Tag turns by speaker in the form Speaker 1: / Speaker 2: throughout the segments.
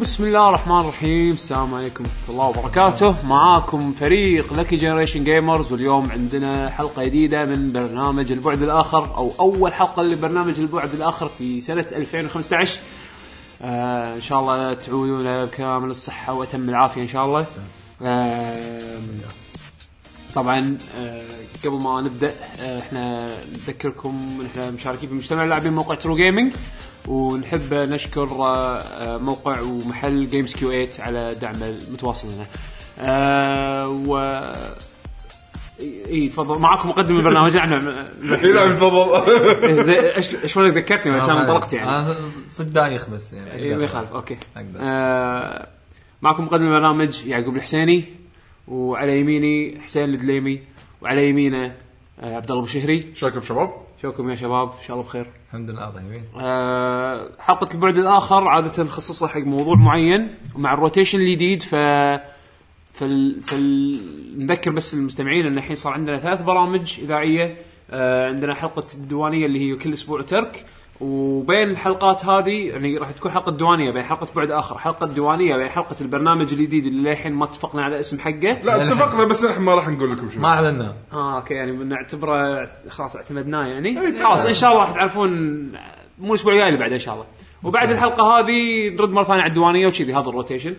Speaker 1: بسم الله الرحمن الرحيم السلام عليكم ورحمه الله وبركاته معاكم فريق لكي جنريشن جيمرز واليوم عندنا حلقه جديده من برنامج البعد الاخر او اول حلقه لبرنامج البعد الاخر في سنه 2015 آه ان شاء الله تعودون بكامل الصحه واتم العافيه ان شاء الله آه طبعا آه قبل ما نبدا آه احنا نذكركم ان احنا مشاركين في مجتمع اللاعبين موقع ترو جيمنج ونحب نشكر آه، آه، موقع ومحل جيمز كيو 8 على دعم المتواصل لنا. آه، و اي تفضل معاكم مقدم البرنامج نعم
Speaker 2: اي نعم تفضل
Speaker 1: شلون ذكرتني عشان
Speaker 2: آه،
Speaker 1: انطلقت يعني
Speaker 3: انا آه، صدق دايخ بس يعني
Speaker 1: إيه، ما يخالف اوكي
Speaker 3: أقدر.
Speaker 1: آه معكم مقدم البرنامج يعقوب الحسيني وعلى يميني حسين الدليمي وعلى يمينه آه عبد الله ابو شهري
Speaker 2: شلونكم شباب؟
Speaker 1: شوكم يا شباب ان شاء الله بخير
Speaker 3: الحمد لله طيبين
Speaker 1: آه، حلقه البعد الاخر عاده نخصصها حق موضوع معين مع الروتيشن الجديد ف فال... فال... نذكر بس المستمعين ان الحين صار عندنا ثلاث برامج اذاعيه آه، عندنا حلقه الديوانيه اللي هي كل اسبوع ترك وبين الحلقات هذه يعني راح تكون حلقه ديوانيه بين حلقه بعد اخر حلقه ديوانيه بين حلقه البرنامج الجديد اللي للحين ما اتفقنا على اسم حقه
Speaker 2: لا اتفقنا بس احنا ما راح نقول لكم شيء
Speaker 3: ما اعلنا
Speaker 1: اه اوكي يعني نعتبره خلاص اعتمدناه يعني خلاص ان شاء الله راح تعرفون مو الاسبوع الجاي اللي بعده ان شاء الله وبعد الحلقه هذه نرد مره ثانيه على الديوانيه وكذي هذا الروتيشن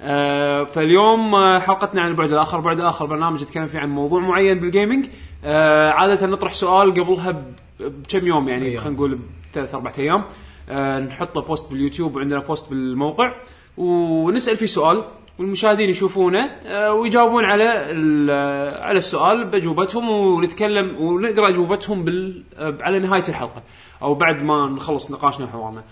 Speaker 1: آه فاليوم آه، حلقتنا عن البعد الاخر، البعد الاخر برنامج نتكلم فيه عن موضوع معين بالجيمنج آه عاده نطرح سؤال قبلها ب- بكم يوم يعني
Speaker 3: أيام.
Speaker 1: خلينا نقول بثلاث اربع ايام آه نحطه بوست باليوتيوب وعندنا بوست بالموقع ونسال فيه سؤال والمشاهدين يشوفونه آه، ويجاوبون على ال- آه، على السؤال باجوبتهم ونتكلم ونقرا اجوبتهم بال آه، على نهايه الحلقه او بعد ما نخلص نقاشنا وحوارنا.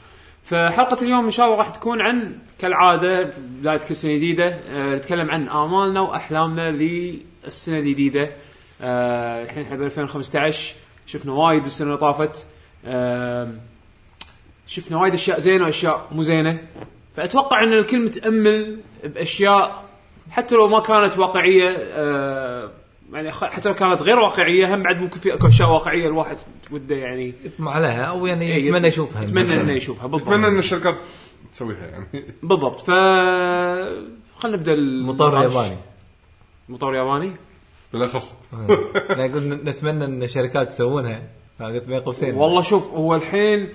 Speaker 1: فحلقه اليوم ان شاء الله راح تكون عن كالعاده بدايه كل سنه جديده آه، نتكلم عن امالنا واحلامنا للسنه الجديده. آه، الحين احنا ب 2015 شفنا وايد السنه اللي طافت. آم، شفنا وايد اشياء زينه واشياء مو زينه فاتوقع ان الكل متامل باشياء حتى لو ما كانت واقعيه آه، يعني خ- حتى لو كانت غير واقعيه هم بعد ممكن في اكو اشياء واقعيه الواحد وده يعني
Speaker 3: يطمع لها او يعني
Speaker 1: إيه،
Speaker 3: يتمنى يشوفها
Speaker 1: يتمنى
Speaker 3: مثلاً.
Speaker 1: انه يشوفها بالضبط
Speaker 2: اتمنى ان الشركات تسويها يعني
Speaker 1: بالضبط ف خلينا نبدا
Speaker 3: مطار
Speaker 1: المطار
Speaker 3: ياباني
Speaker 1: مطار ياباني
Speaker 2: بالاخص
Speaker 3: انا اقول ن- نتمنى ان شركات يسوونها فقلت بين قوسين
Speaker 1: والله شوف هو الحين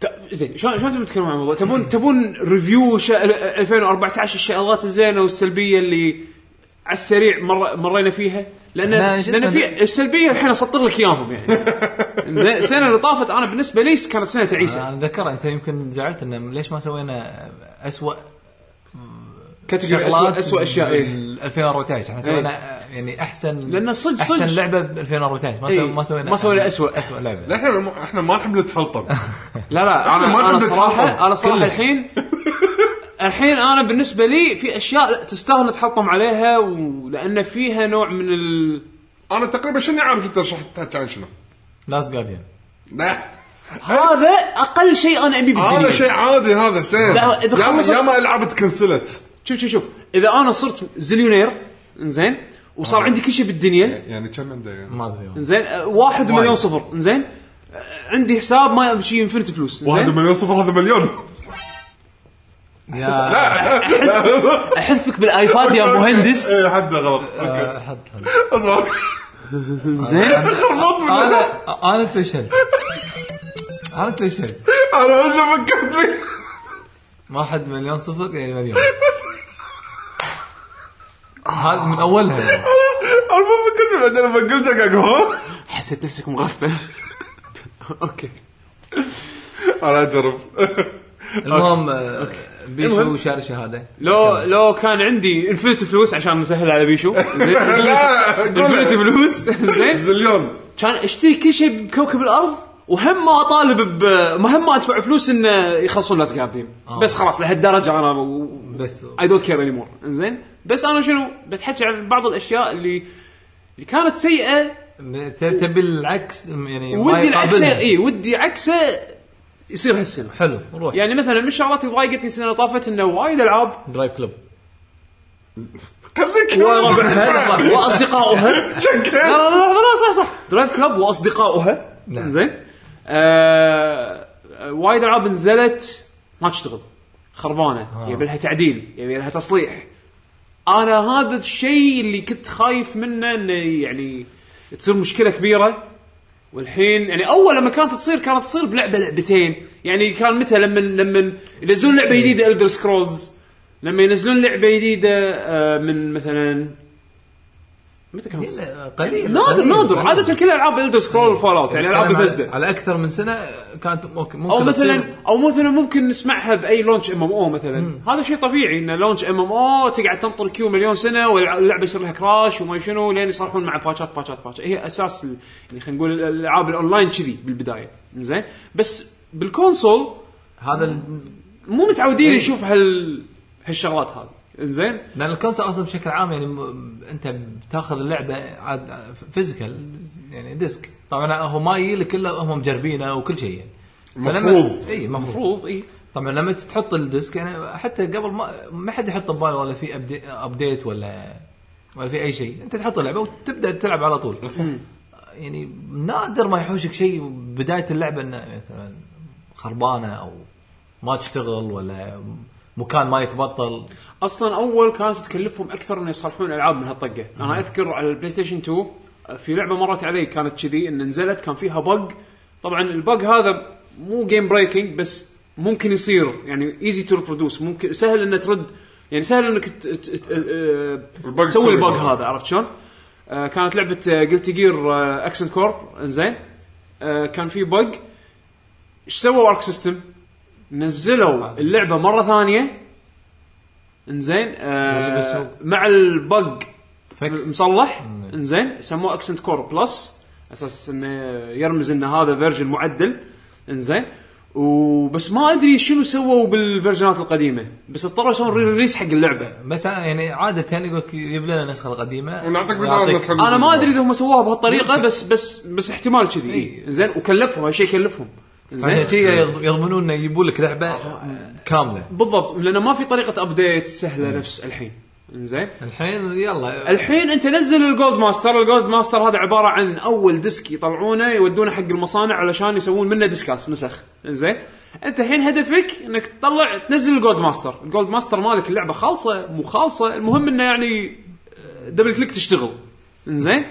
Speaker 1: ت- زين شلون شلون تبون تتكلمون عن الموضوع؟ تبون تبون ريفيو شا... ال- 2014 الشغلات الزينه والسلبيه اللي على السريع مر... مرينا فيها لان
Speaker 3: إحنا شو
Speaker 1: لان
Speaker 3: اسمه-
Speaker 1: في السلبيه الحين اسطر لك اياهم يعني زين، السنه اللي طافت انا بالنسبه لي كانت سنه تعيسه
Speaker 3: انا اتذكر انت يمكن زعلت انه ليش ما سوينا اسوء
Speaker 1: كاتيجوري
Speaker 3: شغلات
Speaker 1: اسوء
Speaker 3: يعني.
Speaker 1: اسوء اشياء إيه.
Speaker 3: بال 2014 احنا سوينا يعني احسن
Speaker 1: لأن صدق-
Speaker 3: احسن
Speaker 1: صدق.
Speaker 3: لعبه ب 2014 ما سوينا
Speaker 1: إيه.
Speaker 3: ما سوينا
Speaker 1: ما سوينا أسوأ.
Speaker 3: اسوء لعبه
Speaker 2: لا احنا احنا ما نحب نتحلطم
Speaker 1: لا لا
Speaker 2: أنا
Speaker 1: انا
Speaker 2: ما
Speaker 1: انا
Speaker 2: كنت أتحطم.
Speaker 1: صراحه انا صراحه
Speaker 2: كلش.
Speaker 1: الحين الحين انا بالنسبه لي في اشياء لا تستاهل نتحطم عليها ولان فيها نوع من ال
Speaker 2: انا تقريبا شنو عارف انت راح تحكي عن شنو؟
Speaker 3: لاست جارديان
Speaker 2: لا
Speaker 1: هذا اقل شيء انا ابي بالدنيا
Speaker 2: هذا شيء عادي هذا حسين
Speaker 1: لا، إذا
Speaker 2: ياما
Speaker 1: خلصت-
Speaker 2: ياما العاب تكنسلت
Speaker 1: شوف شوف شوف اذا انا صرت زليونير انزين وصار عندي كل شيء بالدنيا
Speaker 2: يعني كم عنده يعني؟
Speaker 3: ما ادري
Speaker 1: انزين أه، واحد
Speaker 3: وايد.
Speaker 1: مليون صفر انزين أه، عندي حساب ما شيء انفنت فلوس
Speaker 2: واحد
Speaker 1: انزين
Speaker 2: مليون صفر هذا مليون
Speaker 3: يا
Speaker 1: احذفك بالايباد يا مهندس
Speaker 2: اي حده إيه، غلط اوكي
Speaker 3: آه، حط حط
Speaker 2: اصبر
Speaker 1: انزين
Speaker 2: خربط منه.
Speaker 3: انا انا توشلت انا توشلت
Speaker 2: انا ولا فكرت فيه
Speaker 3: واحد مليون صفر يعني مليون هذا من اولها
Speaker 2: انا ما فكرت فيه بعدين لما قلت لك اقول
Speaker 1: حسيت نفسك مغفل اوكي
Speaker 2: انا اجرب
Speaker 3: المهم آه،
Speaker 1: المهم.
Speaker 3: بيشو شاري شهاده
Speaker 1: لو لو كان عندي انفنت فلوس عشان نسهل على بيشو زين
Speaker 2: لا
Speaker 1: انفنت
Speaker 2: قول
Speaker 1: فلوس زين
Speaker 2: زليون
Speaker 1: كان اشتري كل شيء بكوكب الارض وهم ما اطالب ب ما هم ما ادفع فلوس انه يخلصون لاست جارديان
Speaker 3: آه.
Speaker 1: بس خلاص لهالدرجه انا و-
Speaker 3: بس
Speaker 1: اي دونت كير اني مور انزين بس انا شنو بتحكي عن بعض الاشياء اللي اللي كانت سيئه
Speaker 3: ت- تبي العكس يعني ما
Speaker 1: ودي
Speaker 3: يقابلها.
Speaker 1: العكسه اي ودي عكسه يصير هالسنه
Speaker 3: حلو روح
Speaker 1: يعني مثلا من الشغلات اللي ضايقتني السنه اللي طافت انه وايد العاب
Speaker 3: درايف كلوب
Speaker 2: خليك
Speaker 1: وربعها واصدقائها لا لا لا لا لا، صح صح درايف كلاب واصدقائها
Speaker 3: نعم.
Speaker 1: زين آه، وايد العاب نزلت ما تشتغل خربانه يبي لها تعديل يبي لها تصليح انا هذا الشيء اللي كنت خايف منه انه يعني تصير مشكله كبيره والحين يعني اول لما كانت تصير كانت تصير بلعبه لعبتين يعني كان متى لما لما ينزلون لعبه جديده الدر سكرولز لما ينزلون لعبه جديده آه، من مثلا متى كانت تصير؟
Speaker 3: قليل
Speaker 1: نادر
Speaker 3: قليل-
Speaker 1: نادر
Speaker 3: قليل.
Speaker 1: عاده كل العاب الدر سكرول فول اوت يعني العاب
Speaker 3: على-
Speaker 1: بثزدا
Speaker 3: على اكثر من سنه كانت ممكن ممكن
Speaker 1: او مثلا
Speaker 3: تصير-
Speaker 1: او مثلا ممكن نسمعها باي لونش ام ام او مثلا هذا شيء طبيعي ان لونش ام ام او تقعد تنطر كيو مليون سنه واللعبه يصير لها كراش وما شنو لين يصلحون مع باتشات باتشات باتشات هي اساس ال- يعني خلينا نقول الالعاب الاونلاين كذي بالبدايه زين بس بالكونسول
Speaker 3: هذا ال-
Speaker 1: مو متعودين نشوف هال هالشغلات هذه زين
Speaker 3: لان الكونسول اصلا بشكل عام يعني م- انت بتاخذ اللعبه عاد فيزيكال يعني ديسك طبعا هو ما يجي لك الا هم مجربينه وكل شيء يعني
Speaker 2: مفروض.
Speaker 3: اي مفروض
Speaker 1: المفروض اي
Speaker 3: طبعا لما تحط الديسك يعني حتى قبل ما ما حد يحط بباله ولا في أبدي- ابديت ولا ولا في اي شيء انت تحط اللعبه وتبدا تلعب على طول يعني نادر ما يحوشك شيء بدايه اللعبه انه مثلا خربانه او ما تشتغل ولا مكان ما يتبطل
Speaker 1: اصلا اول كانت تكلفهم اكثر ان يصلحون العاب من هالطقه، انا اذكر على البلاي ستيشن 2 آه، في لعبه مرت علي كانت كذي ان نزلت كان فيها بق طبعا البق هذا مو جيم بريكنج بس ممكن يصير يعني ايزي تو ريبرودوس ممكن سهل انه ترد يعني سهل انك ت- ت- ت- آه،
Speaker 2: البق
Speaker 1: تسوي
Speaker 2: تسوي
Speaker 1: البق
Speaker 2: البق.
Speaker 1: هذا عرفت شلون؟ آه، كانت لعبه جلتي جير اكسنت كور انزين آه، كان في بق ايش سووا ارك سيستم؟ نزلوا اللعبه مره ثانيه انزين
Speaker 3: واللي
Speaker 1: آه
Speaker 3: بيسوق.
Speaker 1: مع البق
Speaker 3: فكس
Speaker 1: مصلح
Speaker 3: مم.
Speaker 1: انزين سموه اكسنت كور بلس اساس انه يرمز ان هذا فيرجن معدل انزين وبس ما ادري شنو سووا بالفيرجنات القديمه بس اضطروا يسوون ري ريليس حق اللعبه
Speaker 3: بس أنا يعني عاده يقول لك يجيب لنا النسخه القديمه
Speaker 2: ونعطيك بدال النسخه
Speaker 1: انا ما
Speaker 2: الجديدة.
Speaker 1: ادري اذا هم سووها بهالطريقه بس بس بس احتمال كذي إي. زين وكلفهم هالشيء كلفهم
Speaker 3: زين
Speaker 1: زين
Speaker 3: كذي يعني يضمنون انه يجيبوا لك لعبه كامله
Speaker 1: بالضبط لانه ما في طريقه ابديت سهله نفس الحين زين
Speaker 3: الحين يلا
Speaker 1: الحين انت نزل الجولد ماستر، الجولد ماستر هذا عباره عن اول ديسك يطلعونه يودونه حق المصانع علشان يسوون منه ديسكات نسخ، زين؟ انت الحين هدفك انك تطلع تنزل الجولد ماستر، الجولد ماستر مالك اللعبه خالصه مو خالصه، المهم انه يعني دبل كليك تشتغل. زين؟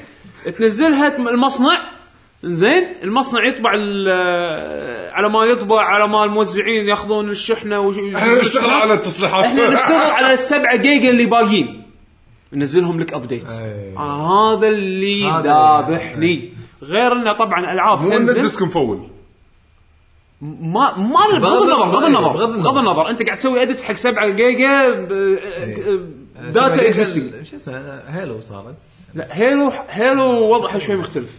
Speaker 1: تنزلها المصنع زين المصنع يطبع ال- على ما يطبع على ما الموزعين ياخذون الشحنه وش-
Speaker 2: احنا نشتغل على التصليحات
Speaker 1: احنا نشتغل على السبعة جيجا اللي باقيين ننزلهم لك ابديت
Speaker 3: أي.
Speaker 1: آه هذا اللي يعني.
Speaker 3: هذا-
Speaker 1: ذابحني غير انه طبعا العاب
Speaker 2: مو ان
Speaker 1: تنزل
Speaker 2: الديسك مفول
Speaker 1: ما ما بغض
Speaker 3: بغض
Speaker 1: النظر بغض
Speaker 3: النظر،
Speaker 1: النظر
Speaker 3: بغض النظر.
Speaker 1: بغض النظر انت قاعد تسوي ادت حق آه، 7 جيجا ب- داتا اكزيستنج
Speaker 3: شو اسمه هيلو صارت
Speaker 1: لا هيلو هيلو وضعها شوي مختلف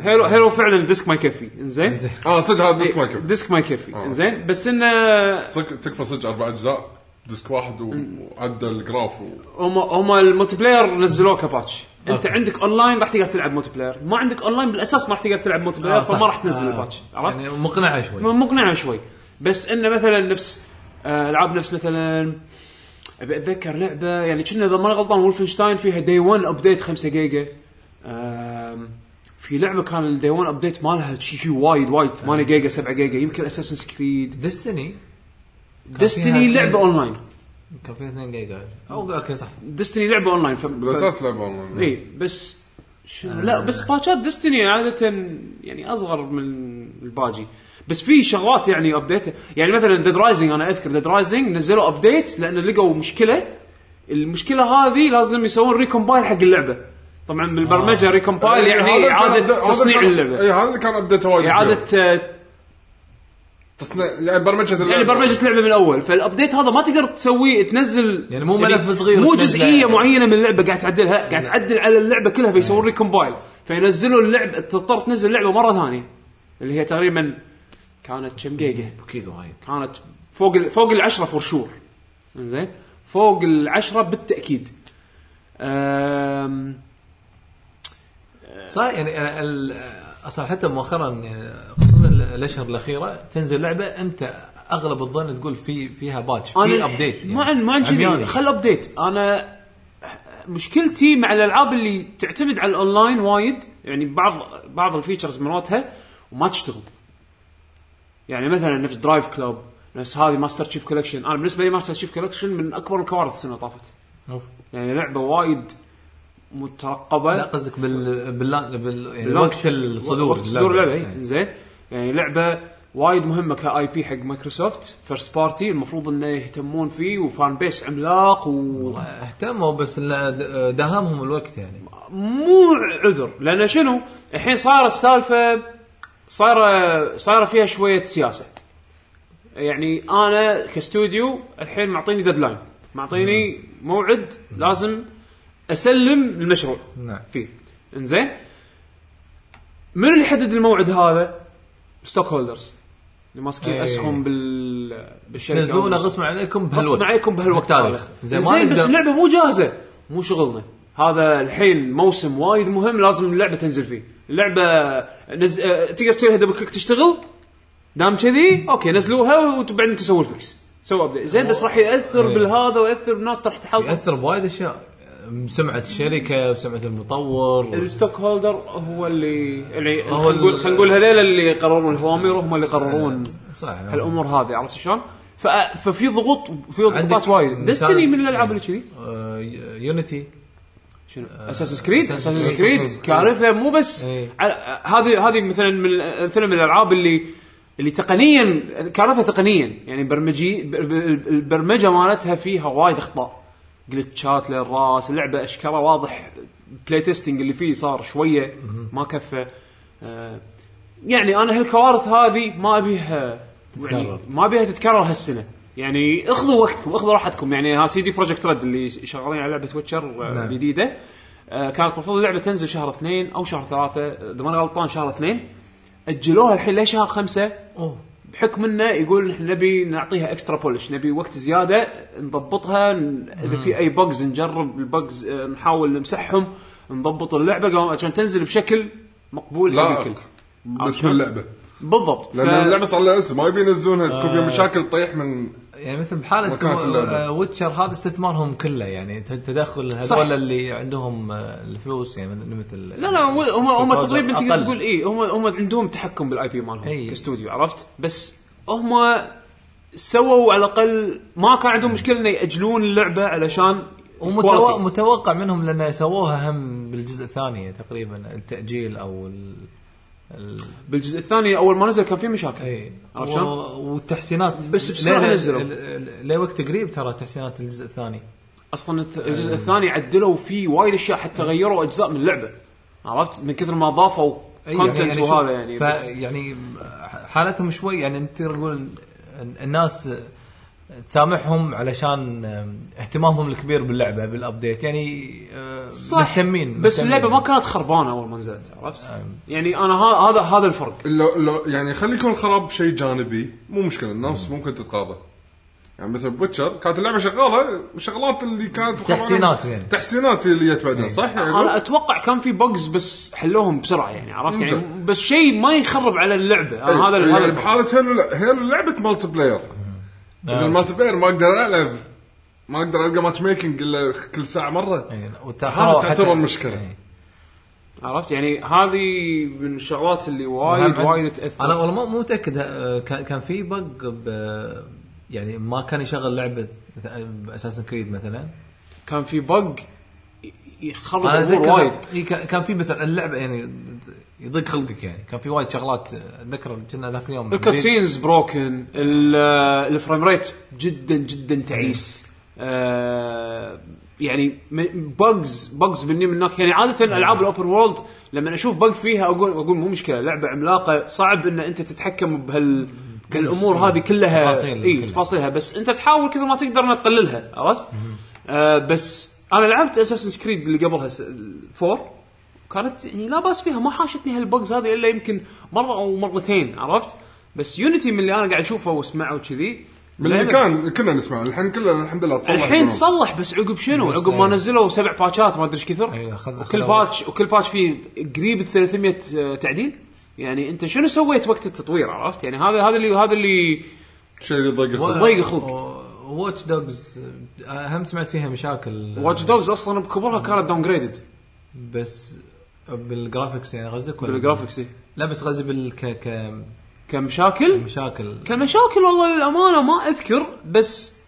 Speaker 1: هيلو هيلو فعلا الديسك ما يكفي انزين
Speaker 3: إنزين.
Speaker 2: اه صدق هذا الديسك ما يكفي
Speaker 1: الديسك ما يكفي
Speaker 2: آه.
Speaker 1: انزين بس انه
Speaker 2: صدق تكفى صدق اربع اجزاء ديسك واحد و- وعدى الجراف و...
Speaker 1: هم هم الملتي بلاير نزلوه كباتش انت عندك اونلاين راح تقدر تلعب ملتي بلاير ما عندك اونلاين بالاساس ما راح تقدر تلعب ملتي بلاير
Speaker 3: آه، صح.
Speaker 1: فما راح تنزل
Speaker 3: آه.
Speaker 1: الباتش عرفت
Speaker 3: يعني مقنعه شوي
Speaker 1: مقنعه شوي بس انه مثلا نفس آه، العاب نفس مثلا ابي اتذكر لعبه يعني كنا اذا ماني غلطان ولفنشتاين فيها دي 1 ابديت 5 جيجا آم، في لعبه كان الدي 1 ابديت مالها شي شي وايد
Speaker 3: آه.
Speaker 1: وايد 8 جيجا 7 جيجا يمكن اساسن كريد
Speaker 3: ديستني
Speaker 1: ديستني لعبه
Speaker 3: إيه.
Speaker 1: اونلاين
Speaker 3: كان فيها 2 جيجا او اوكي صح
Speaker 1: ديستني لعبه اونلاين ف... ف...
Speaker 2: بالاساس لعبه اونلاين
Speaker 1: اي إيه، بس شنو
Speaker 2: آه.
Speaker 1: لا بس باتشات ديستني عاده يعني اصغر من الباجي بس في شغلات يعني ابديت يعني مثلا ديد رايزنج انا اذكر ديد رايزنج نزلوا ابديت لان لقوا مشكله المشكله هذه لازم يسوون ريكومبايل حق اللعبه طبعا بالبرمجه آه. ريكومبايل
Speaker 2: إيه، هذا
Speaker 1: يعني
Speaker 2: كان
Speaker 1: اعاده
Speaker 2: أبد- هذا إيه.
Speaker 1: تصنيع
Speaker 2: كان-
Speaker 1: اللعبه
Speaker 2: اي هذا اللي كان ابديت وايد
Speaker 1: اعاده آه،
Speaker 2: تصنيع يعني برمجه اللعبه
Speaker 1: يعني برمجه لعبه من الاول فالابديت هذا ما تقدر تسويه تنزل
Speaker 3: يعني مو ملف صغير يعني.
Speaker 1: مو
Speaker 3: تنزله.
Speaker 1: جزئيه معينه من اللعبه قاعد تعدلها قاعد تعدل على اللعبه كلها فيسوون ريكومبايل فينزلوا اللعبه تضطر تنزل اللعبه مره ثانيه اللي هي تقريبا كانت كم جيجا
Speaker 3: اكيد وايد
Speaker 1: كانت فوق ال- فوق العشرة فور شور زين فوق العشرة بالتاكيد أم...
Speaker 3: صح يعني أنا ال- اصلا حتى مؤخرا يعني خصوصا ال- الاشهر الاخيره تنزل لعبه انت اغلب الظن تقول في فيها باتش في ابديت
Speaker 1: ما عن ما عن كذي
Speaker 3: عمياني.
Speaker 1: خل ابديت انا مشكلتي مع الالعاب اللي تعتمد على الاونلاين وايد يعني بعض بعض الفيتشرز مالتها وما تشتغل يعني مثلا نفس درايف كلوب بس هذه ماستر تشيف كولكشن انا بالنسبه لي ماستر تشيف كولكشن من اكبر الكوارث السنه اللي طافت
Speaker 3: أوف.
Speaker 1: يعني لعبه وايد مترقبه
Speaker 3: لا قصدك بال بال, بال... يعني
Speaker 1: باللونش.
Speaker 3: وقت الصدور
Speaker 1: وقت صدور اللعبه
Speaker 3: يعني.
Speaker 1: إي، زين يعني لعبه وايد مهمه كاي بي حق مايكروسوفت فيرست بارتي المفروض انه يهتمون فيه وفان بيس عملاق ومو
Speaker 3: اهتموا بس إن د- داهمهم الوقت يعني
Speaker 1: عذر لان شنو الحين صار السالفه صايره صايره فيها شويه سياسه يعني انا كاستوديو الحين معطيني ديدلاين معطيني موعد لازم اسلم المشروع
Speaker 3: نعم
Speaker 1: فيه انزين من اللي يحدد الموعد هذا؟ ستوك هولدرز اللي ماسكين
Speaker 3: أي.
Speaker 1: اسهم بال بالشركه
Speaker 3: ينزلونه إيه. غصب عليكم
Speaker 1: غصب
Speaker 3: بهالوقت
Speaker 1: عليكم بهالوقت
Speaker 3: بالتاريخ.
Speaker 1: هذا
Speaker 3: زين،
Speaker 1: زين
Speaker 3: ما
Speaker 1: بس
Speaker 3: نقدر-
Speaker 1: اللعبه مو جاهزه مو شغلنا هذا الحين موسم وايد مهم لازم اللعبه تنزل فيه اللعبه نز... آه، تقدر تسوي لها دبل كليك تشتغل دام كذي اوكي نزلوها وبعدين تسووا الفكس سووا ابديت زين بس راح ياثر
Speaker 3: أي.
Speaker 1: بالهذا وياثر بالناس راح تحلط
Speaker 3: ياثر بوايد اشياء سمعه الشركه وسمعه المطور
Speaker 1: الستوك هولدر هو اللي اللي
Speaker 3: هو
Speaker 1: خلينا نقول
Speaker 3: ال-
Speaker 1: خلينا نقول هذول اللي يقررون الهوامير وهم اللي يقررون
Speaker 3: صح
Speaker 1: هالامور هذه عرفت شلون؟ ف- ففي ضغوط في ضغوطات
Speaker 3: عندك
Speaker 1: وايد
Speaker 3: مثال-
Speaker 1: دستني من الالعاب اللي كذي
Speaker 3: آه، يونيتي
Speaker 1: شنو اساس كريد
Speaker 3: Assassin's
Speaker 1: اساس كريد
Speaker 2: Creed.
Speaker 1: كارثه مو بس
Speaker 3: إيه.
Speaker 1: على- هذه هذه مثلا من امثله من الالعاب اللي اللي تقنيا كارثه تقنيا يعني برمجي ب- ب- البرمجه مالتها فيها وايد اخطاء جلتشات للراس اللعبه اشكالها واضح بلاي تيستنج اللي فيه صار شويه ما كفى آه، يعني انا هالكوارث هذه ما ابيها
Speaker 3: تتكرر.
Speaker 1: يعني ما ابيها تتكرر هالسنه يعني اخذوا وقتكم اخذوا راحتكم يعني ها سي دي بروجكت ريد اللي شغالين على لعبه ويتشر آه،
Speaker 3: نعم.
Speaker 1: جديده آه، كانت المفروض اللعبه تنزل شهر اثنين او شهر ثلاثه اذا ماني غلطان شهر اثنين اجلوها الحين لشهر خمسه
Speaker 3: اوه
Speaker 1: بحكم انه يقول احنا نبي نعطيها اكسترا بولش نبي وقت زياده نضبطها ن- اذا في اي بجز نجرب البجز آه، نحاول نمسحهم نضبط اللعبه قام- عشان تنزل بشكل مقبول حق
Speaker 2: لائق
Speaker 1: الكل
Speaker 2: باسم اللعبه
Speaker 1: بالضبط
Speaker 2: لان
Speaker 1: ف- آه.
Speaker 2: اللعبه صار لها اسم ما يبي ينزلونها تكون فيها مشاكل تطيح من
Speaker 3: يعني مثل بحاله
Speaker 2: وكانت اللعبة.
Speaker 3: آه، ويتشر هذا استثمارهم كله يعني ت- تدخل
Speaker 1: صح.
Speaker 3: هذول اللي عندهم آه، الفلوس يعني مثل
Speaker 1: لا لا هم هم, هم تقريبا تقدر
Speaker 3: أقل. إيه.
Speaker 1: تقول اي هم هم عندهم تحكم بالاي بي مالهم
Speaker 3: إي.
Speaker 1: كاستوديو عرفت بس هم سووا على الاقل ما كان
Speaker 3: إيه.
Speaker 1: عندهم مشكله انه ياجلون اللعبه علشان
Speaker 3: ومتوقع
Speaker 1: quality.
Speaker 3: متوقع منهم لان سووها هم بالجزء الثاني تقريبا التاجيل او ال... ال...
Speaker 1: بالجزء الثاني اول ما نزل كان في مشاكل
Speaker 3: اي
Speaker 1: عرفت
Speaker 3: و...
Speaker 1: شلون؟
Speaker 3: والتحسينات
Speaker 1: بس بسرعة
Speaker 3: ليه-
Speaker 1: نزلوا.
Speaker 3: ل- ل- لوقت قريب ترى تحسينات الجزء الثاني
Speaker 1: اصلا
Speaker 3: إيه.
Speaker 1: الت- الجزء الثاني عدلوا فيه وايد اشياء حتى غيروا اجزاء من اللعبه عرفت من كثر ما ضافوا كونتنت
Speaker 3: إيه، شوف،
Speaker 1: وهذا يعني
Speaker 3: ف...
Speaker 1: بس
Speaker 3: يعني حالتهم شوي يعني انت تقول الناس تسامحهم علشان اهتمامهم الكبير باللعبه بالابديت يعني آه،
Speaker 1: صح.
Speaker 3: مهتمين
Speaker 1: بس
Speaker 3: مهتمين. إيه.
Speaker 1: اللعبه ما كانت خربانه اول ما نزلت عرفت؟
Speaker 3: أم.
Speaker 1: يعني انا ها- هذا هذا الفرق
Speaker 2: لو لو يعني خلي يكون الخراب شيء جانبي مو مشكله الناس ممكن تتقاضى يعني مثل بوتشر كانت اللعبه شغاله والشغلات اللي كانت مخربة-
Speaker 3: تحسينات يعني.
Speaker 2: تحسينات اللي جت
Speaker 1: إيه.
Speaker 2: بعدين صح؟
Speaker 1: انا
Speaker 2: يعني
Speaker 1: اتوقع كان في بجز بس حلوهم بسرعه يعني عرفت يعني
Speaker 2: ممكن.
Speaker 1: بس شيء ما يخرب على اللعبه انا هذا
Speaker 2: يعني
Speaker 1: هذا الفرق.
Speaker 2: بحاله هيلو لا هيلو لعبه مالتي بلاير اذا
Speaker 1: آه.
Speaker 2: المالتي بلاير ما اقدر العب ما اقدر القى ماتش ميكنج الا كل ساعه مره
Speaker 1: إيه.
Speaker 3: يعني
Speaker 2: هذا
Speaker 3: وتأخروا
Speaker 2: تعتبر
Speaker 3: حتى- إيه.
Speaker 2: مشكله
Speaker 1: عرفت يعني هذه من الشغلات اللي وايد
Speaker 3: وهم-
Speaker 1: وايد تاثر
Speaker 3: انا والله مو- مو متاكد آه، كان كان في بق ب- يعني ما كان يشغل لعبه اساسن كريد مثلا
Speaker 1: كان في بج يخرب
Speaker 3: انا
Speaker 1: الامور
Speaker 3: اتذكر
Speaker 1: وايد
Speaker 3: إي كان- كان في مثلا اللعبه يعني يضيق خلقك يعني كان في وايد شغلات آه، اتذكر كنا ذاك اليوم
Speaker 1: الكاتسينز بروكن ال- uh, الفريم ريت جدا جدا تعيس آه، يعني بجز بجز مني من هناك يعني عاده العاب الاوبن وورلد لما اشوف بج فيها اقول اقول مو مشكله لعبه عملاقه صعب ان انت تتحكم بهال الامور هذه كلها
Speaker 3: تفاصيل
Speaker 1: اي
Speaker 3: كلها.
Speaker 1: تفاصيلها بس انت تحاول كثر ما تقدر انك تقللها عرفت؟ آه بس انا لعبت اساسن كريد اللي قبلها س- الفور كانت يعني لا باس فيها ما حاشتني هالبجز هذه الا يمكن مره او مرتين عرفت؟ بس يونيتي من اللي انا قاعد اشوفه واسمعه وكذي
Speaker 2: من اللي
Speaker 1: لعبة-
Speaker 2: كان كنا نسمع الحين كله الحمد لله تصلح
Speaker 1: الحين
Speaker 2: الأمور.
Speaker 1: صلح بس عقب شنو؟
Speaker 3: بس
Speaker 1: عقب ما
Speaker 3: إيه.
Speaker 1: نزلوا سبع باتشات ما ادري ايش كثر
Speaker 3: إيه، أخذ-
Speaker 1: وكل
Speaker 3: أخذوا-
Speaker 1: باتش وكل باتش فيه قريب ال 300 تعديل يعني انت شنو سويت وقت التطوير عرفت؟ يعني هذا هذا اللي هذا اللي
Speaker 2: شيء اللي يضيق الخلق.
Speaker 1: ضيق خلق.
Speaker 3: واتش دوجز هم سمعت فيها مشاكل آه،
Speaker 1: واتش دوجز اصلا بكبرها كانت داون جريدد
Speaker 3: بس بالجرافكس يعني قصدك ولا
Speaker 1: بالجرافكس إيه.
Speaker 3: لا بس قصدي بال ك ك
Speaker 1: كمشاكل
Speaker 3: مشاكل
Speaker 1: كمشاكل والله للامانه ما اذكر بس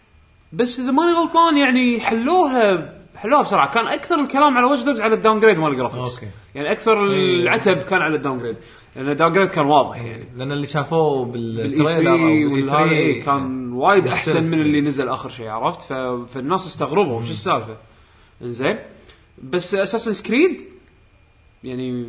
Speaker 1: بس اذا ماني غلطان يعني حلوها حلوها بسرعه كان اكثر الكلام على واتش دوجز على الداون جريد مال الجرافكس
Speaker 3: أوكي.
Speaker 1: يعني اكثر
Speaker 3: إيه.
Speaker 1: العتب كان على الداون جريد لان الداون جريد كان واضح يعني E
Speaker 3: لان اللي شافوه بالتريلر او
Speaker 1: الاي 3
Speaker 3: بالهذا، إيه.
Speaker 1: كان وايد
Speaker 3: مختلف.
Speaker 1: احسن من اللي نزل اخر شيء عرفت ف... فالناس استغربوا شو السالفه زين بس اساسن كريد يعني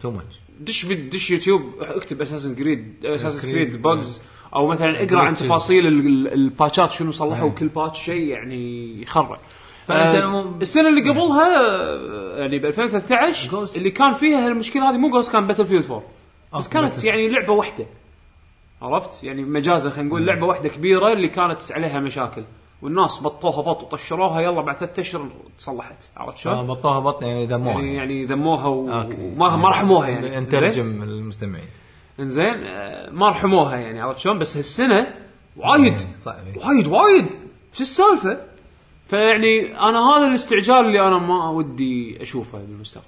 Speaker 3: تو ماتش
Speaker 1: دش في دش يوتيوب اكتب اساسن كريد اساسن
Speaker 3: Creed.
Speaker 1: كريد بجز او مثلا اقرا عن
Speaker 3: Glitches.
Speaker 1: تفاصيل ال- ال- الباتشات شنو صلحوا كل باتش شيء يعني يخرع
Speaker 3: فأنت
Speaker 1: آه،
Speaker 3: مو-
Speaker 1: السنه اللي قبلها آه، يعني ب 2013
Speaker 3: Ghost.
Speaker 1: اللي كان فيها المشكله هذه مو جوست كان باتل فيلد 4 بس
Speaker 3: أوكي،
Speaker 1: كانت
Speaker 3: Battlefield.
Speaker 1: يعني لعبه واحده عرفت يعني مجازا خلينا نقول لعبه واحده كبيره اللي كانت عليها مشاكل والناس بطوها بط وطشروها يلا بعد ثلاث اشهر تصلحت عرفت
Speaker 3: آه،
Speaker 1: شلون؟
Speaker 3: بطوها بط يعني دموها
Speaker 1: يعني يعني ذموها و-
Speaker 3: أوكي.
Speaker 1: وما ما رحموها يعني زين؟
Speaker 3: نترجم المستمعين
Speaker 1: انزين آه، ما رحموها يعني عرفت شلون بس هالسنه وايد
Speaker 3: إيه، صعب
Speaker 1: وايد وايد شو السالفه؟ فيعني انا هذا الاستعجال اللي انا ما ودي اشوفه بالمستقبل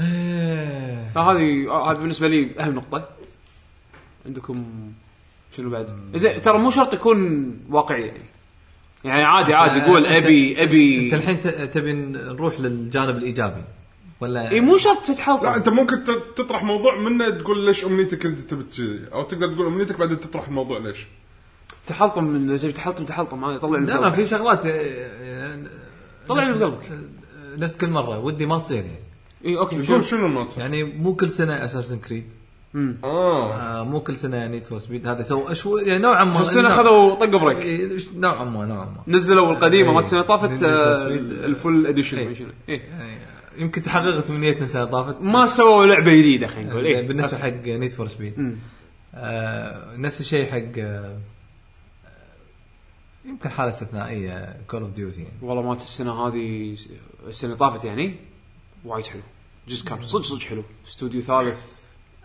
Speaker 3: إيه.
Speaker 1: فهذه هذه بالنسبه لي اهم نقطه عندكم شنو بعد؟ زين ترى مو شرط يكون واقعي يعني يعني عادي عادي
Speaker 3: آه،
Speaker 1: قول
Speaker 3: أنت-
Speaker 1: ابي ابي
Speaker 3: انت الحين ت- تبي نروح للجانب الايجابي ولا
Speaker 1: اي إيه، مو شرط
Speaker 2: لا
Speaker 1: تتحلطم
Speaker 2: انت ممكن ت- تطرح موضوع منه تقول ليش امنيتك انت تبي تصير او تقدر تقول امنيتك بعدين تطرح الموضوع ليش
Speaker 1: تحلطم من تحلطم تحلطم هذا طلع
Speaker 3: لا لا في شغلات آه،
Speaker 1: طلع
Speaker 3: نفس-
Speaker 1: من قلبك.
Speaker 3: آه، نفس كل مره ودي ما تصير يعني
Speaker 1: اي اوكي شوف
Speaker 2: تقول شنو ما تصير
Speaker 3: يعني مو كل سنه اساسن كريد
Speaker 2: اه
Speaker 3: آه مو كل سنه نيد فور سبيد هذا سووا شو يعني نوعا ما
Speaker 1: السنه
Speaker 3: نوع-
Speaker 1: خذوا طق بريك
Speaker 3: إيه، نوعا ما نوعا ما
Speaker 1: نزلوا القديمه
Speaker 3: إيه.
Speaker 1: مالت السنه طافت
Speaker 3: نينجا
Speaker 1: آه،
Speaker 3: سويد.
Speaker 1: الفول اديشن
Speaker 3: إيه.
Speaker 1: ما شنو. إيه.
Speaker 3: يعني يمكن تحققت امنيتنا سنه طافت
Speaker 1: ما سووا لعبه جديده خلينا نقول
Speaker 3: آه،
Speaker 1: إيه.
Speaker 3: بالنسبه حق نيد فور سبيد
Speaker 1: مم.
Speaker 3: آه نفس الشيء حق آه يمكن حاله استثنائيه كول اوف ديوتي يعني
Speaker 1: والله مالت السنه هذه السنه طافت يعني وايد حلو جزء كان صدق صدق حلو استوديو ثالث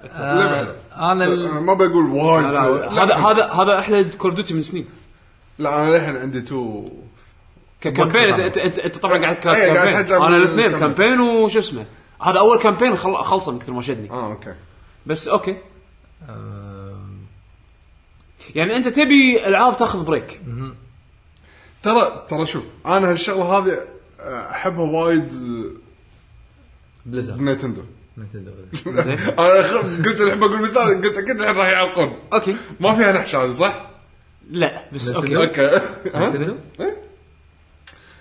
Speaker 2: لعبة.
Speaker 3: آه انا
Speaker 1: أه.
Speaker 3: ال-
Speaker 2: ما بقول وايد
Speaker 1: هذا هذا- هذا هذا احلى كول دوتي من سنين
Speaker 2: لا انا للحين عندي تو
Speaker 1: كامبين انت انت- انت انت طبعا قاعد
Speaker 2: إيه، قاعد
Speaker 1: كامبين
Speaker 2: أحجم
Speaker 1: انا الاثنين
Speaker 2: الكامبين.
Speaker 1: كامبين وش اسمه هذا اول كامبين خل- خلصه من كثر ما شدني
Speaker 2: اه اوكي
Speaker 1: بس اوكي
Speaker 3: آه،
Speaker 1: يعني انت تبي العاب تاخذ بريك
Speaker 2: ترى ترى شوف انا هالشغله هذه احبها وايد
Speaker 3: بليزر
Speaker 2: بنيتندو
Speaker 3: نتندو
Speaker 1: زين
Speaker 2: انا خ- قلت الحين بقول مثال قلت اكيد الحين راح يعلقون
Speaker 1: اوكي
Speaker 2: ما فيها نحش هذه صح؟
Speaker 1: لا بس
Speaker 3: نتندو.
Speaker 1: اوكي
Speaker 2: اوكي ها؟
Speaker 3: نتندو
Speaker 2: إيه؟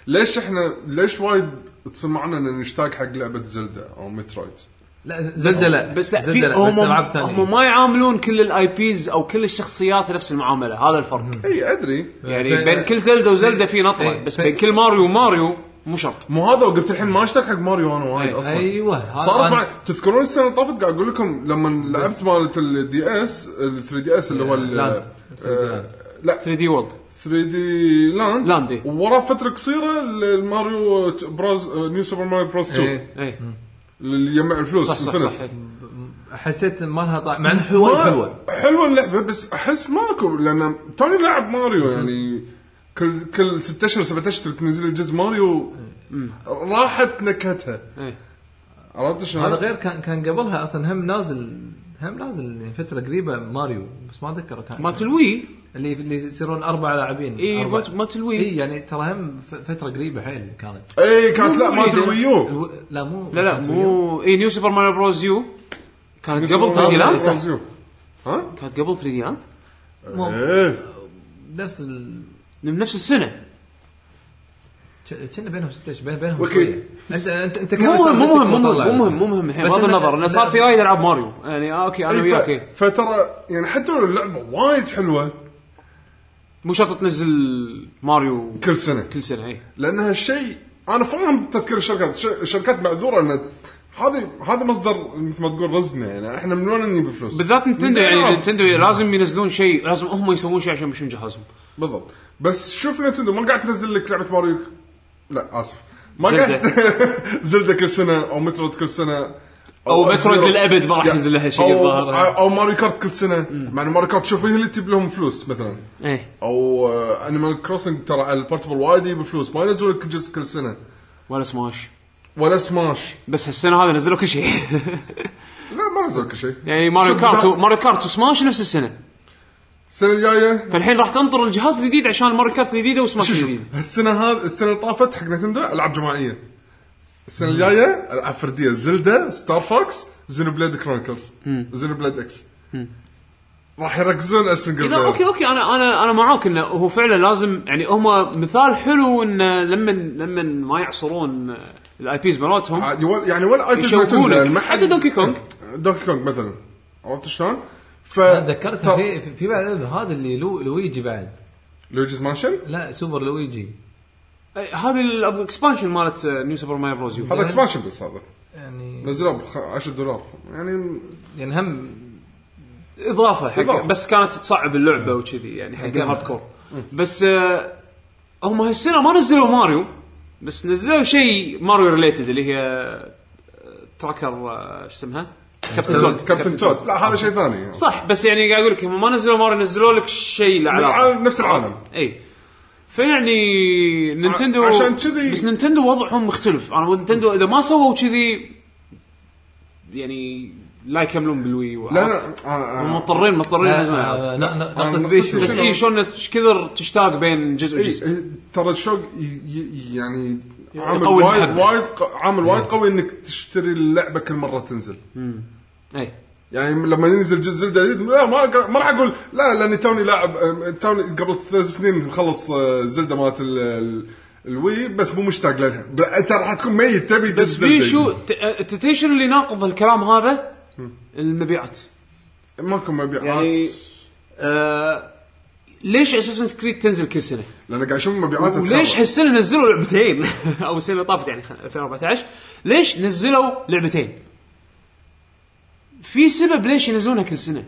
Speaker 2: ليش احنا ليش وايد تسمعنا ان نشتاق حق لعبه زلدا او مترويد
Speaker 3: لا زلدة لا
Speaker 1: بس لا في
Speaker 3: زلدة لا بس العاب
Speaker 1: هم
Speaker 3: ثانيه
Speaker 1: هم ما يعاملون كل الاي بيز او كل الشخصيات نفس المعامله هذا الفرق
Speaker 2: اي ادري
Speaker 1: يعني
Speaker 3: ف-
Speaker 1: بين كل زلده وزلده في نطره
Speaker 3: إيه،
Speaker 1: بس
Speaker 3: ف-
Speaker 1: بين كل ماريو وماريو مو شرط
Speaker 2: مو هذا وقلت الحين ما اشتاق حق ماريو انا وايد
Speaker 1: أي-
Speaker 2: اصلا
Speaker 3: ايوه هذا
Speaker 2: صارت
Speaker 3: أنا-
Speaker 2: معي تذكرون السنه اللي طافت قاعد اقول لكم لما لعبت مالت الدي اس ال 3 دي اس اللي هو ال-
Speaker 3: لاند.
Speaker 2: آه، لا
Speaker 1: 3 دي وولد
Speaker 2: 3 دي لاند
Speaker 1: لاند، إيه.
Speaker 2: ووراه فتره قصيره الماريو ت- بروز آه، نيو سوبر ماريو بروز 2
Speaker 3: إيه.
Speaker 1: اي
Speaker 2: اللي يجمع الفلوس
Speaker 1: صح صح
Speaker 2: Infinite.
Speaker 1: صح
Speaker 3: حسيت ما لها طعم مع انها حلوه
Speaker 2: ما-
Speaker 3: حلوه
Speaker 2: حلوه اللعبه بس احس ماكو لان توني لاعب ماريو يعني كل كل ست اشهر سبع اشهر تنزل لي جزء ماريو راحت نكهتها
Speaker 1: إيه.
Speaker 2: عرفت شلون؟
Speaker 3: هذا غير كان كان قبلها اصلا هم نازل هم نازل يعني فتره قريبه ماريو بس ما اتذكر كان
Speaker 1: مالت الوي
Speaker 3: اللي اللي يصيرون اربع لاعبين
Speaker 1: اي
Speaker 3: أربع.
Speaker 1: مالت مالت
Speaker 3: اي
Speaker 1: الوي
Speaker 3: يعني ترى هم ف- فتره قريبه حيل كانت
Speaker 2: اي إيه، كانت لا
Speaker 1: مو
Speaker 2: مالت
Speaker 1: جديدة.
Speaker 2: الويو
Speaker 3: الو... لا مو
Speaker 1: لا لا
Speaker 3: كانت ويو.
Speaker 1: مو إيه، اي نيو سوبر ماريو بروز يو كانت قبل 3 دي
Speaker 2: ماريو
Speaker 1: لاند
Speaker 2: بروز يو. ها؟
Speaker 1: كانت قبل 3 دي لاند
Speaker 3: مو
Speaker 2: ايه
Speaker 3: نفس ال...
Speaker 1: من نفس السنه
Speaker 3: ش- كنا بينهم 16 بين بينهم
Speaker 2: وكيل.
Speaker 3: شوية. انت انت انت
Speaker 1: مو
Speaker 3: كمل
Speaker 1: مهم مو مهم
Speaker 3: سالفتك
Speaker 1: مو
Speaker 3: وطلع.
Speaker 1: مهم مو مهم مو مهم الحين
Speaker 3: بس
Speaker 1: بغض
Speaker 3: إن-
Speaker 1: النظر انه صار في وايد العاب ماريو يعني آه، اوكي انا
Speaker 2: إيه، ف-
Speaker 1: وياك إيه.
Speaker 2: فترى يعني حتى لو اللعبه وايد حلوه
Speaker 1: مو شرط تنزل ماريو
Speaker 2: كل سنه
Speaker 1: كل إيه. سنه اي
Speaker 2: لان هالشيء انا فاهم تفكير الشركات ش- الشركات معذوره ان هذه هذا مصدر مثل ما تقول رزقنا يعني احنا من وين نجيب فلوس؟
Speaker 1: بالذات نتندو
Speaker 2: من
Speaker 1: يعني
Speaker 2: الألعاب.
Speaker 1: نتندو لازم ينزلون شيء لازم هم يسوون شيء عشان يمشون جهازهم
Speaker 2: بالضبط بس شوف نتندو ما قاعد تنزل لك لعبه ماريو لا اسف ما
Speaker 1: زلدة.
Speaker 2: قاعد زلدة كل سنه او مترويد كل سنه
Speaker 1: أو مترويد
Speaker 2: F-Zero.
Speaker 1: للأبد ما راح
Speaker 2: يعني-
Speaker 1: ينزل لها شيء
Speaker 2: أو-
Speaker 1: الظاهر.
Speaker 2: او ماريو كارت كل سنه مع إن ماريو كارت شوف هي اللي تجيب لهم فلوس مثلا
Speaker 1: ايه
Speaker 2: إيه. او انيمال كروسنج ترى البورتبل وايد يجيب فلوس ما ينزلوا لك جزء كل سنه
Speaker 1: ولا سماش
Speaker 2: ولا سماش
Speaker 1: بس هالسنه هذا نزلوا كل شيء
Speaker 2: لا ما ما نزل كل شيء
Speaker 1: يعني ماريو
Speaker 2: شوف،
Speaker 1: كارت و-
Speaker 2: دا-
Speaker 1: ماريو كارت وسماش نفس السنه
Speaker 2: السنه الجايه
Speaker 1: فالحين راح تنطر الجهاز الجديد عشان ماريو كارت الجديده وسماش
Speaker 2: شوف شوف
Speaker 1: الجديده
Speaker 2: هالسنه هذه السنه اللي طافت حق نتندو العاب جماعيه السنه الجايه العاب فرديه زلدا ستار فوكس زينو بليد كرونيكلز زينو بليد اكس راح يركزون على السنجل
Speaker 1: لا
Speaker 2: بلاير.
Speaker 1: اوكي اوكي انا انا انا معاك انه هو فعلا لازم يعني هم مثال حلو انه لما لما ما يعصرون الاي بيز مالتهم
Speaker 2: عاد يول- يعني ولا اي بيز
Speaker 1: يشوفونك.
Speaker 2: معتمدة، يعني ما حد-
Speaker 1: حتى دونكي كونج.
Speaker 2: دونكي كونج مثلا عرفت شلون؟ ف
Speaker 3: تذكرت
Speaker 2: تر-
Speaker 3: في في بعد لعبة، هذا اللي لو لويجي بعد
Speaker 2: لويجيز مانشن
Speaker 3: لا سوبر لويجي
Speaker 1: أي- إيه، هذه الاكسبانشن مالت آه، نيو سوبر ماير بروز يو
Speaker 2: هذا اكسبانشن بس هذا
Speaker 3: يعني
Speaker 2: نزلوه ب 10 دولار يعني
Speaker 3: يعني هم
Speaker 1: اضافه حق
Speaker 2: إضافة.
Speaker 1: بس كانت تصعب اللعبه وكذي يعني حق
Speaker 3: أكيد.
Speaker 1: الهارد كور بس آه، هم هالسنه ما نزلوا ماريو بس نزلوا شيء ماريو ريليتد اللي هي آه، تراكر آه، شو اسمها؟ كابتن تود
Speaker 2: كابتن تود لا هذا شيء ثاني يعني.
Speaker 1: صح بس يعني قاعد اقول لك هم ما نزلوا ماريو نزلوا لك شيء له علاقه
Speaker 2: العالم- نفس العالم
Speaker 1: اي فيعني نينتندو
Speaker 2: عشان كذي-
Speaker 1: بس نينتندو وضعهم مختلف انا نينتندو اذا ما سووا كذي يعني لا يكملون بالوي
Speaker 2: لا
Speaker 1: وعرفت؟
Speaker 2: لا أنا-
Speaker 1: هم
Speaker 2: أنا-
Speaker 1: مضطرين مضطرين لازم يلعبون.
Speaker 3: آه، ن- ن-
Speaker 2: أنا
Speaker 3: نقطة
Speaker 2: نقطة
Speaker 3: بيشو
Speaker 1: بس اي شلون ايش كثر تشتاق بين جزء
Speaker 2: إيه،
Speaker 1: وجزء
Speaker 2: إيه، ترى الشوق ي- ي- يعني عامل
Speaker 1: يقوي
Speaker 2: وايد
Speaker 1: المحبة.
Speaker 2: وايد ق- عامل وايد قوي انك تشتري اللعبه كل مره تنزل
Speaker 1: اي
Speaker 2: يعني لما ينزل جزء جديد لا ما أق- ما راح اقول لا لاني توني لاعب أم، توني قبل ثلاث سنين مخلص آه، زلده مالت ال- ال- الوي بس مو مشتاق لها ب- انت راح تكون ميت تبي
Speaker 1: بس
Speaker 2: جزء
Speaker 1: في
Speaker 2: زلدة.
Speaker 1: شو ت- انت تدري شنو اللي ناقض الكلام هذا؟ المبيعات
Speaker 2: ماكو مبيعات
Speaker 1: يعني آه ليش اساسن كريد تنزل كل سنه؟
Speaker 2: لان قاعد اشوف مبيعات
Speaker 1: وليش
Speaker 2: تتخرب.
Speaker 1: هالسنه نزلوا لعبتين او السنه اللي طافت يعني خل- 2014 ليش نزلوا لعبتين؟ في سبب ليش ينزلونها كل سنه؟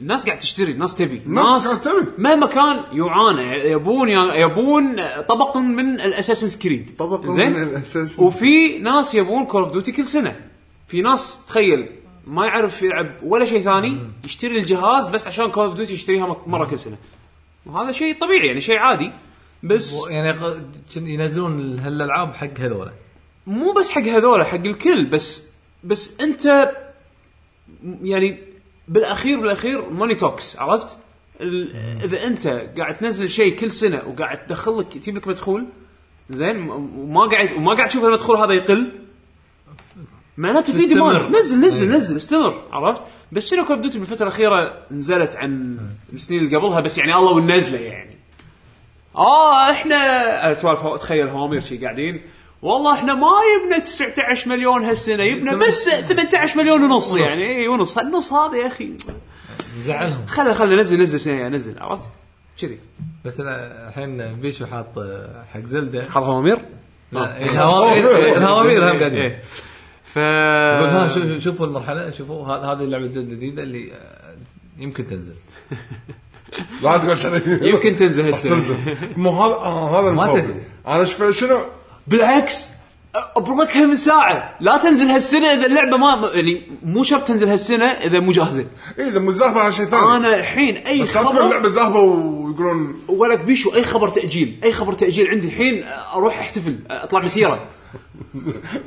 Speaker 1: الناس قاعد تشتري الناس تبي
Speaker 2: الناس قاعد تبي.
Speaker 1: مهما كان يعانى يبون يبون طبق من الاساسن كريد
Speaker 2: طبق من الأساسنز
Speaker 1: وفي ناس يبون كول اوف ديوتي كل سنه في ناس تخيل ما يعرف يلعب ولا شيء ثاني يشتري الجهاز بس عشان كول اوف ديوتي يشتريها مره كل سنه وهذا شيء طبيعي يعني شيء عادي بس
Speaker 3: يعني غ- كن ينزلون هالالعاب حق هذولا
Speaker 1: مو بس حق هذول حق الكل بس بس انت م- يعني بالاخير بالاخير ماني توكس عرفت؟ ال- اذا انت قاعد تنزل شيء كل سنه وقاعد تدخل لك تجيب لك مدخول زين م- وما قاعد وما قاعد تشوف المدخول هذا يقل معناته في
Speaker 3: تستمر.
Speaker 1: ديماند نزل نزل
Speaker 3: أي.
Speaker 1: نزل استمر عرفت؟ بس شنو كول دوتي بالفتره الاخيره نزلت عن السنين اللي قبلها بس يعني الله والنزله يعني اه احنا سوالف تخيل هوامير شي قاعدين والله احنا ما يبنا 19 مليون هالسنه يبنا بس 18 مليون ونص يعني اي ونص النص هذا يا اخي
Speaker 3: مزعلهم
Speaker 1: خله خله نزل نزل سنه نزل عرفت؟ كذي
Speaker 3: بس انا الحين بيشو حاط آه، حق زلدة
Speaker 1: حظ هوامير؟
Speaker 3: لا، إيه. الهوامير آه، الهوامير هم قاعدين آه،
Speaker 1: ايه ف
Speaker 3: يقول ها شوفوا شوفوا المرحله شوفوا ه- هذه اللعبه الجديده الجديده اللي آه، يمكن تنزل
Speaker 2: لا تقول شنو
Speaker 1: يمكن تنزل
Speaker 2: تنزل
Speaker 1: هالسنه
Speaker 2: مو هذا آه هذا
Speaker 3: ما
Speaker 2: المفضل
Speaker 3: تدري.
Speaker 2: انا شف- شنو
Speaker 1: بالعكس ابركها من ساعه لا تنزل هالسنه اذا اللعبه ما يعني مو شرط تنزل هالسنه اذا مو جاهزه
Speaker 2: اي اذا مو زاهبه هذا شيء ثاني
Speaker 1: انا الحين اي
Speaker 2: بس لا تكون
Speaker 1: خبر
Speaker 2: اللعبه زاهبه ويقولون
Speaker 1: ولك بيشو اي خبر تاجيل اي خبر تاجيل عندي الحين اروح احتفل اطلع مسيره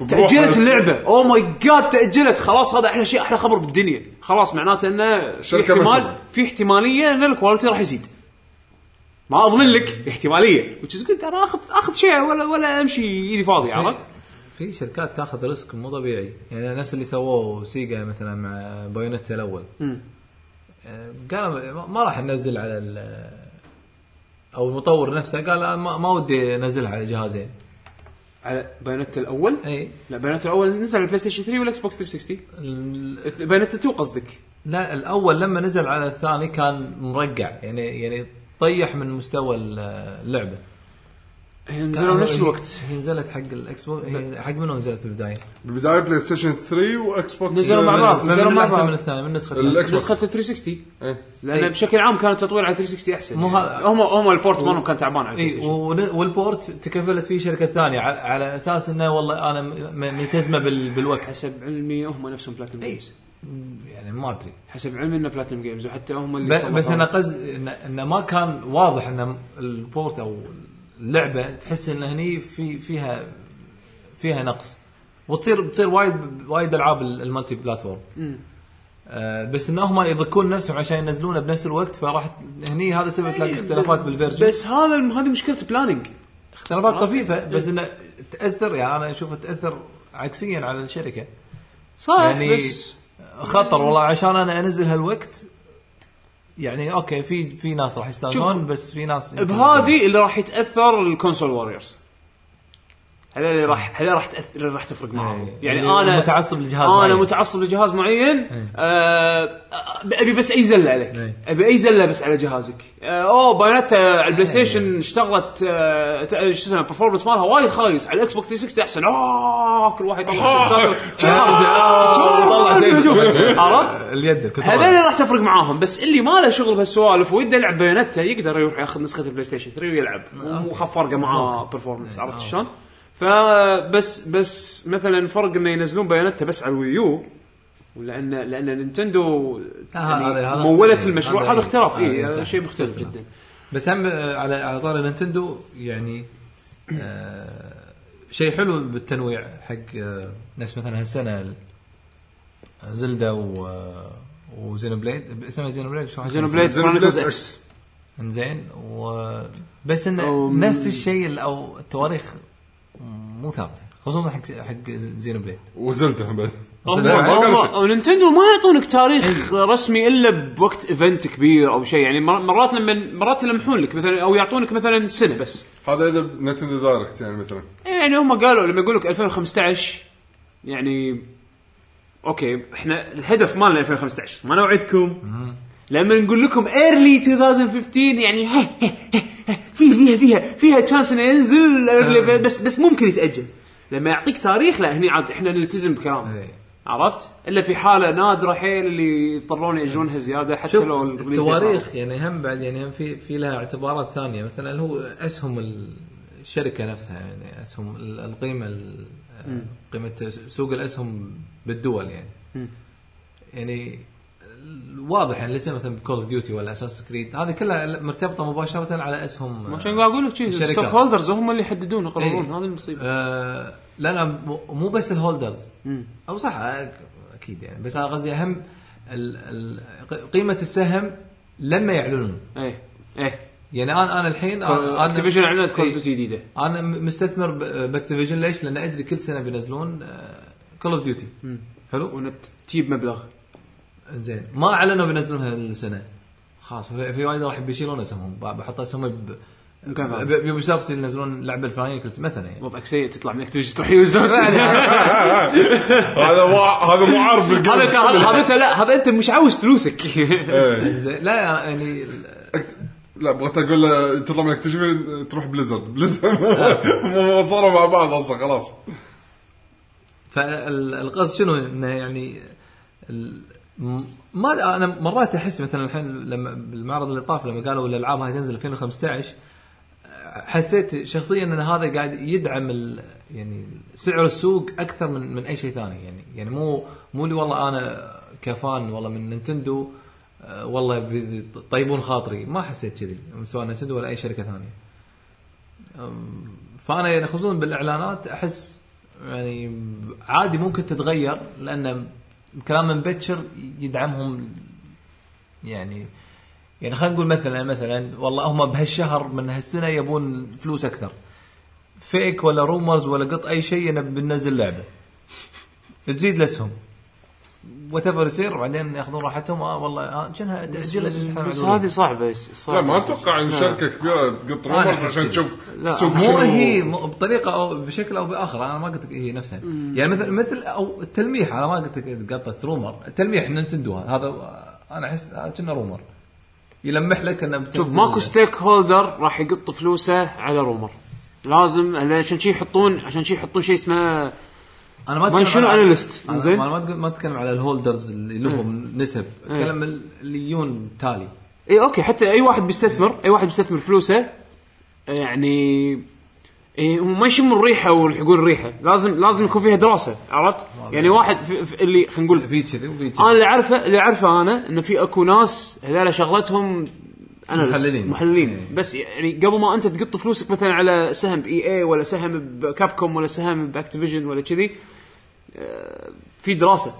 Speaker 2: بروح
Speaker 1: تاجلت
Speaker 2: على-
Speaker 1: اللعبه او ماي جاد تاجلت خلاص هذا احلى شيء احلى خبر بالدنيا خلاص معناته انه في
Speaker 2: شركة
Speaker 1: احتمال
Speaker 2: مكتوبة.
Speaker 1: في احتماليه ان الكواليتي راح يزيد ما اضمن لك احتماليه وتشز قلت انا اخذ اخذ شيء ولا ولا امشي ايدي فاضيه عرفت
Speaker 3: في شركات تاخذ ريسك مو طبيعي يعني نفس اللي سووه سيجا مثلا مع بايونيتا الاول آه، قالوا ما- ما راح ننزل على ال- او المطور نفسه قال أنا ما, ما ودي انزلها على جهازين
Speaker 1: على بايونيتا الاول
Speaker 3: اي
Speaker 1: لا بايونيتا الاول نزل على البلاي ستيشن 3 والاكس بوكس 360
Speaker 3: ال-
Speaker 1: بايونيتا 2 قصدك
Speaker 3: لا الاول لما نزل على الثاني كان مرقع يعني يعني طيح من مستوى اللعبه
Speaker 1: هي نزلوا نفس
Speaker 3: هي-
Speaker 1: الوقت
Speaker 3: هي نزلت حق الاكس بوكس هي حق منو نزلت بالبدايه؟
Speaker 2: بالبدايه بلاي ستيشن 3 واكس بوكس
Speaker 1: نزلوا مع
Speaker 2: آه،
Speaker 1: بعض.
Speaker 3: من
Speaker 1: نزلوا
Speaker 3: من
Speaker 1: مع
Speaker 3: احسن
Speaker 1: بعض.
Speaker 3: من الثاني من نسخه
Speaker 2: الأكس- بوكس.
Speaker 1: نسخه 360
Speaker 2: إيه.
Speaker 1: لان
Speaker 3: إي.
Speaker 1: بشكل عام كان التطوير على 360 احسن
Speaker 3: مو إيه،
Speaker 1: يعني.
Speaker 3: هذا-
Speaker 1: هم هم البورت مالهم كان تعبان على البلاي
Speaker 3: اي
Speaker 1: ستيشن
Speaker 3: ون- والبورت تكفلت فيه شركه ثانيه على, على اساس انه والله انا م- م- ملتزمه بال- بالوقت
Speaker 1: حسب علمي هم نفسهم بلاتنم
Speaker 3: اي
Speaker 1: جيمز
Speaker 3: يعني ما ادري
Speaker 1: حسب علمي انه بلاتنم جيمز وحتى هم اللي
Speaker 3: ب-
Speaker 1: صلحوا.
Speaker 3: بس انا قصد انه إن ما كان واضح ان البورت او اللعبه تحس ان هني في فيها فيها نقص وتصير تصير وايد وايد العاب المالتي بلاتفورم آه، بس ان هم يضكون نفسهم عشان ينزلونه بنفس الوقت فراح هني هذا سبب تلاقي اختلافات بالفيرجن
Speaker 1: إيه، بس هذا هذه مشكله بلاننج
Speaker 3: اختلافات طفيفه بس انه تاثر يعني انا اشوفه تاثر عكسيا على الشركه
Speaker 1: صح
Speaker 3: يعني-
Speaker 1: يعني بس
Speaker 3: خطر والله عشان انا انزل هالوقت يعني اوكي في في ناس راح يستانسون
Speaker 1: شوف،
Speaker 3: بس في ناس يمكن-
Speaker 1: بهذه اللي راح يتاثر الكونسول واريورز هذا اللي راح هذا راح تاثر راح تفرق معاهم
Speaker 3: إيه.
Speaker 1: يعني
Speaker 3: اللي
Speaker 1: انا
Speaker 3: متعصب لجهاز
Speaker 1: انا
Speaker 3: معين.
Speaker 1: متعصب لجهاز معين آه ابي بس اي زله عليك
Speaker 3: إيه.
Speaker 1: ابي اي زله بس على جهازك آه اوه بايونتا على البلاي ستيشن اشتغلت آه ت- شو اسمه البرفورمانس مالها وايد خايس على الاكس بوكس 360 احسن اوه آه، كل واحد
Speaker 3: آه.
Speaker 1: يطلع آه. ساتر.
Speaker 3: طلع زي
Speaker 1: عرفت؟
Speaker 3: اليد الكنترول.
Speaker 1: هذول اللي راح تفرق معاهم بس اللي ما له شغل بهالسوالف ويده يلعب بيونتا يقدر يروح ياخذ نسخه البلاي ستيشن 3 ويلعب
Speaker 3: نعم.
Speaker 1: وخف فرقه معاه برفورمنس عرفت شلون؟ فبس بس مثلا فرق انه ينزلون بياناته بس على الويو ولان لان نينتندو
Speaker 3: آه، هذا-
Speaker 1: يعني
Speaker 3: هذا
Speaker 1: مولت
Speaker 3: اختلاف.
Speaker 1: المشروع
Speaker 3: هذا-
Speaker 1: هذا اختراف
Speaker 3: هذا
Speaker 1: اي هذا
Speaker 3: صح.
Speaker 1: شيء مختلف جدا
Speaker 3: بس هم آه، على على طار نينتندو يعني آه، شيء حلو بالتنويع حق آه، نفس مثلا هالسنه ال- آه، زلدا و آه، وزينو بليد اسمها زينو بليد شو راح
Speaker 1: زينو
Speaker 3: اسمها؟
Speaker 1: بليد
Speaker 2: زين
Speaker 1: كرونيكلز
Speaker 2: بلاي
Speaker 1: اكس
Speaker 2: إكس.
Speaker 3: انزين و بس انه
Speaker 1: أم.
Speaker 3: نفس الشيء ال- او التواريخ مو ثابته خصوصا حق حق زينو بليد
Speaker 2: وزلده بعد
Speaker 1: هم-
Speaker 3: لا، ما
Speaker 2: قالوا
Speaker 1: هم-
Speaker 2: شيء.
Speaker 1: ونينتندو ما يعطونك تاريخ
Speaker 3: إيه.
Speaker 1: رسمي الا بوقت ايفنت كبير او شيء يعني مر- مرات لما مرات يلمحون لك مثلا او يعطونك مثلا سنه بس
Speaker 2: هذا اذا نتندو دايركت يعني مثلا
Speaker 1: يعني هم قالوا لما يقول لك 2015 يعني اوكي احنا الهدف مالنا 2015 ما نوعدكم لما نقول لكم ايرلي 2015 يعني ها ها ها ها في فيها فيها فيها تشانس انه ينزل
Speaker 3: آه.
Speaker 1: early بس بس ممكن يتاجل لما يعطيك تاريخ لا هني عاد احنا نلتزم بكلام
Speaker 3: إيه.
Speaker 1: عرفت؟ الا في حاله نادره حيل اللي يضطرون ياجلونها زياده حتى
Speaker 3: شوف
Speaker 1: لو الريليز ديت
Speaker 3: التواريخ يعني هم بعد يعني هم في في لها اعتبارات ثانيه مثلا اللي هو اسهم ال- الشركه نفسها يعني اسهم ال- القيمه ال- قيمه سوق الاسهم بالدول يعني يعني واضح يعني لسه مثلا بكول اوف ديوتي ولا اساس كريد هذه كلها مرتبطه مباشره على اسهم
Speaker 1: عشان قاعد اقول لك شي،
Speaker 3: الشركات.
Speaker 1: الستوك هولدرز هم اللي يحددون يقررون
Speaker 3: إيه.
Speaker 1: هذه المصيبه
Speaker 3: آه لا لا مو- مو بس الهولدرز
Speaker 1: مم.
Speaker 3: او صح آه، اكيد يعني بس انا قصدي اهم ال ال قيمه السهم لما يعلنون
Speaker 1: ايه ايه
Speaker 3: يعني انا انا الحين انا
Speaker 1: اكتيفيجن اعلنت كول
Speaker 3: إيه.
Speaker 1: ديوتي جديده
Speaker 3: انا م- مستثمر ب- باكتيفيجن ليش؟ لان ادري كل سنه بينزلون آه، كول اوف ديوتي حلو؟
Speaker 1: ونتجيب مبلغ
Speaker 3: زين ما اعلنوا بينزلون هالسنه خلاص في في وايد راح بيشيلون اسهمهم ب- بحط اسهمهم ب
Speaker 1: مكان ثاني.
Speaker 3: ب- بيوبي سوفت ينزلون اللعبه الفلانيه كل- مثلا يعني
Speaker 1: وضعك سيء تطلع من اكتيفيجن تروح يوزر هذا
Speaker 2: هذا مو هذا مو عارف بالجيم
Speaker 1: أنت- هذا أنت- لا هذا انت مش عاوز فلوسك
Speaker 2: إيه.
Speaker 3: زين لا يعني ال-
Speaker 2: لا بغيت اقول له تطلع من اكتشف تروح بليزرد بليزرد مو- صاروا مع بعض اصلا خلاص
Speaker 3: فالقصد شنو انه يعني ال- م- ما انا مرات احس مثلا الحين لما بالمعرض اللي طاف لما قالوا الالعاب هاي تنزل 2015 حسيت شخصيا ان هذا قاعد يدعم ال يعني سعر السوق اكثر من من اي شيء ثاني يعني يعني مو مو اللي والله انا كفان والله من نينتندو آه، والله بيطيبون خاطري ما حسيت كذي سواء نينتندو ولا اي شركه ثانيه أم، فانا يعني خصوصا بالاعلانات احس يعني عادي ممكن تتغير لان كلام من بكر يدعمهم يعني يعني خلينا نقول مثلا مثلا والله هم بهالشهر من هالسنه يبون فلوس اكثر فيك ولا رومرز ولا قط اي شيء انا بننزل لعبه تزيد الاسهم وات ايفر يصير بعدين ياخذون راحتهم اه والله آه كانها تاجلت بس إحنا
Speaker 1: بس
Speaker 3: معلولين.
Speaker 1: هذه صعبه صعبة.
Speaker 2: لا ما اتوقع ان
Speaker 1: لا.
Speaker 2: شركه كبيره تقط
Speaker 3: أنا
Speaker 2: رومرز
Speaker 3: أحس
Speaker 2: عشان
Speaker 3: كذي.
Speaker 2: تشوف
Speaker 1: لا،
Speaker 2: السوق
Speaker 1: مو
Speaker 2: شنو.
Speaker 3: مو هي مو- بطريقه او بشكل او باخر انا ما قلت لك هي نفسها يعني مثل مثل او التلميح انا ما قلت لك قطت رومر التلميح نينتندو هذا انا احس كنا رومر يلمح لك انه بتنزل-
Speaker 1: شوف ماكو ستيك هولدر راح يقط فلوسه على رومر لازم عشان شي يحطون عشان شي يحطون شيء اسمه
Speaker 3: انا ما
Speaker 1: ما شنو
Speaker 3: على-
Speaker 1: analyst؟
Speaker 3: أنا-
Speaker 1: زين.
Speaker 3: انا ما أتك- ما اتكلم على الهولدرز اللي لهم نسب اتكلم اللي يجون تالي
Speaker 1: اي اوكي إيه، حتى اي واحد بيستثمر اي واحد بيستثمر فلوسه يعني إيه هم ما يشمون ريحه ويلحقون الريحه لازم لازم يكون فيها دراسه عرفت؟ يعني واحد في في اللي خلينا نقول
Speaker 3: في كذي وفي
Speaker 1: انا
Speaker 3: كذي
Speaker 1: اللي اعرفه اللي اعرفه انا انه في اكو ناس هذول شغلتهم أنا
Speaker 3: محللين.
Speaker 1: محللين
Speaker 3: إيه.
Speaker 1: بس يعني قبل ما انت تقط فلوسك مثلا على سهم باي اي ولا سهم بكابكوم ولا سهم باكتيفيجن ولا كذي آه، في دراسه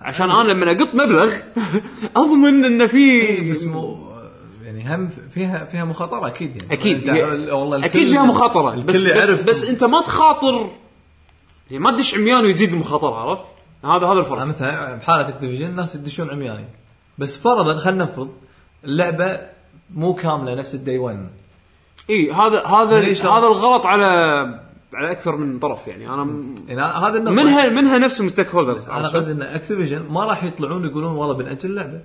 Speaker 1: عشان انا لما اقط مبلغ اضمن انه في
Speaker 3: إيه، بس مو يعني هم فيها فيها مخاطره اكيد يعني
Speaker 1: اكيد
Speaker 3: أنت- والله الكل- يعني
Speaker 1: اكيد فيها مخاطره بس
Speaker 3: الكل
Speaker 1: بس,
Speaker 3: يعرف
Speaker 1: بس انت ما تخاطر يعني ما تدش عميان ويزيد المخاطره عرفت؟ هذا هذا
Speaker 3: آه،
Speaker 1: الفرق
Speaker 3: مثلا بحاله اكتيفيجن الناس يدشون عمياني بس فرضا خلينا نفرض اللعبه مو كامله نفس الدي 1
Speaker 1: اي هذا هذا
Speaker 3: ليش لا؟
Speaker 1: هذا الغلط على على اكثر من طرف يعني انا م-
Speaker 3: يعني هذا النقطه
Speaker 1: منها منها نفس الستيك هولدرز
Speaker 3: انا قصدي ان اكتيفيجن ما راح يطلعون يقولون والله بنأجل اللعبه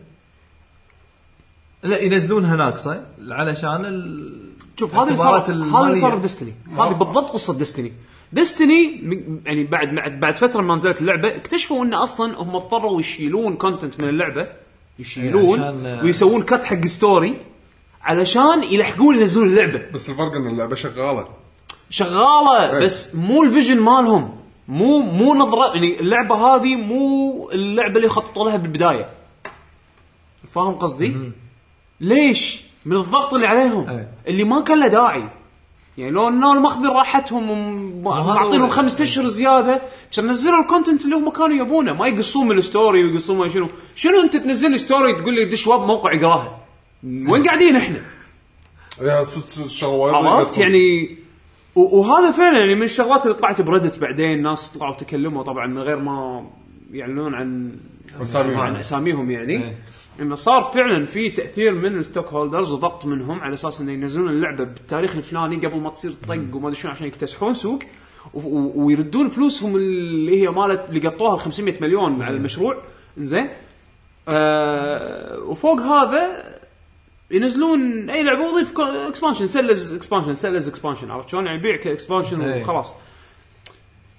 Speaker 3: لا ينزلونها ناقصه علشان ال...
Speaker 1: شوف هذا اللي صار
Speaker 3: الاعتبارات
Speaker 1: هذا
Speaker 3: المالية. آه.
Speaker 1: اللي صار بدستني هذا بالضبط قصه دستني دستني يعني بعد بعد بعد فتره ما نزلت اللعبه اكتشفوا ان اصلا هم اضطروا يشيلون كونتنت من اللعبه يشيلون
Speaker 3: يعني عشان-
Speaker 1: ويسوون كت حق ستوري علشان يلحقون ينزلون اللعبه
Speaker 2: بس الفرق ان اللعبه شغاله
Speaker 1: شغاله
Speaker 2: أي.
Speaker 1: بس مو الفيجن مالهم مو مو نظره يعني اللعبه هذه مو اللعبه اللي خططوا لها بالبدايه فاهم قصدي؟ ليش؟ من الضغط اللي عليهم
Speaker 3: أي.
Speaker 1: اللي ما كان له داعي يعني لو انهم ماخذين راحتهم وم-
Speaker 3: وهذا
Speaker 1: معطينهم
Speaker 3: هو-
Speaker 1: خمسة اشهر زياده عشان نزلوا الكونتنت اللي هم كانوا يبونه ما يقصون من الستوري ويقصون ما شنو شنو انت تنزل لي ستوري تقول لي دش واب موقع يقراها وين قاعدين احنا؟
Speaker 2: يا صدق صدق شغله وايد
Speaker 1: عرفت
Speaker 2: بدخل.
Speaker 1: يعني و- وهذا فعلا يعني من الشغلات اللي طلعت بريدت بعدين ناس طلعوا تكلموا طبعا من غير ما يعلنون عن
Speaker 2: أساميهم.
Speaker 1: عن اساميهم يعني
Speaker 3: إيه.
Speaker 1: انه صار فعلا في تاثير من الستوك هولدرز وضغط منهم على اساس انه ينزلون اللعبه بالتاريخ الفلاني قبل ما تصير طق وما ادري شنو عشان يكتسحون سوق و- و- ويردون فلوسهم اللي هي مالت اللي قطوها ال 500 مليون على المشروع زين آه وفوق هذا ينزلون اي لعبه ويضيف اكسبانشن سلز اكسبانشن سلز اكسبانشن عرفت شلون؟ يعني يبيع كاكسبانشن
Speaker 3: إيه.
Speaker 1: وخلاص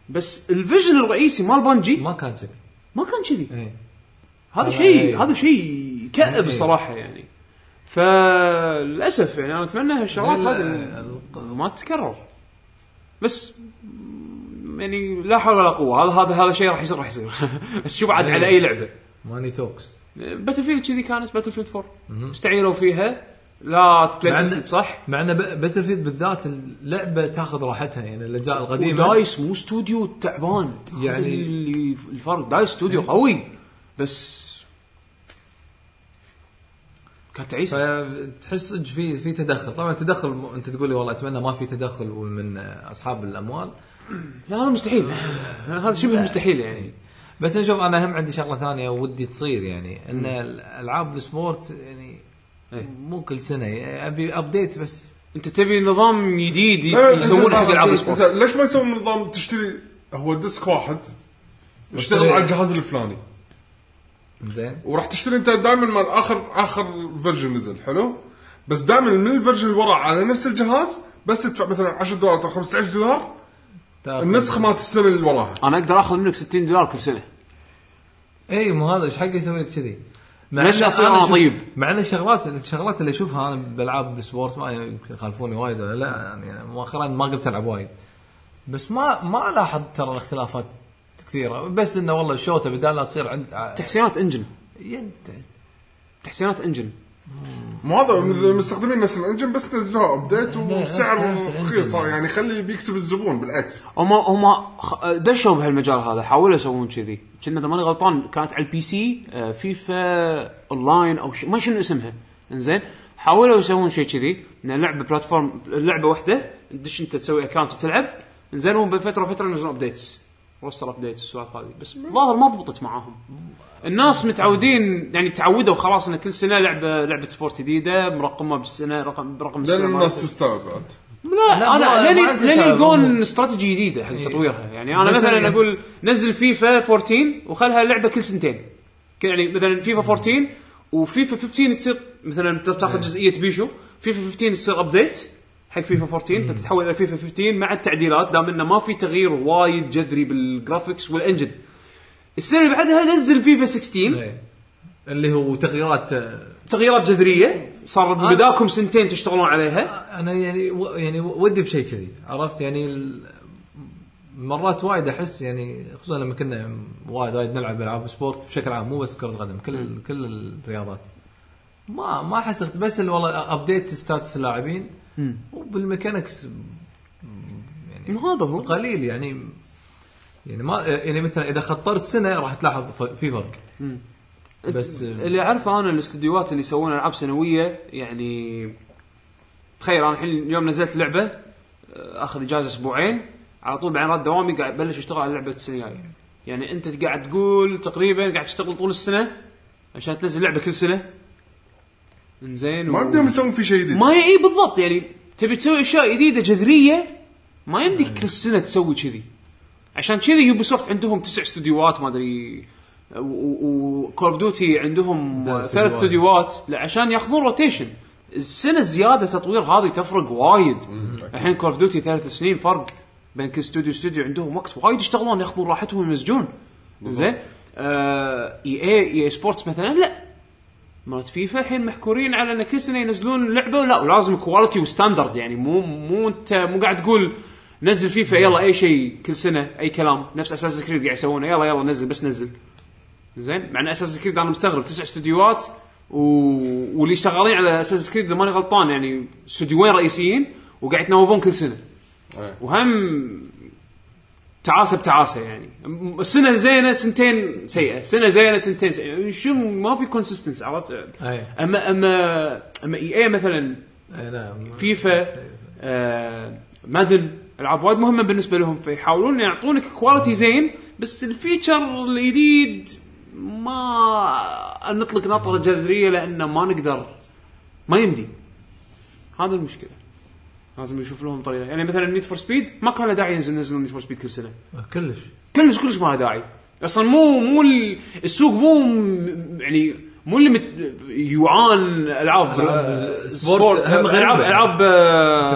Speaker 1: بس الفيجن الرئيسي مال بانجي
Speaker 3: ما كان شكل
Speaker 1: ما كان كذي
Speaker 3: إيه.
Speaker 1: هذا
Speaker 3: أنا-
Speaker 1: شيء هذا شيء كئب
Speaker 3: إيه.
Speaker 1: الصراحه يعني فللاسف يعني انا اتمنى هالشغلات
Speaker 3: ال-
Speaker 1: هذه
Speaker 3: ال-
Speaker 1: ما تتكرر بس يعني لا حول ولا قوه هذا هذا هذا شيء راح يصير راح يصير بس شوف عاد
Speaker 3: إيه.
Speaker 1: على اي لعبه
Speaker 3: ماني توكس
Speaker 1: باتل فيلد كذي كانت باتل فيلد 4 استعيروا فيها لا بلاي
Speaker 3: مع إن-
Speaker 1: تيستد صح
Speaker 3: مع ان باتل فيلد بالذات اللعبه تاخذ راحتها يعني الاجزاء القديمه
Speaker 1: ودايس مو استوديو تعبان
Speaker 3: يعني-
Speaker 1: يعني اللي الفرق دايس استوديو قوي بس كانت تعيسه
Speaker 3: فتحس إج في في تدخل طبعا تدخل م- انت تقول لي والله اتمنى ما في تدخل من اصحاب الاموال
Speaker 1: لا هذا مستحيل هذا شبه مستحيل يعني
Speaker 3: بس نشوف انا هم عندي شغله ثانيه ودي تصير يعني ان الالعاب السبورت يعني
Speaker 1: إيه.
Speaker 3: مو كل سنه يعني ابي ابديت بس
Speaker 1: انت تبي نظام جديد ي-
Speaker 2: إيه،
Speaker 1: يسوونه حق
Speaker 2: إنزين،
Speaker 1: العاب
Speaker 2: إنزين،
Speaker 1: السبورت
Speaker 2: ليش ما يسوون نظام تشتري هو ديسك واحد يشتغل
Speaker 3: واشتري-
Speaker 2: على الجهاز الفلاني
Speaker 3: زين
Speaker 2: وراح تشتري انت دائما مال اخر اخر فيرجن نزل حلو بس دائما من الفيرجن اللي وراه على نفس الجهاز بس تدفع مثلا 10 دولار او 15 دولار
Speaker 3: تاخذ-
Speaker 2: النسخه مالت السنه اللي وراها
Speaker 1: انا اقدر اخذ منك 60 دولار كل سنه
Speaker 3: اي إيه، مو هذا ايش حق يسوي لك كذي مع
Speaker 1: ليش
Speaker 3: إن
Speaker 1: أصير أنا
Speaker 3: شوف-
Speaker 1: طيب؟
Speaker 3: مع ان الشغلات الشغلات اللي اشوفها انا بالالعاب السبورت ما يمكن يخالفوني وايد ولا لا يعني أنا مؤخرا ما قمت العب وايد بس ما ما لاحظت ترى الاختلافات كثيره بس انه والله الشوطه بدال لا تصير عند ع-
Speaker 1: تحسينات انجن
Speaker 3: ينت-
Speaker 1: تحسينات انجن
Speaker 2: مو هذا مز- مستخدمين نفس الانجن بس نزلوها ابديت
Speaker 3: لا، نفس-
Speaker 2: وبسعر
Speaker 3: نفس الإنجن.
Speaker 2: رخيص يعني خلي بيكسب الزبون بالعكس
Speaker 1: هم هم خ- دشوا بهالمجال هذا حاولوا يسوون كذي كنا اذا ماني غلطان كانت على البي سي آه، فيفا اونلاين او ش... ما شنو اسمها انزين حاولوا يسوون شيء كذي ان لعبه بلاتفورم لعبه واحده تدش انت تسوي اكونت وتلعب انزين هم بفتره فتره ينزلون ابديتس روستر ابديتس والسوالف هذه بس الظاهر ما ضبطت معاهم الناس متعودين يعني تعودوا خلاص ان كل سنه لعبه لعبه سبورت جديده مرقمه بالسنه رقم برقم السنه
Speaker 2: لان الناس
Speaker 1: مالتها.
Speaker 2: تستوعب بعد
Speaker 1: لا,
Speaker 3: لا، ما-
Speaker 1: انا
Speaker 3: ما
Speaker 1: لين
Speaker 3: عندي
Speaker 1: لين
Speaker 3: سبب.
Speaker 1: يلقون استراتيجي جديده حق تطويرها يعني انا
Speaker 3: مثلاً
Speaker 1: مثلا
Speaker 3: يعني-
Speaker 1: اقول نزل فيفا 14 وخلها لعبه كل سنتين ك- يعني مثلا فيفا 14 وفيفا 15 تصير مثلا
Speaker 3: إيه.
Speaker 1: تاخذ جزئيه بيشو فيفا 15 تصير ابديت حق فيفا 14
Speaker 3: إيه.
Speaker 1: فتتحول الى فيفا 15 مع التعديلات دام انه ما في تغيير وايد جذري بالجرافكس والانجن السنه اللي بعدها نزل فيفا 16
Speaker 3: إيه. اللي هو تغييرات آه،
Speaker 1: تغييرات جذريه صار بداكم سنتين تشتغلون عليها
Speaker 3: انا يعني و- يعني ودي بشيء كذي عرفت يعني ال- مرات وايد احس يعني خصوصا لما كنا وايد وايد نلعب العاب سبورت بشكل عام مو بس كره قدم كل كل الرياضات ما ما احس اخت- بس اللي والله ابديت ستاتس اللاعبين وبالميكانكس يعني
Speaker 1: هذا هو
Speaker 3: قليل يعني يعني ما يعني مثلا اذا خطرت سنه راح تلاحظ ف- في فرق بس
Speaker 1: اللي اعرفه انا الاستديوهات اللي يسوون العاب سنويه يعني تخيل انا الحين اليوم نزلت لعبه آه، اخذ اجازه اسبوعين على طول بعدين رد دوامي قاعد بلش اشتغل على لعبه السنه الجايه يعني انت قاعد تقول تقريبا قاعد تشتغل طول السنه عشان تنزل لعبه كل سنه انزين
Speaker 2: ما
Speaker 1: و-
Speaker 2: بدهم يسوون في شيء جديد
Speaker 1: ما اي بالضبط يعني تبي تسوي اشياء جديده جذريه ما يمديك كل سنه تسوي كذي عشان كذي يوبي سوفت عندهم تسع استديوهات ما ادري وكول اوف ديوتي عندهم
Speaker 3: ده
Speaker 1: ثلاث استديوهات لا عشان ياخذون روتيشن السنه زياده تطوير هذه تفرق وايد الحين كول اوف ديوتي ثلاث سنين فرق بين كل استوديو استوديو عندهم وقت وايد يشتغلون ياخذون راحتهم ويمزجون زين آه، E اي اي اي سبورتس مثلا لا مالت فيفا الحين محكورين على ان كل سنه ينزلون لعبه لا ولازم كواليتي وستاندرد يعني مو مو انت مو قاعد تقول نزل فيفا يلا اي شيء كل سنه اي كلام نفس اساس كريد قاعد يسوونه يلا يلا نزل بس نزل زين مع ان اساس كريد انا مستغرب تسع استديوهات و... واللي شغالين على اساس كريد اذا ماني غلطان يعني استديوين رئيسيين وقاعد يتناوبون كل سنه
Speaker 2: إيه.
Speaker 1: وهم تعاسه بتعاسه يعني م- سنه زينه سنتين سيئه سنه زينه سنتين سيئه يعني شو ما في كونسستنس عرفت
Speaker 3: أي.
Speaker 1: اما اما اما اي اي مثلا
Speaker 3: إيه، نعم
Speaker 1: فيفا آه مادن العاب وايد مهمه بالنسبه لهم فيحاولون يعطونك كواليتي زين بس الفيتشر الجديد ما نطلق نطره جذريه لان ما نقدر ما يمدي هذا المشكله لازم يشوف لهم طريقه يعني مثلا نيد فور سبيد ما كان له داعي ينزل- ينزلون نيد فور سبيد كل سنه
Speaker 3: كلش
Speaker 1: كلش كلش ما له داعي اصلا مو مو ال- السوق مو م- يعني مو اللي مت يعان العاب
Speaker 3: ألعاب
Speaker 1: آه،
Speaker 3: سبورت
Speaker 1: سبورت
Speaker 3: هم غريبة.
Speaker 1: العاب العاب آه، رس-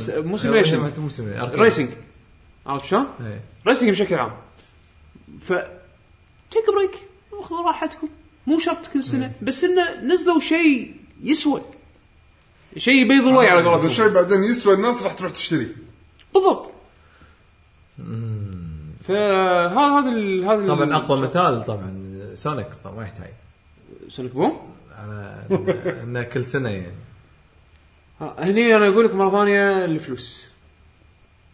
Speaker 3: سيميليشن
Speaker 1: مو سيميليشن
Speaker 3: مو إيه. سيميليشن
Speaker 1: ريسنج عرفت شلون؟ ريسنج بشكل عام ف تيك بريك خذوا راحتكم مو شرط كل سنه بس انه نزلوا شيء يسوى شيء يبيض الوجه على
Speaker 2: هذا
Speaker 1: قولتهم
Speaker 2: الشيء بعدين يسوى الناس راح تروح تشتري
Speaker 1: بالضبط فهذا هذا ال- هذا ال-
Speaker 3: طبعا اقوى مثال طبعا سونيك طبعا ما يحتاج
Speaker 1: سونيك بوم
Speaker 3: على انه كل سنه يعني
Speaker 1: ها، هني انا اقول لك مره ثانيه الفلوس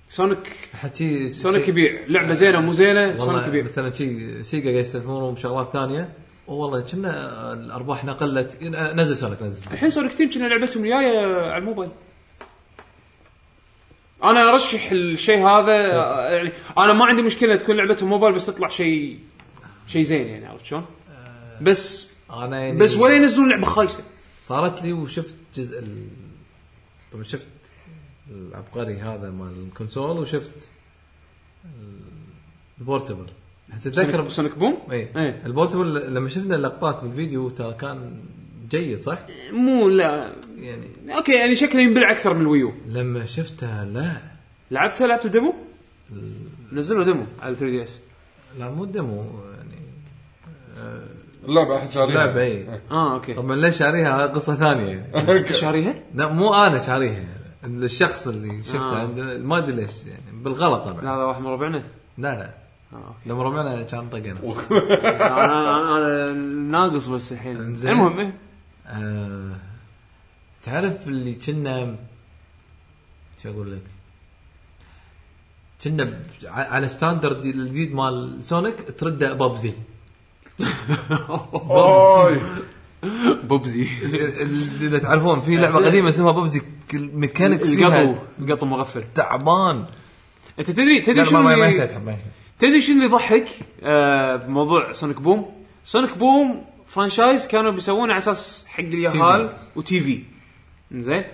Speaker 1: سونيك
Speaker 3: حكي
Speaker 1: سونيك يبيع لعبه زينه مو زينه
Speaker 3: والله
Speaker 1: سونيك يبيع
Speaker 3: مثلا شي سيجا قاعد يستثمرون بشغلات ثانيه والله كنا الارباحنا قلت نزل سونيك نزل
Speaker 1: الحين سونيك تيم كنا لعبتهم الجايه على الموبايل انا ارشح الشيء هذا يعني انا ما عندي مشكله تكون لعبتهم موبايل بس تطلع شيء شيء زين يعني عرفت شلون؟ بس
Speaker 3: انا آه، يعني
Speaker 1: بس ولا ينزلون لعبه خايسه
Speaker 3: صارت لي وشفت جزء ال... طبعا شفت العبقري هذا مال الكونسول وشفت ال- البورتبل
Speaker 1: سونيك,
Speaker 3: تتذكر
Speaker 1: سونيك بوم؟
Speaker 3: اي
Speaker 1: إيه.
Speaker 3: البورتبل لما شفنا اللقطات بالفيديو ترى كان جيد صح؟
Speaker 1: مو لا
Speaker 3: يعني
Speaker 1: اوكي يعني شكله ينبلع اكثر من الويو
Speaker 3: لما شفتها لا
Speaker 1: لعبتها لعبت الديمو؟ نزلوا ديمو على 3 دي اس
Speaker 3: لا مو ديمو يعني
Speaker 2: اللعبه احد شاريها
Speaker 3: لعبه اي
Speaker 1: اه اوكي
Speaker 3: طبعا ليش شاريها هذا قصه ثانيه
Speaker 1: شاريها؟
Speaker 3: لا مو انا شاريها الشخص اللي شفته
Speaker 1: آه.
Speaker 3: عنده ما ادري ليش يعني بالغلط طبعا
Speaker 1: لا هذا واحد من ربعنا
Speaker 3: لا لا
Speaker 1: آه، أوكي.
Speaker 3: لما ربعنا كان طقنا
Speaker 1: انا انا أنا ناقص بس الحين
Speaker 3: إنزين.
Speaker 1: المهم إيه.
Speaker 3: آه، تعرف اللي كنا شو اقول لك؟ كنا ب- ع- على ستاندرد الجديد مال سونيك ترده بابزي
Speaker 2: اوي
Speaker 1: بوبزي
Speaker 3: ال- اذا تعرفون في لعبه قديمه اسمها بابزي ميكانكس
Speaker 1: القطو القطو مغفل
Speaker 3: تعبان
Speaker 1: انت تدري
Speaker 3: لا
Speaker 1: تدري
Speaker 3: لا، ما
Speaker 1: شنو
Speaker 3: ما ما
Speaker 1: اللي-
Speaker 3: يحتاج، ما يحتاج.
Speaker 1: تدري شنو اللي يضحك آه، بموضوع سونيك بوم سونيك بوم فرانشايز كانوا بيسوونه على اساس حق اليهال وتي في زين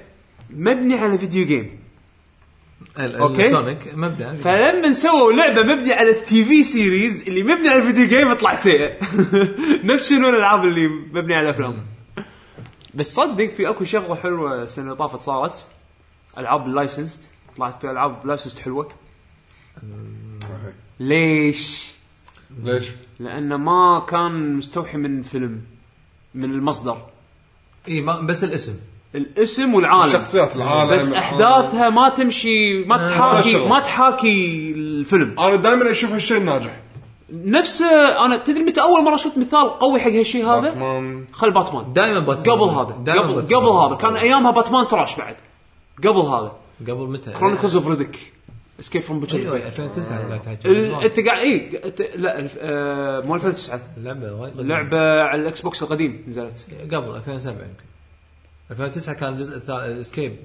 Speaker 1: مبني على فيديو جيم
Speaker 3: ال- يعني. ال-
Speaker 1: أوكي.
Speaker 3: سونيك مبدا
Speaker 1: فلما سووا لعبه مبنيه على التي في سيريز اللي مبنيه على الفيديو جيم طلعت سيئه نفس شنو الالعاب اللي مبنيه على الافلام بس صدق في اكو شغله حلوه السنه اللي طافت صارت العاب اللايسنسد طلعت في العاب لايسنسد حلوه ليش؟
Speaker 2: ليش؟
Speaker 1: لانه ما كان مستوحي من فيلم من المصدر
Speaker 3: اي ما- بس الاسم
Speaker 1: الاسم والعالم
Speaker 2: شخصيات العالم
Speaker 1: بس احداثها ما تمشي ما تحاكي ما تحاكي الفيلم
Speaker 2: انا دائما اشوف هالشيء ناجح
Speaker 1: نفسه انا تدري متى اول مره شفت مثال قوي حق هالشيء هذا؟
Speaker 2: باتمان
Speaker 1: خل باتمان
Speaker 3: دائما باتمان
Speaker 1: قبل هذا إيه؟
Speaker 3: دائما
Speaker 1: قبل
Speaker 3: باتمان.
Speaker 1: قبل هذا كان ايامها باتمان تراش بعد قبل هذا
Speaker 3: قبل متى؟
Speaker 1: كرونيكلز اوف ريدك اسكيب فروم بوتشر
Speaker 3: ايوه 2009 لا تحكي
Speaker 1: انت قاعد اي أنت- لا الف- آه، مو 2009
Speaker 3: اللعبه وايد قديمة.
Speaker 1: لعبه على الاكس بوكس القديم نزلت
Speaker 3: قبل 2007 يمكن 2009 كان الجزء الثالث اسكيب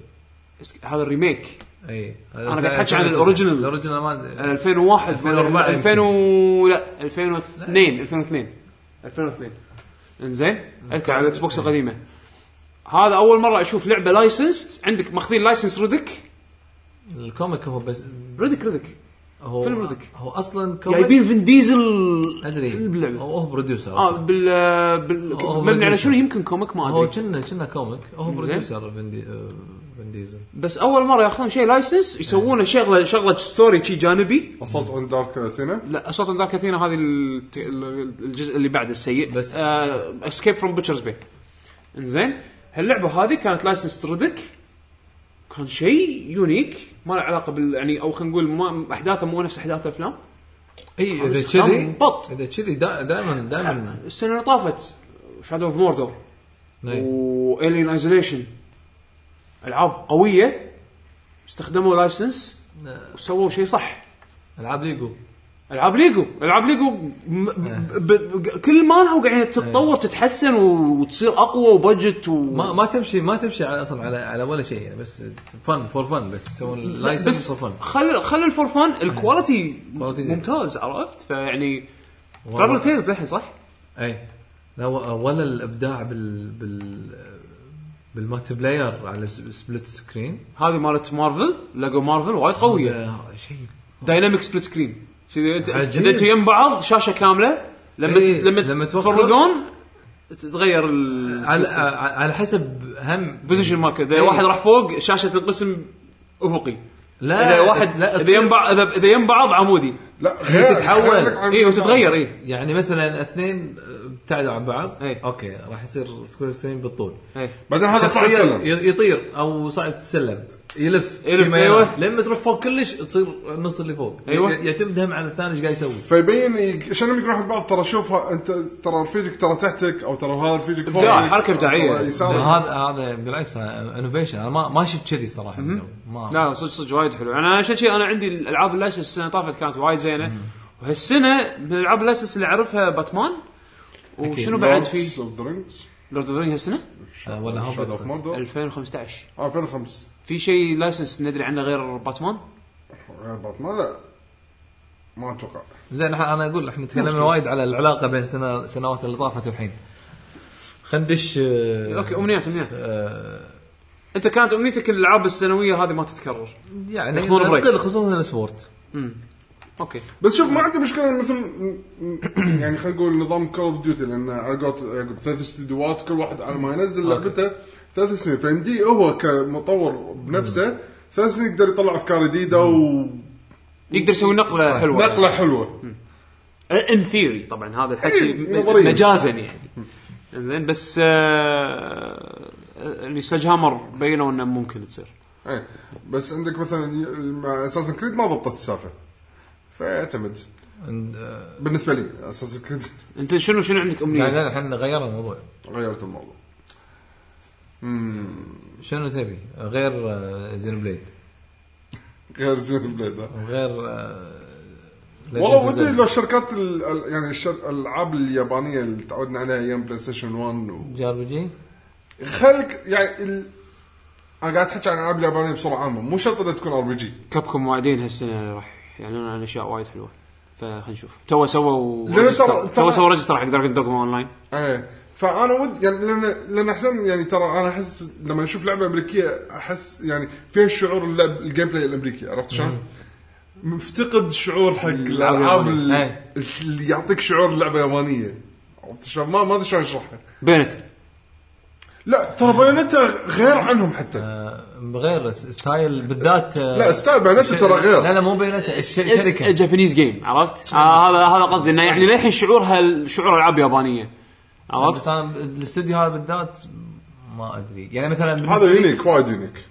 Speaker 1: إسك- هذا الريميك
Speaker 3: اي
Speaker 1: أنا قاعد أحكي عن إيه. الأوريجينال.
Speaker 3: الاوريجنال ما
Speaker 1: 2001
Speaker 3: 2004
Speaker 1: ولا
Speaker 3: يمكن.
Speaker 1: 2000 و... لا 2002 2002 2002 انزين اذكر على الاكس بوكس القديمه هذا اول مره اشوف لعبه لايسنسد عندك ماخذين لايسنس رودك
Speaker 3: الكوميك هو بس
Speaker 1: رودك رودك
Speaker 3: هو
Speaker 1: فيلم رودك.
Speaker 3: هو اصلا كوميك
Speaker 1: جايبين فين ديزل
Speaker 3: ادري
Speaker 1: باللعبه
Speaker 3: هو هو بروديوسر
Speaker 1: اه
Speaker 3: أصلاً.
Speaker 1: بال بال
Speaker 3: هو
Speaker 1: مبني على
Speaker 3: producer.
Speaker 1: شنو يمكن كوميك ما
Speaker 3: هو
Speaker 1: ادري
Speaker 3: كنا كنا كوميك هو
Speaker 1: زين.
Speaker 3: بروديوسر فين دي- آه، فين ديزل
Speaker 1: بس اول مره ياخذون شيء لايسنس يسوونه شغله شغله ستوري شي جانبي
Speaker 2: وصلت اون دارك ثينا
Speaker 1: لا اصوات اندار كثيره هذه ال- ال- الجزء اللي بعد السيء آه،
Speaker 3: بس-
Speaker 1: اسكيب فروم بوتشرز بي انزين هاللعبه هذه كانت لايسنس تردك كان شيء يونيك ما له علاقه بال يعني او خلينا نقول ما احداثه مو نفس احداث الافلام
Speaker 3: اي اذا
Speaker 1: استخدام
Speaker 3: كذي
Speaker 1: بط.
Speaker 3: اذا كذي دائما دائما
Speaker 1: السنه اللي طافت شادو اوف موردور
Speaker 3: إيه.
Speaker 1: والين ايزوليشن العاب قويه استخدموا لايسنس وسووا شيء صح
Speaker 3: العاب ليجو
Speaker 1: العاب ليجو العاب ليجو م-
Speaker 3: إيه.
Speaker 1: ب... ب... كل ما لها قاعدين تتطور تتحسن وتصير اقوى وبجت و...
Speaker 3: ما ما تمشي ما تمشي على اصلا على على ولا شيء يعني بس فن فور فن بس يسوون لايسنس فور فن
Speaker 1: خل خل الفور فان الكواليتي
Speaker 3: كواليتي إيه. زين.
Speaker 1: ممتاز عرفت فيعني ترابل تيلز الحين صح؟
Speaker 3: اي إيه. لا و- ولا الابداع بال بال بالمالتي بلاير على س- سبليت سكرين
Speaker 1: هذه مالت مارفل ليجو مارفل وايد قويه
Speaker 3: آه، شيء
Speaker 1: دايناميك سبلت سكرين كذي انت
Speaker 3: عجيب.
Speaker 1: إذا انتوا يم بعض شاشه كامله لما
Speaker 3: إيه،
Speaker 1: لما
Speaker 3: لما
Speaker 1: لما
Speaker 3: توخر-
Speaker 1: تفرقون تتغير ال
Speaker 3: على آه، على حسب هم
Speaker 1: بوزيشن ماركر اذا
Speaker 3: إيه.
Speaker 1: واحد راح فوق شاشه تنقسم افقي
Speaker 3: لا
Speaker 1: اذا واحد
Speaker 3: لا
Speaker 1: اذا يم
Speaker 3: تصير-
Speaker 1: بعض اذا إذا يم بعض عمودي
Speaker 2: لا غير
Speaker 3: تتحول.
Speaker 2: خيالك عن-
Speaker 1: اي وتتغير إيه. اي
Speaker 3: يعني مثلا اثنين آه، ابتعدوا عن بعض
Speaker 1: إيه.
Speaker 3: اوكي راح يصير سكوير سكرين بالطول
Speaker 2: بعدين هذا صعد
Speaker 3: شخصية
Speaker 2: سلم
Speaker 3: ي- يطير او صعد السلم يلف
Speaker 1: يلف،
Speaker 3: فيما يلف.
Speaker 1: أيوة.
Speaker 3: لما تروح فوق كلش تصير النص اللي فوق
Speaker 1: أيوة.
Speaker 3: ي- يعتمد هم على الثاني ايش قاعد يسوي
Speaker 2: فيبين ي- شنو يقول واحد بعض ترى شوف ها- انت ترى رفيجك ترى تحتك او ترى هذا رفيجك فوق
Speaker 1: إبداع، حركة إبداعية.
Speaker 2: يسارك
Speaker 3: هذا هذا بالعكس انوفيشن انا ما ما شفت كذي صراحه من قبل. ما
Speaker 1: لا صدق صدق وايد حلو انا عشان شيء انا عندي الالعاب اللايسنس السنه طافت كانت وايد زينه وهالسنه من الالعاب اللايسنس اللي اعرفها باتمان وشنو بعد في
Speaker 2: اوف ذا رينجز
Speaker 1: لورد اوف هالسنه
Speaker 3: آه، ولا هم
Speaker 2: شاد اوف موردر
Speaker 1: 2015
Speaker 2: آه، 2005
Speaker 1: في شيء لايسنس ندري عنه غير باتمان
Speaker 2: غير باتمان لا ما اتوقع
Speaker 3: زين إحنا- انا اقول احنا تكلمنا وايد على العلاقه بين سنة السنوات اللي طافت والحين خلينا ندش آه،
Speaker 1: اوكي امنيات امنيات
Speaker 3: آه،
Speaker 1: انت كانت امنيتك الالعاب السنويه هذه ما تتكرر
Speaker 3: يعني
Speaker 1: ياخذون بريك.
Speaker 3: نقل خصوصا السبورت
Speaker 1: اوكي
Speaker 2: بس شوف ما عندي مشكله مثل يعني خلينا نقول نظام كول اوف ديوتي لان على قولت- عقب ثلاث استديوهات كل واحد على ما ينزل لعبته ثلاث سنين فيمديه هو كمطور بنفسه ثلاث سنين يقدر يطلع افكار جديده ونقله
Speaker 1: يقدر يسوي نقله حلوه
Speaker 2: حلوه
Speaker 1: ان ثيوري طبعا هذا الحكي
Speaker 2: إيه،
Speaker 1: م-
Speaker 2: نظريا.
Speaker 1: مجازا يعني زين بس آه، اللي سج هامر بينوا انه ممكن تصير
Speaker 2: ايه بس عندك مثلا مع اساسن كريد ما ضبطت السالفه فيعتمد
Speaker 3: آه،
Speaker 2: بالنسبه لي اساسن كريد
Speaker 1: انت شنو شنو عندك
Speaker 3: يعني
Speaker 1: امنيه؟
Speaker 3: الحين غيرنا الموضوع
Speaker 2: غيرت الموضوع
Speaker 3: شنو تبي غير آه، زين بليد
Speaker 2: غير زين بليد ها.
Speaker 3: وغير
Speaker 2: والله ودي لو الشركات ال- ال- يعني الشر- الالعاب اليابانيه اللي تعودنا عليها ايام بلاي ستيشن 1 و...
Speaker 3: جاربجي
Speaker 2: خلك يعني ال... انا قاعد احكي عن الالعاب اليابانيه بصوره عامه مو شرط انها تكون ار بي جي
Speaker 1: كابكم واعدين هالسنه راح يعلنون عن اشياء وايد حلوه فخلينا نشوف تو سووا
Speaker 2: لأن
Speaker 1: ريجستر-
Speaker 2: ترى- ترى-
Speaker 1: تو سووا ريجستر حق دراجون دوغما اون لاين
Speaker 2: ايه فانا ود يعني لان لان احسن يعني ترى انا احس لما اشوف لعبه امريكيه احس يعني فيها شعور اللعب الجيم بلاي الامريكي عرفت شلون؟ مفتقد شعور حق الالعاب ال-
Speaker 3: اليابانية.
Speaker 2: اللي يعطيك شعور لعبه يابانيه عرفت شلون؟ ما ما ادري شلون اشرحها
Speaker 1: بينت
Speaker 2: لا ترى بايونيتا غير عنهم حتى
Speaker 3: غير س- آه، ستايل بالذات آه،
Speaker 2: لا ستايل بايونيتا ترى غير
Speaker 3: لا لا مو بينته الشركه
Speaker 1: جابانيز جيم عرفت؟ آه، هذا هذا قصدي انه يعني للحين شعورها ال- شعور العاب يابانيه عرفت؟
Speaker 3: بس انا ب- الاستوديو هذا بالذات ما ادري يعني مثلا بالنسبة
Speaker 2: هذا
Speaker 3: لي-
Speaker 2: يونيك وايد يونيك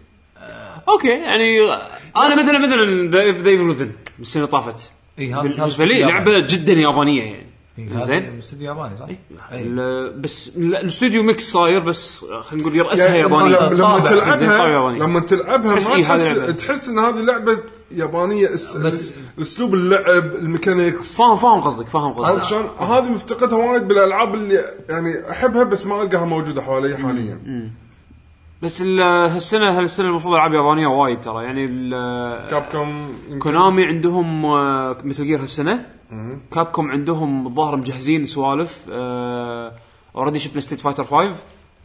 Speaker 1: اوكي يعني انا مثلا مثلا ذا ايفل وذن السنه اللي طافت
Speaker 3: إي، هذا- إيه، هذا
Speaker 1: بالنسبه لي
Speaker 3: ياباني.
Speaker 1: لعبه جدا يابانيه يعني زين.
Speaker 3: استوديو ياباني صح؟ اي
Speaker 1: ال- بس لا، الاستوديو ميكس صاير بس آه، خلينا نقول يرأسها
Speaker 2: يعني
Speaker 1: ياباني
Speaker 2: لما- لما
Speaker 3: طابع.
Speaker 1: طابع
Speaker 2: تلعبها
Speaker 1: ياباني.
Speaker 2: لما تلعبها ما
Speaker 1: تحس إيه هذه لعبة.
Speaker 2: تحس تحس ان هذه لعبه يابانيه اس-
Speaker 3: بس-
Speaker 2: اسلوب اللعب الميكانيكس
Speaker 1: فاهم فاهم قصدك فاهم
Speaker 2: عرفت
Speaker 1: قصدك
Speaker 2: شلون؟ هذه مفتقدها وايد بالالعاب اللي يعني احبها بس ما القاها موجوده حوالي حاليا
Speaker 1: بس ال- هالسنه هالسنه المفروض العاب يابانيه وايد ترى يعني ال-
Speaker 2: كاب كوم
Speaker 1: كونامي عندهم آه، مثل جير هالسنه كابكوم عندهم الظاهر مجهزين سوالف آه، اوريدي شفنا ستيت فايتر 5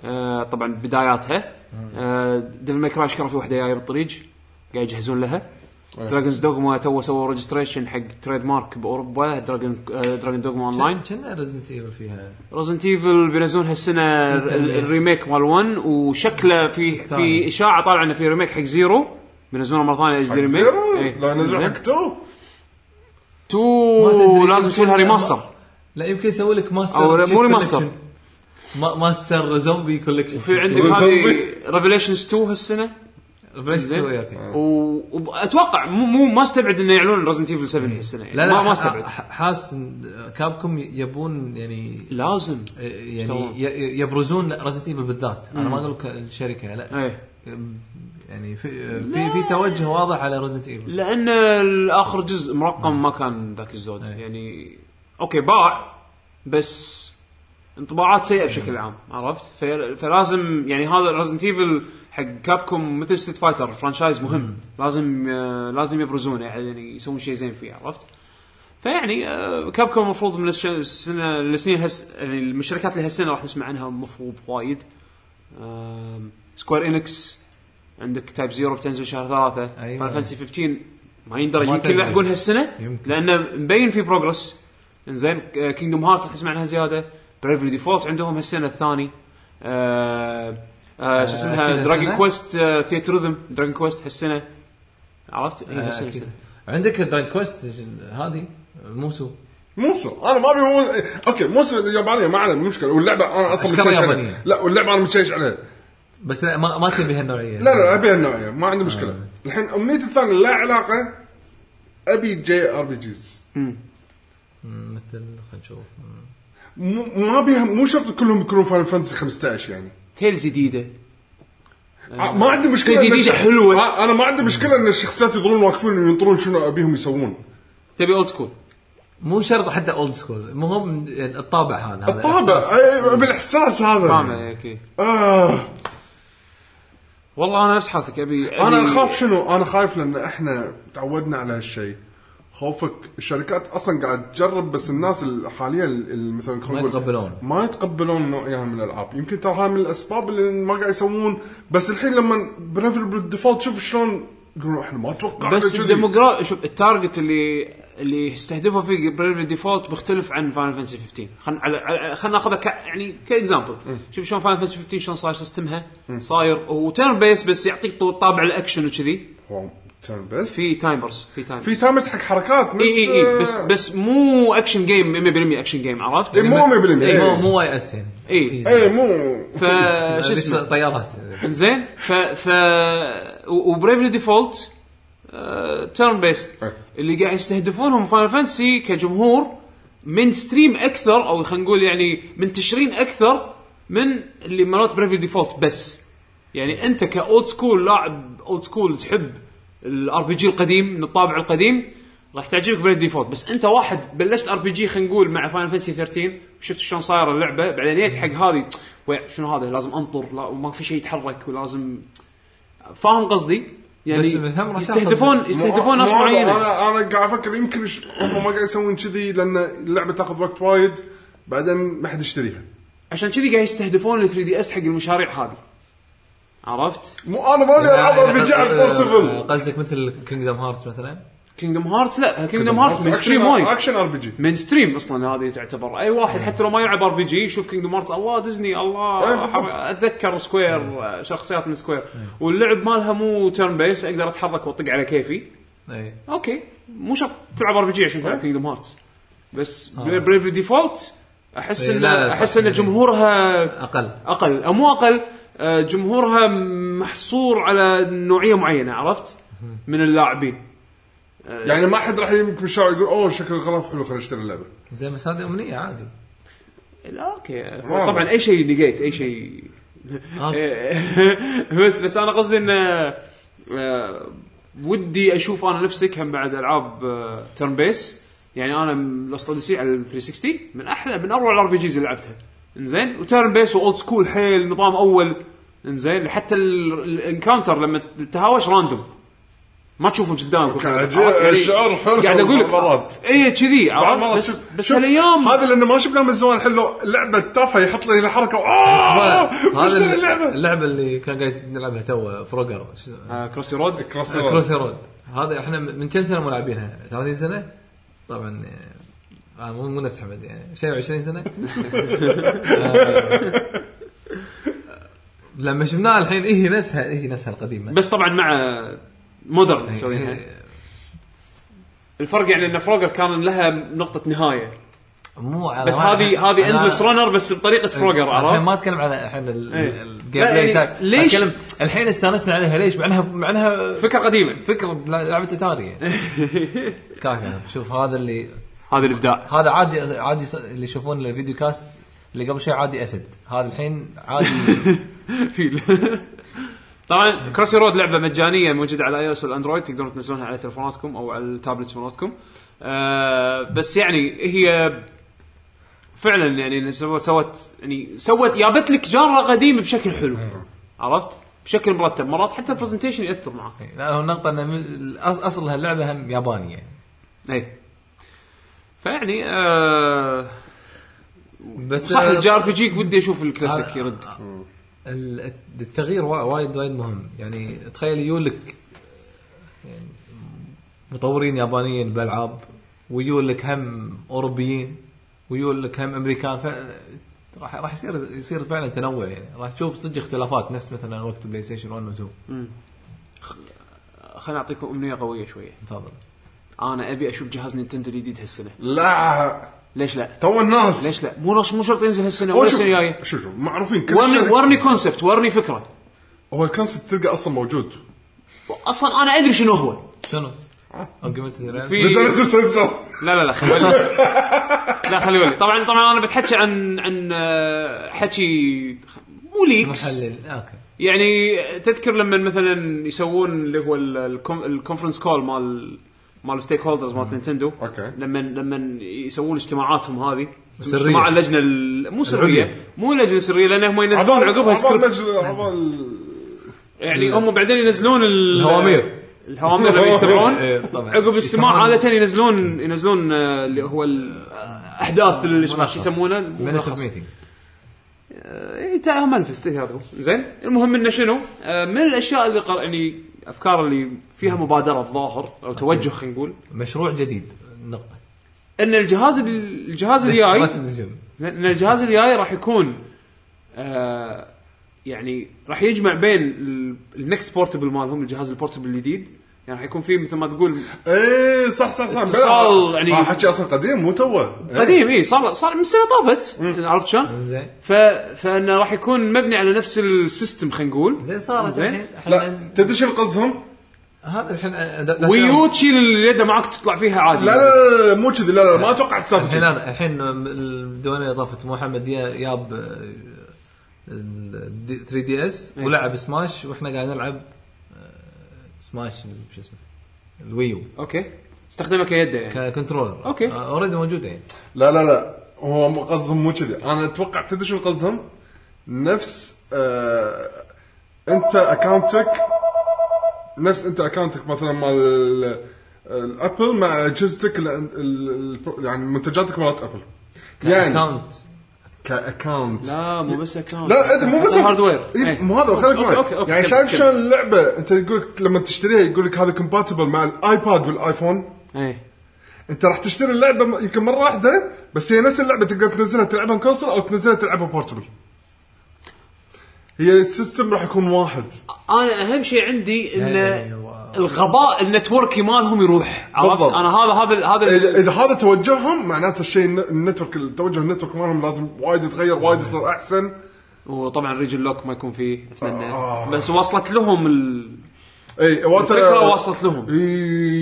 Speaker 1: آه، طبعا بداياتها آه، ديفل ماي كراش كان في واحده جايه بالطريق قاعد يجهزون لها
Speaker 2: أيه.
Speaker 1: دراجونز دوغما تو سووا ريجستريشن حق تريد مارك باوروبا دراجون دراجون دوغما اون لاين
Speaker 3: كنا ريزنت ايفل فيها
Speaker 1: رزنت ايفل بينزلون هالسنه ال-
Speaker 3: تنويع.
Speaker 1: الريميك مال 1 وشكله في
Speaker 3: الثاني.
Speaker 1: في اشاعه طالعه انه في ريميك حق زيرو بينزلونه مره ثانيه اجل ريميك إيه.
Speaker 2: لا نزلوا
Speaker 1: زين.
Speaker 2: حق تو
Speaker 3: ما تدري،
Speaker 1: 2 لازم يسوون لها
Speaker 3: يمكن-
Speaker 1: ريماستر
Speaker 3: لا يمكن يسوي لك ماستر
Speaker 1: أو مو ريماستر.
Speaker 3: كوليكشن. ما ماستر زومبي كولكشن
Speaker 1: في عندك هذه ريفليشنز 2 هالسنه زين.
Speaker 3: عندك
Speaker 1: و- واتوقع مو مو ما استبعد انه يعلنون رزنت ايفل 7 هالسنه يعني
Speaker 3: لا
Speaker 1: ما,
Speaker 3: لا
Speaker 1: ما استبعد
Speaker 3: حاس كابكم يبون يعني
Speaker 1: لازم
Speaker 3: يعني
Speaker 1: طبعاً.
Speaker 3: ي- يبرزون رزنت ايفل بالذات انا ما اقول لك الشركه لا
Speaker 1: ايه
Speaker 3: يعني في في في توجه واضح على رزنت ايفل
Speaker 1: لان اخر جزء مرقم ما كان ذاك الزود
Speaker 3: إيه.
Speaker 1: يعني اوكي باع بس انطباعات سيئه بشكل عام عرفت في- فلازم يعني هذا رزنت ايفل حق كابكوم مثل ستيت فايتر فرانشايز مهم لازم آه، لازم يبرزونه يعني يسوون شيء زين فيه عرفت فيعني آه، كابكوم المفروض من الش- السنه السنين هس يعني المشتركات اللي هالسنه راح نسمع عنها المفروض وايد آم، سكوير انكس عندك تايب زيرو بتنزل شهر ثلاثة
Speaker 3: أيوة.
Speaker 1: فاينل فانسي 15 ما يندرى
Speaker 3: ما
Speaker 1: يمكن
Speaker 3: تدري.
Speaker 1: يلحقون هالسنه
Speaker 3: يمكن.
Speaker 1: لان مبين في بروجرس انزين كينجدوم هارت راح نسمع عنها زياده بريفلي ديفولت عندهم هالسنه الثاني آه، آه، شو اسمها آه،
Speaker 3: أكيد
Speaker 1: دراجون
Speaker 3: هالسنة.
Speaker 1: كويست ثياتر ريزم دراجون كويست هالسنه عرفت؟ إيه، هالسنة-
Speaker 3: آه، أكيد. عندك دراج كويست هذه موسو
Speaker 2: موسو انا ما ابي مو... اوكي موسو يابانيه ما عليه مشكله واللعبه انا اصلا
Speaker 3: أشكالها
Speaker 2: متشيش
Speaker 3: يابانية.
Speaker 2: عليها لا واللعبه انا متشيش عليها
Speaker 3: بس لا ما, ما تبي هالنوعيه
Speaker 2: لا لا ابي النوعيه ما عندي مشكله
Speaker 3: آه.
Speaker 2: الحين امنيتي الثانيه لا علاقه ابي جي ار بي جيز
Speaker 3: مم، مثل خلينا نشوف مم.
Speaker 2: مو ما بيها مو شرط كلهم يكونون فاينل فانتسي 15 يعني
Speaker 1: تيلز جديده
Speaker 2: ع- ما عندي مشكله
Speaker 1: جديدة
Speaker 2: الش-
Speaker 1: أيوة. حلوة.
Speaker 2: آه، انا ما عندي مشكله ان الشخصيات يظلون واقفين وينطرون شنو ابيهم يسوون
Speaker 1: تبي اولد سكول
Speaker 3: مو شرط حتى اولد سكول المهم يعني الطابع هذا هذا
Speaker 2: الطابع
Speaker 3: الإحساس.
Speaker 2: أي- بالاحساس هذا
Speaker 1: فاهمه اوكي
Speaker 2: آه.
Speaker 1: والله انا نفس حالتك ابي
Speaker 2: انا
Speaker 1: أبي-
Speaker 2: اخاف شنو انا خايف لان احنا تعودنا على هالشيء خوفك الشركات اصلا قاعد تجرب بس الناس ال- حاليا ال- ال- مثلا
Speaker 3: ما يتقبلون.
Speaker 2: ما يتقبلون نوعيها من الالعاب يمكن ترى هاي من الاسباب اللي ما قاعد يسوون بس الحين لما بريفل بالديفولت شوف شلون يقولون احنا ما توقعنا
Speaker 1: بس
Speaker 2: كذي.
Speaker 1: الديموغرا شوف التارجت اللي اللي استهدفه في بريفلي ديفولت مختلف عن فاينل فانسي 15 خلينا على- على خلينا ناخذها ك يعني كاكزامبل شوف شلون فاينل فانسي 15 شلون صاير سيستمها صاير هو تيرن بيس بس يعطيك طو- طابع الاكشن وكذي
Speaker 2: هو turn based.
Speaker 1: في تايمرز في تايمرز
Speaker 2: في تامس حق حركات بس
Speaker 1: اي اي
Speaker 2: euh,
Speaker 1: اي إيه. بس بس مو اكشن جيم 100% اكشن جيم عرفت؟
Speaker 2: إي، مو 100%
Speaker 3: إي، مو
Speaker 2: اي
Speaker 3: مو واي اس يعني
Speaker 1: اي
Speaker 3: Easy.
Speaker 2: اي مو
Speaker 1: ف إيه. آه، شو
Speaker 3: هذيك
Speaker 1: اسمه
Speaker 3: طيارات
Speaker 1: زين ف ف وبريفلي ديفولت تيرن بيست
Speaker 2: أي.
Speaker 1: اللي قاعد يستهدفونهم فاينل فانتسي كجمهور من ستريم اكثر او خلينا نقول يعني من تشرين اكثر من اللي مرات بريفلي ديفولت بس يعني انت كاولد سكول لاعب اولد سكول تحب الار بي جي القديم من الطابع القديم راح تعجبك بريفلي ديفولت بس انت واحد بلشت ار بي جي خلينا نقول مع فاينل فانتسي 13 شفت شلون صايره اللعبه بعدين جيت حق هذه ويع، شنو هذا لازم انطر لا وما في شيء يتحرك ولازم فاهم قصدي؟ يعني
Speaker 3: بس بالهم راح تاخذ-
Speaker 1: يستهدفون يستهدفون ناس
Speaker 2: مو- مو هذا.
Speaker 1: معينه
Speaker 2: انا انا قاعد افكر يمكن ش- هم ما قاعد يسوون كذي لان اللعبه تاخذ وقت وايد بعدين ما حد يشتريها
Speaker 1: عشان كذي قاعد يستهدفون ال 3 دي اس حق المشاريع هذه عرفت؟
Speaker 2: مو انا مالي العب ار بي جي على البورتبل
Speaker 3: يعني قصدك مثل كينجدم هارتس مثلا
Speaker 1: كينجدم هارت لا كينجدم هارت من ستريم وايد
Speaker 2: اكشن ار بي جي
Speaker 1: من ستريم اصلا هذه تعتبر اي واحد حتى لو ما يلعب ار بي جي يشوف كينجدم هارت الله ديزني
Speaker 2: أي،
Speaker 1: الله
Speaker 2: بالضبط.
Speaker 1: حر- اتذكر سكوير آه، شخصيات من سكوير واللعب مالها مو تيرن بيس اقدر اتحرك واطق على كيفي
Speaker 3: اي
Speaker 1: اوكي مو شرط تلعب ار بي جي عشان تلعب كينجدم هارتس بس بريفلي ديفولت احس
Speaker 3: آه. إيه،
Speaker 1: ان
Speaker 3: لا، لا، صح.
Speaker 1: احس ان جمهورها
Speaker 3: اقل
Speaker 1: اقل او مو اقل آه، جمهورها محصور على نوعيه معينه عرفت؟ من اللاعبين.
Speaker 2: يعني ما حد راح يمك بالشارع يقول اوه شكل الغلاف حلو خليني اشتري اللعبه
Speaker 3: زين بس هذه امنيه عادي
Speaker 1: لا اوكي هو طبعا اي شيء نيجيت اي شيء إيه.
Speaker 3: أوكي.
Speaker 1: بس بس انا قصدي ان آه، ودي اشوف انا نفسك هم بعد العاب تيرن بيس يعني انا لاست اوديسي على ال 360 من احلى من اروع الار بي جيز اللي لعبتها انزين وتيرن بيس واولد سكول حيل نظام اول انزين حتى ال- الانكاونتر لما تتهاوش راندوم ما تشوفه قدامك
Speaker 2: قاعد
Speaker 1: عرفت يعني؟
Speaker 2: شعور حلو
Speaker 1: قاعد اقول لك
Speaker 2: مرات.
Speaker 1: اي كذي
Speaker 2: بعض
Speaker 1: عرفت؟
Speaker 2: مرات
Speaker 1: بس
Speaker 2: شوف-
Speaker 1: بس
Speaker 2: شوف،
Speaker 1: هالايام
Speaker 2: هذا لانه ما شفنا من زمان حلو لعبه تافهه يحط لي الحركه
Speaker 3: هذا-
Speaker 2: اوه
Speaker 3: هذا
Speaker 2: اشتري اللعبه
Speaker 3: اللعبه اللي كان قاعد نلعبها تو فروجر شو اسمه؟
Speaker 1: آه، كروسي رود
Speaker 2: كروس
Speaker 3: كروسي رود هذا احنا من كم سنه ملاعبينها 30 سنه طبعا آه، آه، مو مو نفس حمد يعني شيء 20 سنه آه، لما شفناها الحين هي إيه نفسها هي إيه نفسها القديمه
Speaker 1: بس طبعا مع مودرن مسوينها
Speaker 3: إيه،
Speaker 1: الفرق يعني ان فروجر كان لها نقطه نهايه
Speaker 3: مو على
Speaker 1: بس هذه هذه اندلس رانر بس بطريقه فروجر
Speaker 3: الحين
Speaker 1: عرفت؟
Speaker 3: إيه. ما اتكلم على الحين
Speaker 1: إيه.
Speaker 3: الجيم
Speaker 1: لا، يعني
Speaker 3: بلاي تاع-
Speaker 1: ليش؟
Speaker 3: أتكلم الحين استانسنا عليها ليش؟ مع انها مع انها
Speaker 1: فكره قديمه
Speaker 3: فكره لعبه اتاري يعني. كافي شوف هذا اللي
Speaker 1: هذا الابداع
Speaker 3: هذا عادي عادي ص- اللي يشوفون الفيديو كاست اللي قبل شوي عادي اسد هذا الحين عادي
Speaker 1: فيل طبعا كروسي رود لعبه مجانيه موجوده على اي اس والاندرويد تقدرون تنزلونها على تلفوناتكم او على التابلتس مالتكم آه بس يعني هي فعلا يعني سو- سوت يعني سوت جابت لك جاره قديم بشكل حلو عرفت؟ بشكل مرتب مرات حتى البرزنتيشن ياثر معك
Speaker 3: لا هو النقطه ان من- أص- اصل هاللعبه هم ياباني يعني
Speaker 1: اي إيه. فيعني آه
Speaker 3: بس
Speaker 1: صح
Speaker 3: آه،
Speaker 1: الجي ار بي جي ودي اشوف الكلاسيك
Speaker 3: هذا-
Speaker 1: يرد
Speaker 3: ال- التغيير وا- وايد وايد مهم يعني تخيل يولك يعني مطورين يابانيين بالالعاب ويولك هم اوروبيين ويولك هم امريكان ف راح راح يصير يصير فعلا تنوع يعني راح تشوف صدق اختلافات نفس مثلا وقت بلاي ستيشن 1 و 2
Speaker 1: خليني اعطيكم امنيه قويه شويه
Speaker 3: تفضل
Speaker 1: انا ابي اشوف جهاز نينتندو الجديد هالسنه
Speaker 2: لا
Speaker 1: ليش لا
Speaker 2: تو الناس
Speaker 1: ليش لا مو رش مو شرط ينزل هالسنه
Speaker 2: هو
Speaker 1: ولا
Speaker 2: شوف
Speaker 1: السنه الجايه
Speaker 2: شوف شوف معروفين كل
Speaker 1: يعني ورني
Speaker 2: شركة-
Speaker 1: ورني كونسبت ورني فكره
Speaker 2: هو الكونسبت تلقى اصلا موجود
Speaker 1: اصلا انا ادري شنو هو
Speaker 3: شنو؟ أوجمنتد رياليتي؟
Speaker 1: في
Speaker 2: لدرجه السنسور
Speaker 1: لا لا لا خلي ولي. لا خلي ولي طبعا طبعا انا بتحكي عن عن آه، حكي مو ليكس
Speaker 3: محلل اوكي
Speaker 1: يعني تذكر لما مثلا يسوون اللي هو ال- الكون- الكونفرنس كول مال مال ستيك هولدرز مال نينتندو
Speaker 2: أوكي.
Speaker 1: لما لما يسوون اجتماعاتهم هذه
Speaker 3: سرية.
Speaker 1: اجتماع اللجنه ال- مو سريه
Speaker 3: العليا.
Speaker 1: مو اللجنه السريه لان هم ينزلون
Speaker 2: عبال
Speaker 1: عقبها
Speaker 2: عبال
Speaker 1: سكريبت
Speaker 2: مجل- عبال
Speaker 1: يعني هم بعدين ينزلون ال-
Speaker 3: الهوامير.
Speaker 1: الهوامير لما يجتمعون
Speaker 3: إيه، طبعاً.
Speaker 1: عقب الاجتماع
Speaker 3: يجتمعون-
Speaker 1: عاده ينزلون ينزلون آه، اللي هو الاحداث اللي شو
Speaker 3: ملخص.
Speaker 1: يسمونه إيه،
Speaker 3: مينتس اوف
Speaker 1: ملخص.
Speaker 3: ميتنج
Speaker 1: اي تا- منفس تهرب زين المهم انه شنو آه، من الاشياء اللي قر... يعني افكار اللي فيها مبادره الظاهر او توجه خلينا نقول
Speaker 3: مشروع جديد نقطه
Speaker 1: ان الجهاز ال- الجهاز
Speaker 3: إيه،
Speaker 1: الجاي
Speaker 3: تنزل.
Speaker 1: زين، ان الجهاز الجاي راح يكون آه يعني راح يجمع بين النكست بورتبل مالهم الجهاز البورتبل الجديد يعني راح يكون فيه مثل ما تقول
Speaker 2: ايه صح صح صح
Speaker 1: اتصال
Speaker 2: بلا-
Speaker 1: يعني-
Speaker 2: آه، حكي اصلا قديم مو توه إيه.
Speaker 1: قديم اي صار صار من سنه طافت عرفت شلون؟
Speaker 3: زين
Speaker 1: ف... فانه راح يكون مبني على نفس السيستم خلينا نقول
Speaker 3: زين صارت
Speaker 1: زين.
Speaker 3: الحين
Speaker 2: لا
Speaker 3: احنا
Speaker 2: تدري شنو قصدهم؟
Speaker 3: هذا الحين أ- د- د-
Speaker 1: ويو تشيل اليد معك تطلع فيها عادي
Speaker 2: لا لا لا, لا مو كذي لا لا ما اتوقع
Speaker 3: الحين
Speaker 2: السالفه
Speaker 3: أنا- الحين الديوانيه اضافت محمد يا- ياب آه، 3 دي اس
Speaker 1: إيه.
Speaker 3: ولعب سماش واحنا قاعد نلعب آه، سماش ال- شو اسمه الويو
Speaker 1: اوكي استخدمها كيده يعني
Speaker 3: ككنترولر
Speaker 1: أوكي.
Speaker 3: اوريدي موجوده يعني
Speaker 2: لا لا لا هو مو قصدهم مو كذي انا اتوقع تدري شنو قصدهم؟ نفس آه انت اكونتك نفس انت اكونتك مثلا مال ال- الابل مع اجهزتك ال- ال- ال- يعني منتجاتك مالت ابل يعني
Speaker 3: كاونت
Speaker 2: كاكونت
Speaker 1: لا مو بس اكونت
Speaker 2: لا انت مو بس
Speaker 1: هاردوير
Speaker 2: إيه مو هذا خليك
Speaker 1: أوكي، أوكي،
Speaker 2: معي
Speaker 1: أوكي،
Speaker 2: يعني
Speaker 1: كمل،
Speaker 2: شايف
Speaker 1: كمل.
Speaker 2: شلون اللعبه انت يقول لك لما تشتريها يقول لك هذا كومباتبل مع الايباد والايفون
Speaker 1: ايه
Speaker 2: انت راح تشتري اللعبه م- يمكن مره واحده بس هي نفس اللعبه تقدر تنزلها تلعبها كونسل او تنزلها تلعبها بورتبل هي السيستم راح يكون واحد
Speaker 1: انا اهم شيء عندي ان
Speaker 3: لا، لا، هو-
Speaker 1: الغباء النتوركي مالهم يروح عرفت
Speaker 2: بالضبط.
Speaker 1: انا هذا هذا ال- هذا
Speaker 3: إيه.
Speaker 1: ال-
Speaker 2: اذا إذا هذا توجههم معناته الشيء الن- النتورك التوجه النتورك مالهم لازم وايد يتغير وايد يصير احسن
Speaker 3: آه.
Speaker 1: وطبعا ريجن لوك ما يكون فيه اتمنى بس وصلت لهم ال...
Speaker 2: اي
Speaker 1: الفكره
Speaker 2: واتا
Speaker 1: وصلت لهم
Speaker 2: إي،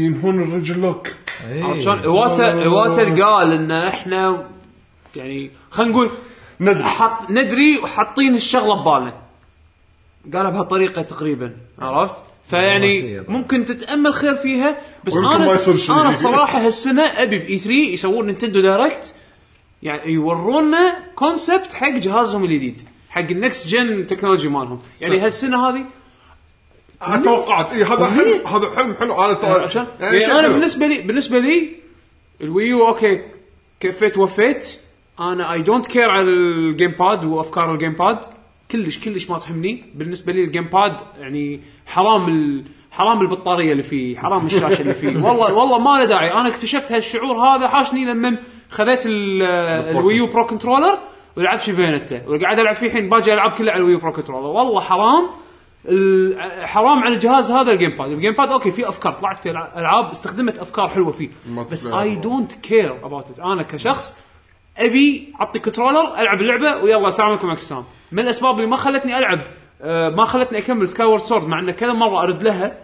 Speaker 2: ينهون الرجل لوك
Speaker 3: إيه.
Speaker 1: عرفت شلون؟ ايواتا ايواتا قال ان احنا يعني خلينا نقول
Speaker 2: ندري
Speaker 1: حط ندري وحاطين الشغله ببالنا قالها بهالطريقه تقريبا عرفت؟ فيعني
Speaker 3: راسية طبعاً.
Speaker 1: ممكن تتامل خير فيها بس
Speaker 2: ويمكن ما
Speaker 1: انا
Speaker 2: يصير شيء.
Speaker 1: انا صراحه هالسنه ابي باي 3 يسوون نينتندو دايركت يعني يورونا كونسبت حق جهازهم الجديد حق النكست جن تكنولوجي مالهم يعني هالسنه هذه
Speaker 2: توقعت اي هذا حلم هذا حلم حلو انا
Speaker 1: أه. إيه. عشان
Speaker 2: ترى يعني شيء
Speaker 1: يعني انا
Speaker 2: حلو.
Speaker 1: بالنسبه لي بالنسبه لي الويو اوكي كفيت وفيت انا اي دونت كير على الجيم باد وافكار الجيم باد كلش كلش ما تهمني بالنسبه لي الجيم باد يعني حرام ال... حرام البطاريه اللي فيه حرام الشاشه اللي فيه والله والله ما له داعي انا اكتشفت هالشعور هذا حاشني لما خذيت ال- الويو برو كنترولر ولعبت في بينته وقاعد العب فيه الحين باجي العب كله على الويو برو كنترولر والله حرام ال- حرام على الجهاز هذا الجيم باد، الجيم باد اوكي في افكار طلعت في ألع- العاب استخدمت افكار حلوه فيه
Speaker 2: ما
Speaker 1: بس
Speaker 2: تبالغ.
Speaker 1: اي دونت كير اباوت ات انا كشخص ابي اعطي كنترولر العب اللعبه ويلا السلام عليكم عليكم السلام من الاسباب اللي ما خلتني العب آه، ما خلتني اكمل سكاي وورد سورد مع ان كذا مره ارد لها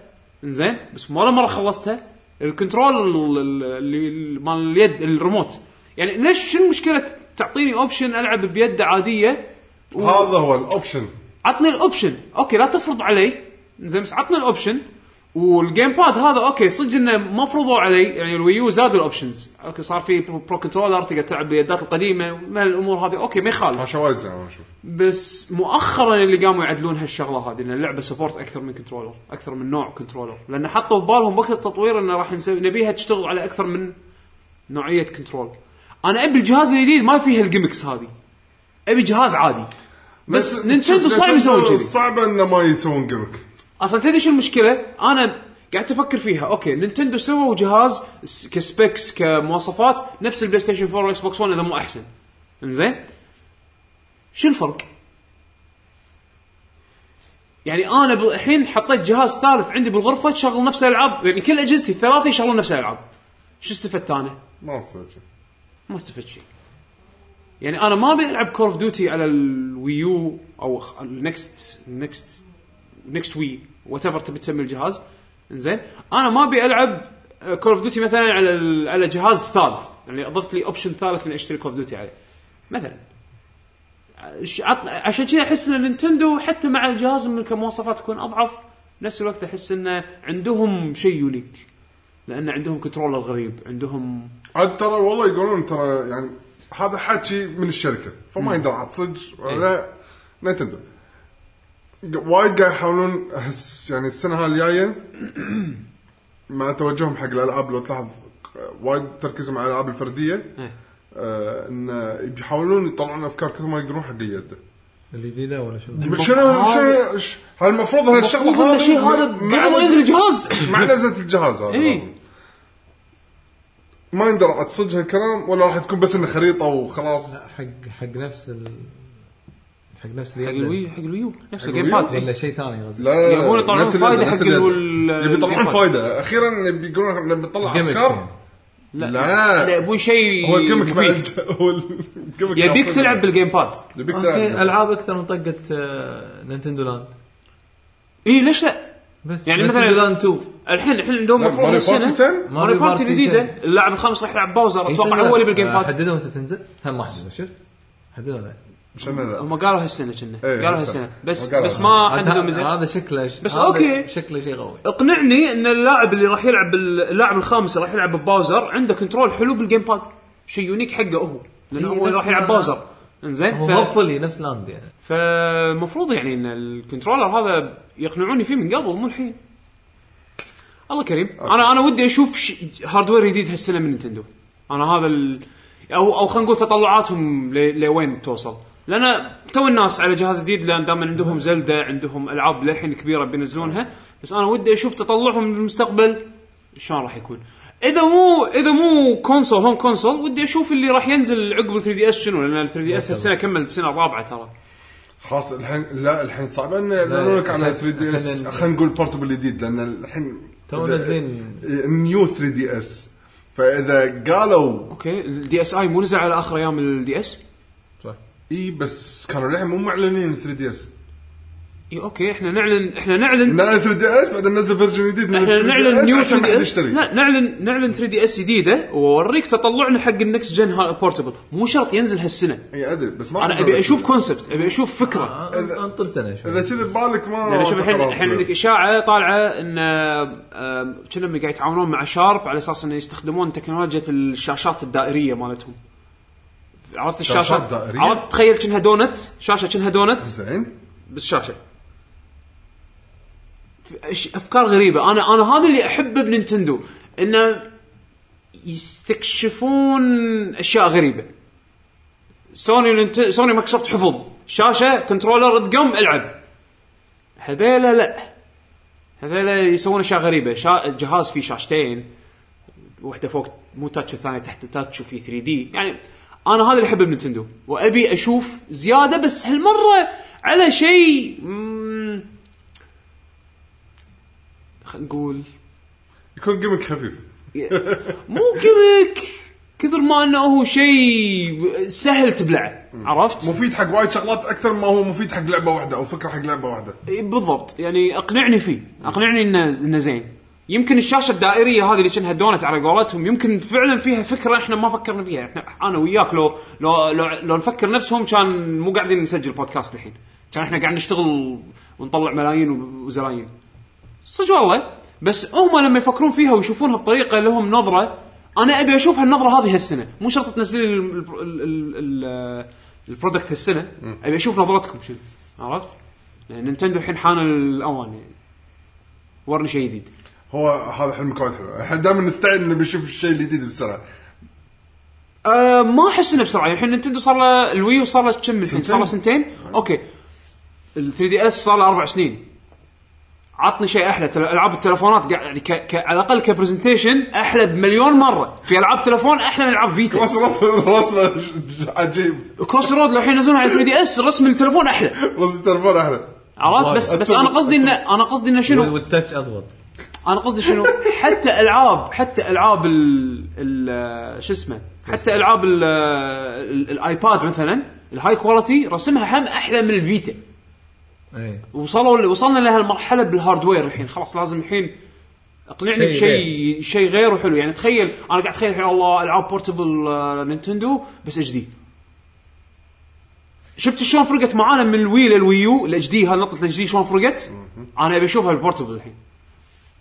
Speaker 1: زين بس ولا مره خلصتها الكنترول ال- ال- اللي مال اليد الريموت يعني ليش شنو مشكله تعطيني اوبشن العب بيد عاديه و-
Speaker 2: هذا هو الاوبشن
Speaker 1: عطني الاوبشن اوكي لا تفرض علي زين بس عطني الاوبشن والجيم باد هذا اوكي صدق انه ما فرضوا علي يعني الويو زادوا الاوبشنز اوكي صار في برو برو كنترولر تقدر تلعب باليدات القديمه من الامور هذه اوكي ما يخالف
Speaker 2: عشان وايد زعلان اشوف
Speaker 1: بس مؤخرا اللي قاموا يعدلون هالشغله هذه ان اللعبه سبورت اكثر من كنترولر اكثر من نوع كنترولر لان حطوا ببالهم وقت التطوير انه راح نسوي نبيها تشتغل على اكثر من نوعيه كنترول انا ابي الجهاز الجديد ما فيه الجيمكس هذه ابي جهاز عادي بس, نينتندو
Speaker 2: شوف،
Speaker 1: صعب يسوي كذي
Speaker 2: صعب انه ما يسوون جيمك
Speaker 1: اصلا تدري شو المشكله؟ انا قعدت افكر فيها، اوكي نينتندو سووا جهاز س- كسبيكس كمواصفات نفس البلاي ستيشن 4 والاكس بوكس 1 اذا مو احسن. انزين؟ شو الفرق؟ يعني انا بال- الحين حطيت جهاز ثالث عندي بالغرفه تشغل نفس الالعاب، يعني كل اجهزتي الثلاثه يشغلون نفس الالعاب. شو استفدت انا؟
Speaker 2: ما استوى شيء.
Speaker 1: ما استفدت شيء. يعني انا ما ابي العب كور اوف ديوتي على الويو او النكست نكست نكست وي وات ايفر تبي تسمي الجهاز انزين انا ما ابي العب كور اوف ديوتي مثلا على ال- على جهاز ثالث يعني اضفت لي اوبشن ثالث اني اشتري كور اوف ديوتي عليه مثلا ش- عط- عشان كذا احس ان نينتندو حتى مع الجهاز من كمواصفات تكون اضعف نفس الوقت احس انه عندهم شيء يونيك لان عندهم كنترولر غريب عندهم
Speaker 2: عاد ترى والله يقولون ترى يعني هذا حكي من الشركه فما يندرى عاد صدق
Speaker 1: إيه.
Speaker 2: ولا نتندو وايد قاعد يحاولون احس يعني السنه هالجايه مع توجههم حق الالعاب لو تلاحظ وايد تركيزهم على الالعاب الفرديه
Speaker 1: إيه.
Speaker 2: آه انه بيحاولون يطلعون افكار كثر ما يقدرون حق اليد
Speaker 3: الجديده ولا شو؟
Speaker 2: شنو شنو هل
Speaker 1: المفروض
Speaker 2: المفروض هالشغله
Speaker 1: ان الشيء هذا
Speaker 2: مع
Speaker 1: قبل ما ينزل الجهاز
Speaker 2: مع نزله الجهاز هذا
Speaker 1: إيه.
Speaker 2: لازم. ما يندرى عاد صدق هالكلام ولا راح تكون بس انه خريطه وخلاص
Speaker 3: حق حق نفس ال... حق نفس
Speaker 1: حق
Speaker 3: اليد
Speaker 1: الويو حق الويو نفس
Speaker 2: الويو؟
Speaker 1: الجيم باد
Speaker 3: ولا شيء ثاني قصدي
Speaker 2: لا لا،
Speaker 1: يبون يطلعون
Speaker 2: نفس اليد،
Speaker 1: فايدة
Speaker 2: نفس
Speaker 1: حق
Speaker 2: اليد.
Speaker 1: ال-
Speaker 2: يبي يطلعون
Speaker 1: الجيمباد.
Speaker 2: فايده اخيرا يبي يقولون لما تطلع
Speaker 3: جيمكس
Speaker 2: افكار
Speaker 3: يعني.
Speaker 1: لا.
Speaker 2: لا.
Speaker 1: لا يبون شيء
Speaker 2: هو الجيمك مع
Speaker 1: مفيد.
Speaker 2: الج- هو الجيمك
Speaker 1: يبيك
Speaker 2: نفسه.
Speaker 1: تلعب بالجيم باد
Speaker 2: يبيك
Speaker 3: اوكي
Speaker 2: تلعب
Speaker 3: العاب اكثر من طقه آه، نينتندو لاند
Speaker 1: اي إيه، ليش لا؟
Speaker 3: بس
Speaker 1: يعني
Speaker 3: نينتندو
Speaker 1: مثلاً-
Speaker 3: لاند 2
Speaker 1: الحين الحين عندهم
Speaker 2: لا،
Speaker 1: مفروض
Speaker 2: ماريو
Speaker 1: هالسنة-
Speaker 2: بارتي 10؟
Speaker 1: ماريو بارتي إيه، الجديده اللاعب الخامس راح يلعب باوزر اتوقع هو اللي بالجيم باد
Speaker 3: حددوا متى تنزل؟ هم ما حددوا شفت؟ حددوا ولا لا؟
Speaker 2: شنو لا
Speaker 1: هم قالوا هالسنه كنا
Speaker 2: إيه،
Speaker 1: قالوا
Speaker 2: هالسنة.
Speaker 1: هالسنه بس
Speaker 2: قالوا
Speaker 1: بس ما
Speaker 3: عاد
Speaker 1: آه، حددوا
Speaker 3: هذا
Speaker 1: متى
Speaker 3: هذا شكله ش-
Speaker 1: بس
Speaker 3: هذا
Speaker 1: أوكي.
Speaker 3: شكله شيء قوي
Speaker 1: اقنعني ان اللاعب اللي راح يلعب بال- اللاعب الخامس اللي راح يلعب بباوزر عنده كنترول حلو بالجيم باد شيء يونيك حقه هو لانه
Speaker 3: إي،
Speaker 1: هو
Speaker 3: نفس
Speaker 1: راح يلعب
Speaker 3: ما-
Speaker 1: باوزر انزين
Speaker 3: هو
Speaker 1: ف-
Speaker 3: هوبفلي نفس لاند يعني
Speaker 1: فالمفروض يعني ان الكنترولر هذا يقنعوني فيه من قبل مو الحين الله كريم انا انا ودي اشوف ش... هاردوير جديد هالسنه من نينتندو انا هذا ال... او او خلينا نقول تطلعاتهم ل... لوين توصل لان تو الناس على جهاز جديد لان دائما عندهم زلدة عندهم العاب للحين كبيره بينزلونها بس انا ودي اشوف تطلعهم بالمستقبل شلون راح يكون اذا مو اذا مو كونسول هوم كونسول ودي اشوف اللي راح ينزل عقب 3 دي اس شنو لان 3 دي اس هالسنه كمل السنه الرابعه ترى
Speaker 2: خاص الحين لا الحين صعب ان يعلنون لك على 3 دي اس
Speaker 3: الحين-
Speaker 2: خلينا نقول بورتبل جديد لان الحين
Speaker 3: تو
Speaker 2: إذا- إيه،
Speaker 3: نازلين.
Speaker 2: نيو 3 دي اس فاذا قالوا
Speaker 1: اوكي الدي اس اي مو نزل على اخر ايام الدي اس
Speaker 3: صح
Speaker 2: اي بس كانوا للحين مو معلنين 3 دي اس
Speaker 1: إي، اوكي احنا نعلن احنا نعلن
Speaker 2: نعلن 3 دي اس بعدين ننزل فيرجن جديد من
Speaker 1: احنا
Speaker 2: 3DS
Speaker 1: نعلن نيو
Speaker 2: عشان
Speaker 1: 3
Speaker 2: ما
Speaker 1: دي
Speaker 2: حد
Speaker 1: اس
Speaker 2: يشتري
Speaker 1: لا نعلن نعلن 3 دي اس جديده واوريك تطلعنا حق النكست جن بورتبل مو شرط ينزل هالسنه
Speaker 2: اي ادري بس ما
Speaker 1: انا ابي اشوف كونسبت ابي اشوف فكره
Speaker 3: أن- انطر سنه شوي
Speaker 2: اذا كذا ببالك ما
Speaker 1: يعني شوف
Speaker 2: ما
Speaker 1: الحين
Speaker 2: آه. تقرأ
Speaker 1: الحين عندك اشاعه طالعه ان آم، كلهم قاعد يتعاونون مع شارب على اساس انه يستخدمون تكنولوجيا الشاشات الدائريه مالتهم عرفت الشاشه
Speaker 2: شاشات دائرية؟
Speaker 1: عرفت تخيل كأنها دونت شاشه كأنها دونت
Speaker 2: زين
Speaker 1: بس شاشه ف- أش- افكار غريبه انا انا هذا اللي احبه بنينتندو انه يستكشفون اشياء غريبه سوني وننت... سوني مايكروسوفت حفظ شاشه كنترولر ادقم العب هذيلا لا هذيلا يسوون اشياء غريبه شا... جهاز فيه شاشتين واحده فوق مو تاتش والثانيه تحت تاتش وفي 3 دي يعني انا هذا اللي احبه بنتندو وابي اشوف زياده بس هالمره على شيء مم، خلينا نقول
Speaker 2: يكون جيمك خفيف
Speaker 1: مو كيمك كثر ما انه هو شيء سهل تبلعه عرفت؟
Speaker 2: مفيد حق وايد شغلات اكثر ما هو مفيد حق لعبه واحده او فكره حق لعبه واحده
Speaker 1: إي بالضبط يعني اقنعني فيه اقنعني انه انه زين يمكن الشاشه الدائريه هذه اللي كانها دونت على قولتهم يمكن فعلا فيها فكره احنا ما فكرنا فيها احنا انا وياك لو لو لو, لو نفكر نفسهم كان مو قاعدين نسجل بودكاست الحين كان احنا قاعد نشتغل ونطلع ملايين وزلايين صدق والله بس هم لما يفكرون فيها ويشوفونها بطريقه لهم نظره انا ابي اشوف هالنظره هذه هالسنه مو شرط تنزل لي ال- ال- ال- ال- البرودكت هالسنه ابي اشوف نظرتكم شنو عرفت؟ لان نينتندو الحين حان الاوان يعني ورني شيء جديد
Speaker 2: هو هذا حلمك وايد حلو احنا دائما نستعين انه بنشوف الشيء الجديد بسرعه
Speaker 1: أه ما احس انه بسرعه يعني الحين نينتندو صار له الويو صار له كم الحين صار له سنتين اوكي ال 3 دي اس صار له اربع سنين عطني شيء احلى تل- العاب التلفونات قاعد يعني ك... ك... على الاقل كبرزنتيشن احلى بمليون مره في العاب تلفون احلى من العاب فيتا
Speaker 2: بس رسم- رسمه ج- عجيب
Speaker 1: كروس رود لو الحين ينزلونها على 3 دي اس رسم التلفون احلى
Speaker 2: رسم التلفون احلى
Speaker 1: عرفت بس بس انا قصدي انه انا قصدي انه شنو
Speaker 3: والتاتش اضغط
Speaker 1: انا قصدي شنو حتى العاب حتى العاب ال ال شو اسمه حتى العاب ال- ال- الايباد مثلا الهاي كواليتي رسمها هم احلى من الفيتا
Speaker 3: اي
Speaker 1: وصلوا وصلنا لهالمرحله بالهاردوير الحين خلاص لازم الحين اقنعني
Speaker 3: شيء
Speaker 1: بشيء شيء غير وحلو يعني تخيل انا قاعد اتخيل الحين والله العاب بورتبل آه، نينتندو بس اتش دي شفت شلون فرقت معانا من الوي للويو الاتش دي هالنقطه الاتش دي شلون فرقت؟ انا ابي اشوفها البورتبل الحين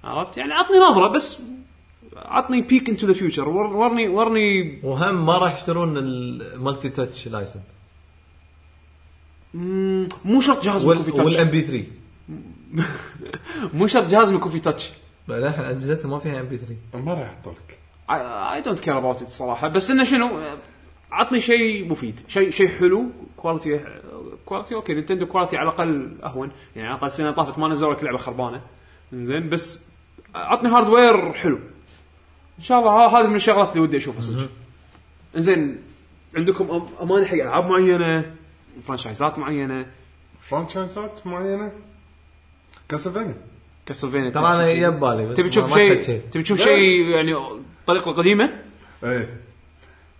Speaker 1: عرفت يعني عطني نظره بس عطني بيك انتو ذا فيوتشر ورني ورني
Speaker 3: وهم ما راح يشترون المالتي تاتش لايسنس
Speaker 1: مم، مو شرط جهاز يكون فيه
Speaker 3: والام
Speaker 1: تاتش
Speaker 3: بي 3
Speaker 1: مو شرط جهاز يكون فيه تاتش
Speaker 3: بعد الحين اجهزتها ما فيها ام بي 3
Speaker 2: ما راح يحط لك
Speaker 1: اي دونت كير اباوت الصراحه بس انه شنو عطني شيء مفيد شيء شيء حلو كواليتي كواليتي اوكي نينتندو كواليتي على الاقل اهون يعني على الاقل سنه طافت ما نزلوا لك لعبه خربانه زين بس عطني هاردوير حلو ان شاء الله ه- هذه من الشغلات اللي ودي اشوفها صدق زين عندكم أم- امانه حق العاب معينه فرانشايزات معينه
Speaker 2: فرانشايزات معينه كاسلفينيا
Speaker 1: كاسلفينيا
Speaker 3: ترى أنا يا ببالي بس
Speaker 1: تبي
Speaker 3: ما-
Speaker 1: تشوف
Speaker 3: ما
Speaker 1: شيء
Speaker 3: أحتاج شيء.
Speaker 1: تبي تشوف شيء يعني الطريقه القديمه
Speaker 2: ايه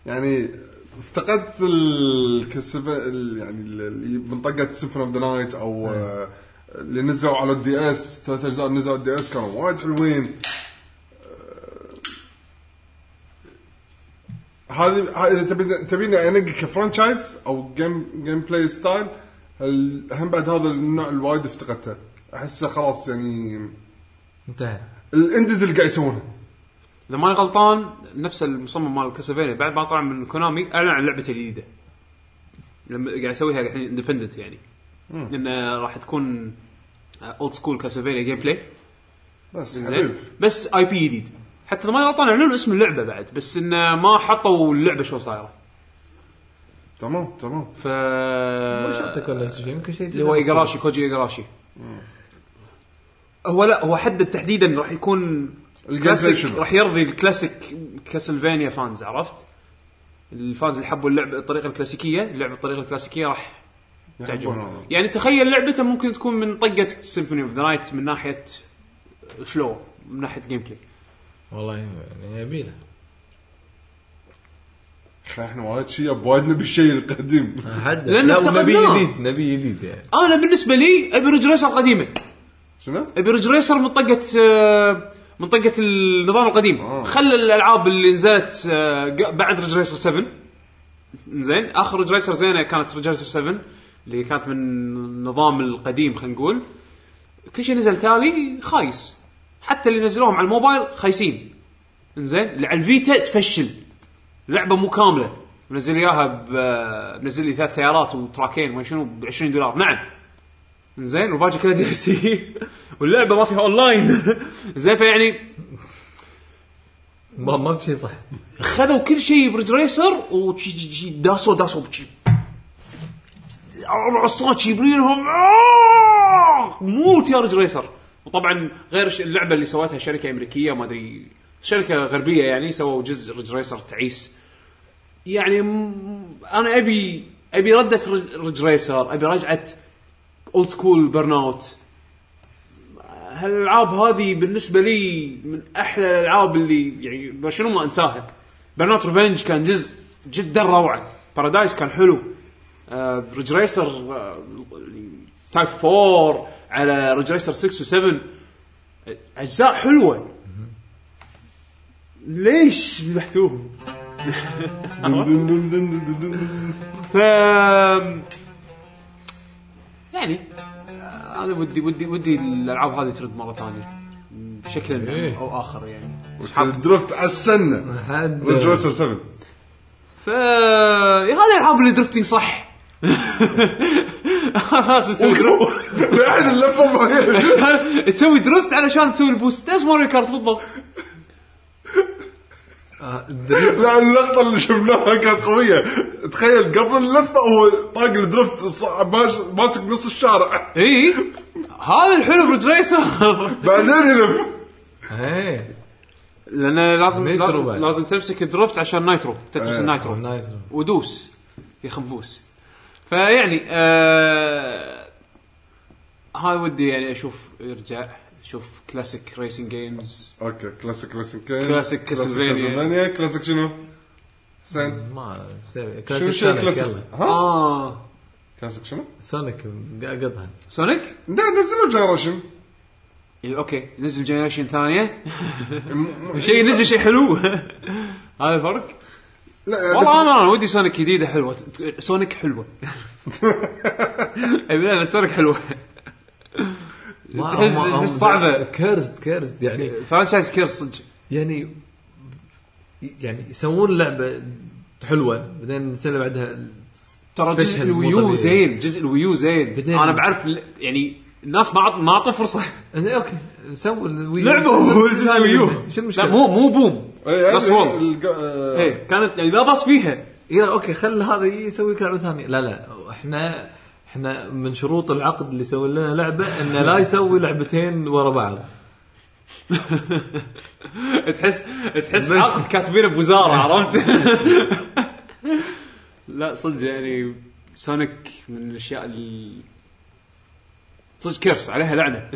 Speaker 2: يعني افتقدت الكسف ال- يعني ال- اللي من طقه سيمفون اوف ذا نايت او آه، اللي نزلوا على الدي اس ثلاث اجزاء نزلوا على الدي اس كانوا وايد حلوين آه، هذه ه- اذا تبي تبيني انقي كفرانشايز او جيم جيم بلاي ستايل هل- هم بعد هذا النوع الوايد افتقدته احسه خلاص يعني
Speaker 3: انتهى
Speaker 2: الاندز اللي قاعد يسوونها
Speaker 1: اذا ماني غلطان نفس المصمم مال الكاسلفينيا بعد ما طلع من كونامي اعلن عن لعبته الجديده لما قاعد يسويها الحين اندبندنت يعني انه راح تكون اولد سكول كاسلفينيا جيم بلاي
Speaker 2: بس
Speaker 1: زين
Speaker 2: حبيب
Speaker 1: بس اي بي جديد حتى اذا ماني غلطان اعلنوا اسم اللعبه بعد بس انه ما حطوا اللعبه شو صايره
Speaker 2: تمام تمام
Speaker 1: ف
Speaker 3: مو شرط يكون نفس الشيء يمكن شيء
Speaker 1: آه، اللي هو ايجاراشي كوجي ايجاراشي هو لا هو حدد تحديدا راح يكون
Speaker 2: الجيم بلاي
Speaker 1: كلاسيك
Speaker 2: شنو؟
Speaker 1: راح يرضي الكلاسيك كاسلفانيا فانز عرفت؟ الفانز اللي حبوا اللعبه الطريقه الكلاسيكيه اللعبه الطريقه الكلاسيكيه راح تعجبهم
Speaker 2: يحبونها.
Speaker 1: يعني تخيل لعبته ممكن تكون من طقه سيمفوني اوف ذا نايت من ناحيه الفلو من ناحيه جيم بلاي
Speaker 3: والله يعني يبي له
Speaker 2: احنا وايد شيء بوايدنا بالشيء القديم
Speaker 4: حد
Speaker 1: لأن
Speaker 4: لا
Speaker 1: افتقدناه.
Speaker 4: ونبي جديد نبي جديد يعني
Speaker 1: انا بالنسبه لي ابي ريج ريسر قديمه
Speaker 2: شنو؟
Speaker 1: ابي ريج ريسر منطقه آه، منطقه النظام القديم
Speaker 2: آه.
Speaker 1: خلى الالعاب اللي نزلت آه، ق- بعد ريج ريسر 7 زين اخر ريج ريسر زينه كانت ريج ريسر 7 اللي كانت من النظام القديم خلينا نقول كل شيء نزل تالي خايس حتى اللي نزلوهم على الموبايل خايسين زين اللي على الفيتا تفشل لعبه مو كامله منزل اياها ب- منزل لي ثلاث سيارات وتراكين ما شنو ب 20 دولار نعم زين والباقي كله دي سي واللعبه ما فيها اونلاين زين فيعني
Speaker 4: ما ما في شيء صح
Speaker 1: خذوا كل شيء بريد ريسر وشي- شي- شي داسوا داسوا بشي العصات يبريلهم آه! موت يا ريج ريسر وطبعا غير ش- اللعبه اللي سوتها شركه امريكيه ما ادري شركه غربيه يعني سووا جزء ريج ريسر تعيس يعني م- انا ابي ابي رده رج- ريج ريسر ابي رجعه اولد سكول برن اوت هالالعاب هذه بالنسبه لي من احلى الالعاب اللي يعني شنو ما انساها برنات ريفنج كان جزء جدا روعه بارادايس كان حلو آه ريج ريسر آه تايب 4 على ريج ريسر 6 و7 اجزاء حلوه ليش ذبحتوهم؟
Speaker 2: دن دن دن دن دن دن دن.
Speaker 1: ف يعني آه، انا ودي ودي ودي الالعاب هذه ترد مره ثانيه بشكل
Speaker 4: إيه.
Speaker 1: او اخر يعني
Speaker 2: الدرفت عسلنا
Speaker 4: حد
Speaker 2: ريج ريسر 7
Speaker 1: ف يا هذه الالعاب اللي درفتنج صح خلاص نسوي درفت
Speaker 2: الحين اللفه معي.
Speaker 1: تسوي درفت علشان تسوي البوست نفس ماريو كارت بالضبط
Speaker 4: آه، دريم-
Speaker 2: لا اللقطه اللي شفناها كانت قويه تخيل قبل اللفه هو طاق الدرفت ص- باش- ماسك نص الشارع
Speaker 4: إيه.
Speaker 1: اي هذا الحلو بريد ريسر
Speaker 2: بعدين يلف
Speaker 4: ايه
Speaker 1: لان لازم
Speaker 4: نيترو
Speaker 1: لازم,
Speaker 4: بعد.
Speaker 1: لازم تمسك الدرفت عشان نايترو تلبس
Speaker 2: إيه.
Speaker 1: النايترو
Speaker 4: نايس
Speaker 1: ودوس يا خنفوس فيعني آه هاي ودي يعني اشوف يرجع اشوف كلاسيك ريسنج جيمز
Speaker 2: اوكي كلاسيك ريسنج كيم
Speaker 1: كلاسيك كاسلفينيا.
Speaker 2: كلاسيك شنو؟ حسين
Speaker 4: ما سوي-
Speaker 2: شنو
Speaker 4: كلاسيك
Speaker 2: شنو
Speaker 4: سونيك
Speaker 2: كلاسيك؟
Speaker 4: يلا
Speaker 2: ها؟
Speaker 1: اه
Speaker 2: كلاسيك شنو؟
Speaker 4: سونيك قطها
Speaker 1: سونيك
Speaker 2: لا نزلوا جارشن
Speaker 1: إيه، اوكي نزل جنريشن ثانيه شيء نزل شيء حلو هذا الفرق
Speaker 2: لا
Speaker 1: والله
Speaker 2: بس-
Speaker 1: انا انا ودي سونيك جديده حلوه سونيك حلوه اي إيه، لا بس سونيك حلوه
Speaker 4: ما-
Speaker 1: تحس-
Speaker 4: هم- هم-
Speaker 1: صعبة.
Speaker 4: كيرزد كيرزد يعني
Speaker 1: فرانشايز كير صدق
Speaker 4: يعني يعني يسوون لعبه حلوه بعدين السنه بعدها
Speaker 1: ترى جزء
Speaker 4: فشل مو
Speaker 1: الويو
Speaker 4: طبيعي.
Speaker 1: زين جزء الويو زين
Speaker 4: بعدين-
Speaker 1: انا بعرف ال- يعني الناس ما عط- ما اعطوا فرصه
Speaker 4: زين اوكي سووا الوي
Speaker 1: لعبه
Speaker 4: سووا
Speaker 1: والجزء الويو
Speaker 4: إيه، شو
Speaker 1: لا
Speaker 4: المشكله؟
Speaker 1: مو مو بوم
Speaker 2: إيه،
Speaker 1: بس
Speaker 2: إيه،
Speaker 1: وولد
Speaker 2: الج- آه،
Speaker 1: ايه كانت يعني لا باص فيها
Speaker 4: يا اوكي خل هذا يسوي لك لعبه ثانيه لا لا احنا احنا من شروط العقد اللي سووا لنا لعبه انه لا يسوي لعبتين ورا بعض
Speaker 1: تحس تحس عقد كاتبينه
Speaker 4: إيه.
Speaker 1: بوزاره عرفت لا صدق يعني سونيك من الاشياء ال- صدق كيرس عليها لعنه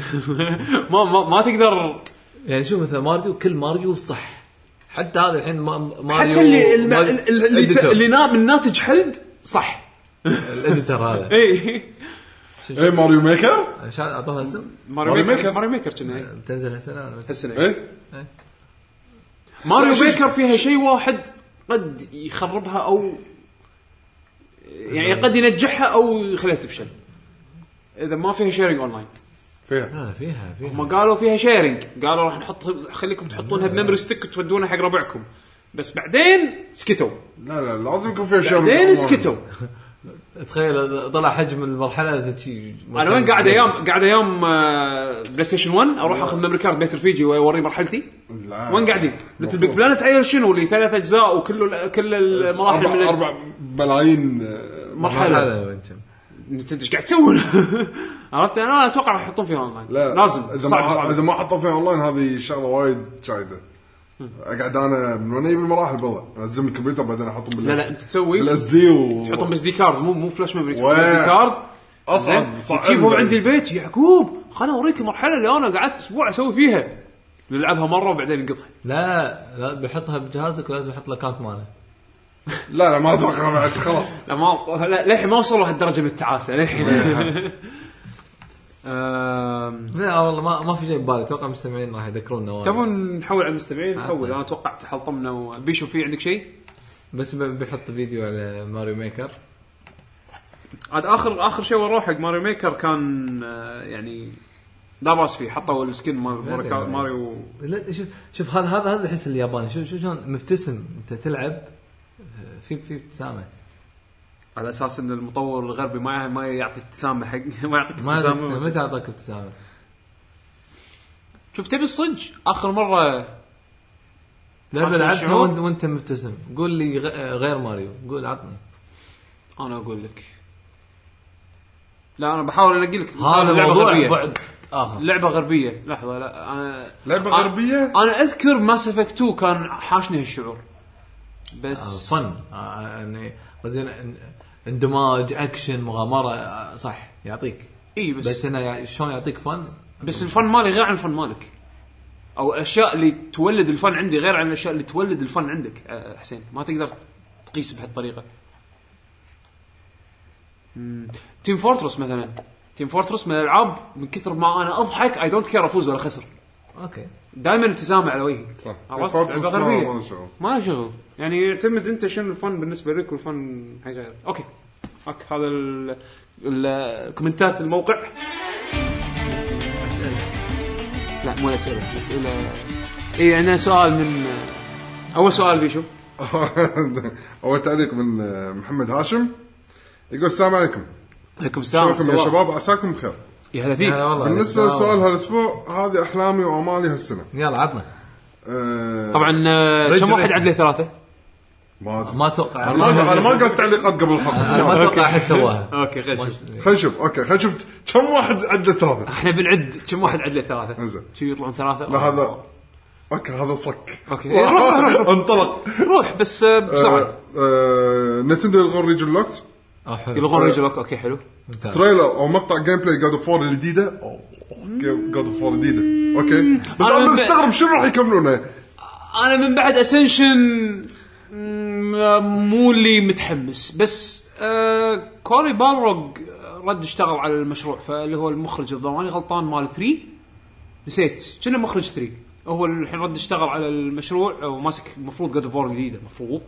Speaker 1: ما ما, ما تقدر
Speaker 4: يعني شوف مثلا ماريو كل ماريو صح حتى هذا الحين ما- ماريو
Speaker 1: حتى اللي الم-
Speaker 4: ماريو-
Speaker 1: اللي اللي,
Speaker 4: الإديتور.
Speaker 1: اللي نا- من ناتج حلب صح
Speaker 4: الاديتر هذا
Speaker 1: اي
Speaker 2: ايه ماريو ميكر
Speaker 4: عشان اعطوها اسم
Speaker 1: ماريو
Speaker 2: ميكر.
Speaker 1: ميكر ماريو ميكر كنا إيه.
Speaker 4: بتنزل هالسنه ولا
Speaker 1: هالسنه إيه.
Speaker 2: ايه
Speaker 1: ماريو
Speaker 2: شو-
Speaker 1: ميكر فيها شيء واحد قد يخربها او يعني قد ينجحها او يخليها تفشل اذا ما فيها شيرنج اونلاين
Speaker 2: فيها
Speaker 4: لا لا، فيها فيها
Speaker 1: هم قالوا فيها شيرنج قالوا راح نحط خليكم تحطونها بميموري ستيك وتودونها حق ربعكم بس بعدين سكتوا
Speaker 2: لا لا لازم يكون فيها شيء
Speaker 1: بعدين سكتوا
Speaker 4: تخيل طلع حجم المرحله شي
Speaker 1: انا وين قاعد ايام قاعد ايام آه، بلاي ستيشن 1 اروح اخذ ميموري كارد بيت رفيجي واوريه مرحلتي
Speaker 2: لا.
Speaker 1: وين قاعدين؟ ليتل بيج
Speaker 2: آه، مفروض. آه،
Speaker 1: بلانت عيل شنو اللي ثلاث اجزاء وكل كل المراحل
Speaker 2: اربع
Speaker 1: من
Speaker 2: اربع ملايين آه،
Speaker 1: مرحله
Speaker 4: مرحله وين كم
Speaker 1: نتندو ايش قاعد تسوون؟ عرفت انا اتوقع راح يحطون فيها اونلاين
Speaker 2: لا
Speaker 1: لازم
Speaker 2: اذا
Speaker 1: صعب
Speaker 2: ما اذا
Speaker 1: صعب
Speaker 2: ما حطوا فيها اونلاين هذه شغله وايد شايده اقعد انا من وين اجيب المراحل بالله لازم الكمبيوتر بعدين احطهم
Speaker 1: لا
Speaker 2: بال
Speaker 1: لا انت تسوي
Speaker 2: بالاس دي و
Speaker 1: تحطهم بس دي كارد مو مو فلاش ميموري تحطهم
Speaker 2: وين؟
Speaker 1: بس دي كارد
Speaker 2: اصعب
Speaker 1: زين؟
Speaker 2: صعب
Speaker 1: وتجيبهم عندي البيت يعقوب خل اوريك المرحله اللي انا قعدت اسبوع اسوي فيها نلعبها مره وبعدين نقطها
Speaker 4: لا لا بحطها بجهازك ولازم احط الاكونت ماله
Speaker 2: لا لا ما اتوقع بعد خلاص
Speaker 1: لا ما لا- للحين ما وصلوا هالدرجه من التعاسه للحين آم،
Speaker 3: لا والله ما ما في شيء ببالي اتوقع المستمعين راح يذكرونا وايد.
Speaker 1: تبون نحول على المستمعين
Speaker 3: آه، طيب.
Speaker 1: نحول انا توقعت حلطمنا وبيشو في عندك شيء؟
Speaker 3: بس ب- بحط فيديو على ماريو ميكر
Speaker 1: عاد اخر اخر شيء وراح حق ماريو ميكر كان آه، يعني لا باس فيه حطوا السكن مال ماريو- ماريو
Speaker 3: يعني. لا شوف شوف هذا هذا هذا الحس الياباني شوف شوف شلون مبتسم انت تلعب آه، في في ابتسامه
Speaker 1: على اساس ان المطور الغربي ما ما يعطي ابتسامه حق ما يعطيك
Speaker 3: ما أدري
Speaker 1: ابتسامه
Speaker 3: متى اعطاك ابتسامه
Speaker 1: شوف تبي الصج اخر مره
Speaker 3: لعبه
Speaker 1: عشان
Speaker 3: لعبتها
Speaker 1: الشعور؟
Speaker 3: وانت, وانت مبتسم قول لي غ- آه، غير ماريو قول عطني
Speaker 1: انا اقول لك لا انا بحاول انقي لك
Speaker 3: هذا
Speaker 1: لعبة
Speaker 3: موضوع
Speaker 1: غربية.
Speaker 3: بعد اخر
Speaker 1: لعبه غربيه لحظه لا انا
Speaker 2: لعبة
Speaker 1: أنا-
Speaker 2: غربية؟
Speaker 1: انا اذكر ماس افكت 2 كان حاشني هالشعور بس
Speaker 3: آه، فن يعني زين اندماج اكشن مغامره آه، صح يعطيك
Speaker 1: اي
Speaker 3: بس, بس
Speaker 1: بس
Speaker 3: انه يع- شلون يعطيك فن
Speaker 1: بس الفن مالي غير عن الفن مالك او الاشياء اللي تولد الفن عندي غير عن الاشياء اللي تولد الفن عندك أه، حسين ما تقدر تقيس بهالطريقه مم. تيم فورترس مثلا تيم فورترس من الالعاب من كثر ما انا اضحك اي دونت كير افوز ولا خسر
Speaker 3: اوكي
Speaker 1: دائما ابتسامه على وجهي
Speaker 2: صح
Speaker 1: عرفت؟
Speaker 2: فورترس
Speaker 1: لعبة
Speaker 2: ما-
Speaker 1: غربية.
Speaker 2: ما شعور.
Speaker 1: ما له شغل يعني يعتمد انت شنو الفن بالنسبه لك والفن حق غيرك اوكي اوكي هذا ال- ال- الكومنتات الموقع اسئله لا مو اسئله اسئله اي عندنا سؤال من اول سؤال بيشو
Speaker 2: اول تعليق من آه، محمد هاشم يقول السلام عليكم
Speaker 1: عليكم
Speaker 2: شلونكم يا
Speaker 1: آه، صباح.
Speaker 2: شباب عساكم بخير
Speaker 1: يا هلا فيك
Speaker 3: هلا والله
Speaker 2: بالنسبه
Speaker 3: يلا.
Speaker 2: لسؤال هالاسبوع هذه احلامي وامالي هالسنه
Speaker 3: يلا عطنا
Speaker 2: آه،
Speaker 1: طبعا آه،
Speaker 3: رجل
Speaker 1: كم واحد
Speaker 3: اسمه.
Speaker 1: عدله ثلاثه؟
Speaker 2: ما أدري.
Speaker 3: ما اتوقع
Speaker 2: انا ما انا ما قرأت تعليقات قبل الحلقه
Speaker 3: انا ما اتوقع احد سواها
Speaker 1: اوكي
Speaker 3: ما
Speaker 1: غش
Speaker 3: ش-
Speaker 2: خلينا نشوف اوكي خلينا نشوف كم واحد عدى ثلاثه
Speaker 1: احنا بنعد كم واحد عدله ثلاثه؟
Speaker 2: انزين.
Speaker 1: شو يطلعون ثلاثه؟
Speaker 2: لا هذا اوكي هذا صك
Speaker 1: اوكي إيه، روح روح روح.
Speaker 2: انطلق
Speaker 1: روح بس آه، بسرعه
Speaker 2: آه، آه، نتندو يلغون ريجن لوكت
Speaker 3: آه، حلو
Speaker 1: يلغون رجلك اوكي حلو
Speaker 3: ممتاز.
Speaker 2: تريلر او مقطع جيم بلاي جاد اوف 4 الجديده جاد اوف 4 الجديده اوكي بس
Speaker 1: أنا
Speaker 2: انا
Speaker 1: ب-
Speaker 2: مستغرب شنو راح يكملونه
Speaker 1: انا من بعد اسنشن مو اللي متحمس بس آه كوري بالروج رد اشتغل على المشروع فاللي هو المخرج اذا ماني غلطان مال 3 نسيت كنا مخرج 3 هو الحين رد اشتغل على المشروع وماسك المفروض جاد فور جديده المفروض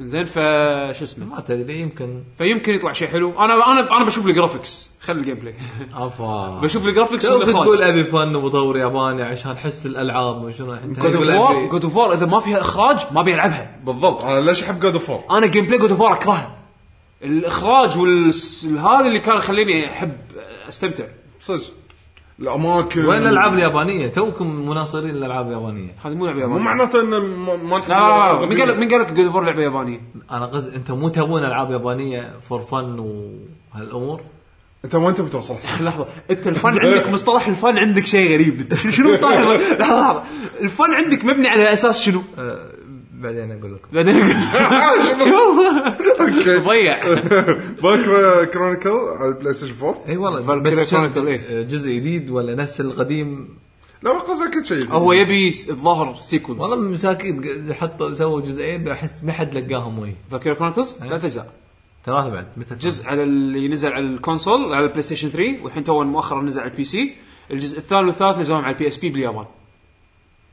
Speaker 1: زين ف شو اسمه
Speaker 3: ما تدري يمكن
Speaker 1: فيمكن يطلع شيء حلو انا انا انا بشوف الجرافكس خلي الجيم بلاي
Speaker 3: افا
Speaker 1: بشوف الجرافكس
Speaker 3: تو تقول
Speaker 1: والاخراج
Speaker 3: ابي فن ومطور ياباني عشان حس الالعاب وشنو انت
Speaker 1: جود اوف
Speaker 3: تقول
Speaker 1: وور
Speaker 3: ابي
Speaker 1: جود اوف وور اذا ما فيها اخراج ما بيلعبها
Speaker 2: بالضبط انا ليش احب جاد اوف 4
Speaker 1: انا جيم بلاي جود اوف وور اكرهه الاخراج والهذا اللي كان خليني احب استمتع
Speaker 2: صدق الاماكن
Speaker 3: وين الالعاب اليابانيه توكم مناصرين للالعاب اليابانيه
Speaker 1: هذا مو لعبه
Speaker 2: مو
Speaker 1: يابانيه
Speaker 2: معناته ان ما- ما نحب
Speaker 1: لا لا لا
Speaker 2: الألعاب
Speaker 1: من قال من قال لك جود اوف وور لعبه يابانيه
Speaker 3: انا قصدي انت مو تبون العاب يابانيه فور فن وهالامور
Speaker 2: انت وين تبي توصل أحسن؟
Speaker 1: لحظه انت الفن عندك مصطلح الفن عندك شيء غريب انت شنو- شنو مصطلح الفن؟ لحظه لحظه الفن عندك مبني على اساس شنو؟
Speaker 3: أه بعدين اقول لكم
Speaker 1: بعدين
Speaker 2: اوكي
Speaker 1: ضيع
Speaker 2: فالكرا كرونيكل على البلاي ستيشن 4
Speaker 3: اي والله
Speaker 1: Valkyrie
Speaker 3: بس
Speaker 1: Chronicle،
Speaker 3: شنو-
Speaker 1: إيه.
Speaker 3: آه، جزء جديد ولا نفس القديم
Speaker 2: لا ما قصدي اكيد شيء
Speaker 1: هو يبي س- الظاهر سيكونس
Speaker 3: والله مساكين ق- حطوا سووا جزئين احس ما حد لقاهم وي
Speaker 1: فالكير كرونيكلز ثلاث اجزاء
Speaker 3: ثلاثه بعد متى
Speaker 1: جزء على اللي نزل على الكونسول على البلاي ستيشن 3 والحين تو مؤخرا نزل على البي سي الجزء الثاني والثالث نزلهم على البي اس بي باليابان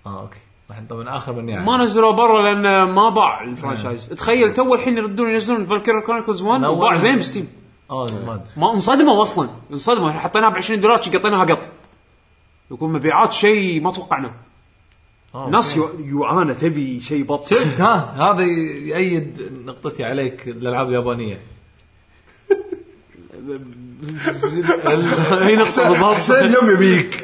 Speaker 3: اه اوكي الحين طبعا اخر من يعني
Speaker 1: ما نزلوه برا لان ما باع
Speaker 2: نعم.
Speaker 1: الفرانشايز تخيل تو الحين يردون ينزلون فالكير كرونيكلز 1
Speaker 3: لا
Speaker 1: وباع
Speaker 3: والله.
Speaker 1: زين بستيم
Speaker 3: اه ما ادري
Speaker 1: ما انصدموا اصلا انصدموا إحنا حطيناها ب 20 دولار شي قطيناها قط يكون مبيعات شيء ما توقعناه
Speaker 3: آه،
Speaker 1: ناس
Speaker 3: أوكي.
Speaker 1: يو- يوعانه تبي شيء بط
Speaker 3: شفت ها هذا يأيد نقطتي عليك الالعاب اليابانيه
Speaker 1: اي نقطه بالضبط
Speaker 2: حسين يم يبيك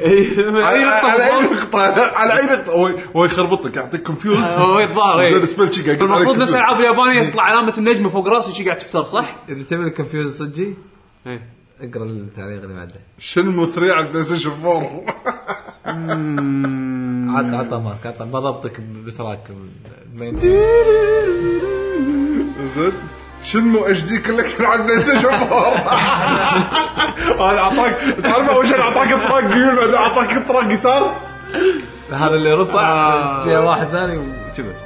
Speaker 1: اي
Speaker 2: على
Speaker 1: نقطه
Speaker 2: على
Speaker 1: بالضبط
Speaker 2: اي نقطه على اي نقطه هو- هو يخربطك يعطيك كونفيوز
Speaker 1: هو الظاهر إي.
Speaker 2: زي السبيل شيك
Speaker 1: المفروض نفس الالعاب
Speaker 2: إيه.
Speaker 1: اليابانيه تطلع علامه النجمه فوق راسي شي قاعد تفتر صح؟ إيه.
Speaker 3: اذا تبي الكونفيوز صجي
Speaker 2: إيه.
Speaker 1: إي.
Speaker 3: اقرا التعليق اللي بعده
Speaker 2: شنمو 3 على البلاي ستيشن 4
Speaker 3: عط عطى مارك عطى بضبطك بتراك المين.
Speaker 2: زين شنمو اتش دي كلك على البلاي ستيشن 4 هذا اعطاك تعرف اول شيء اعطاك طرق يمين بعدين اعطاك طرق يسار
Speaker 3: آه. هذا اللي رفع في واحد ثاني وشبس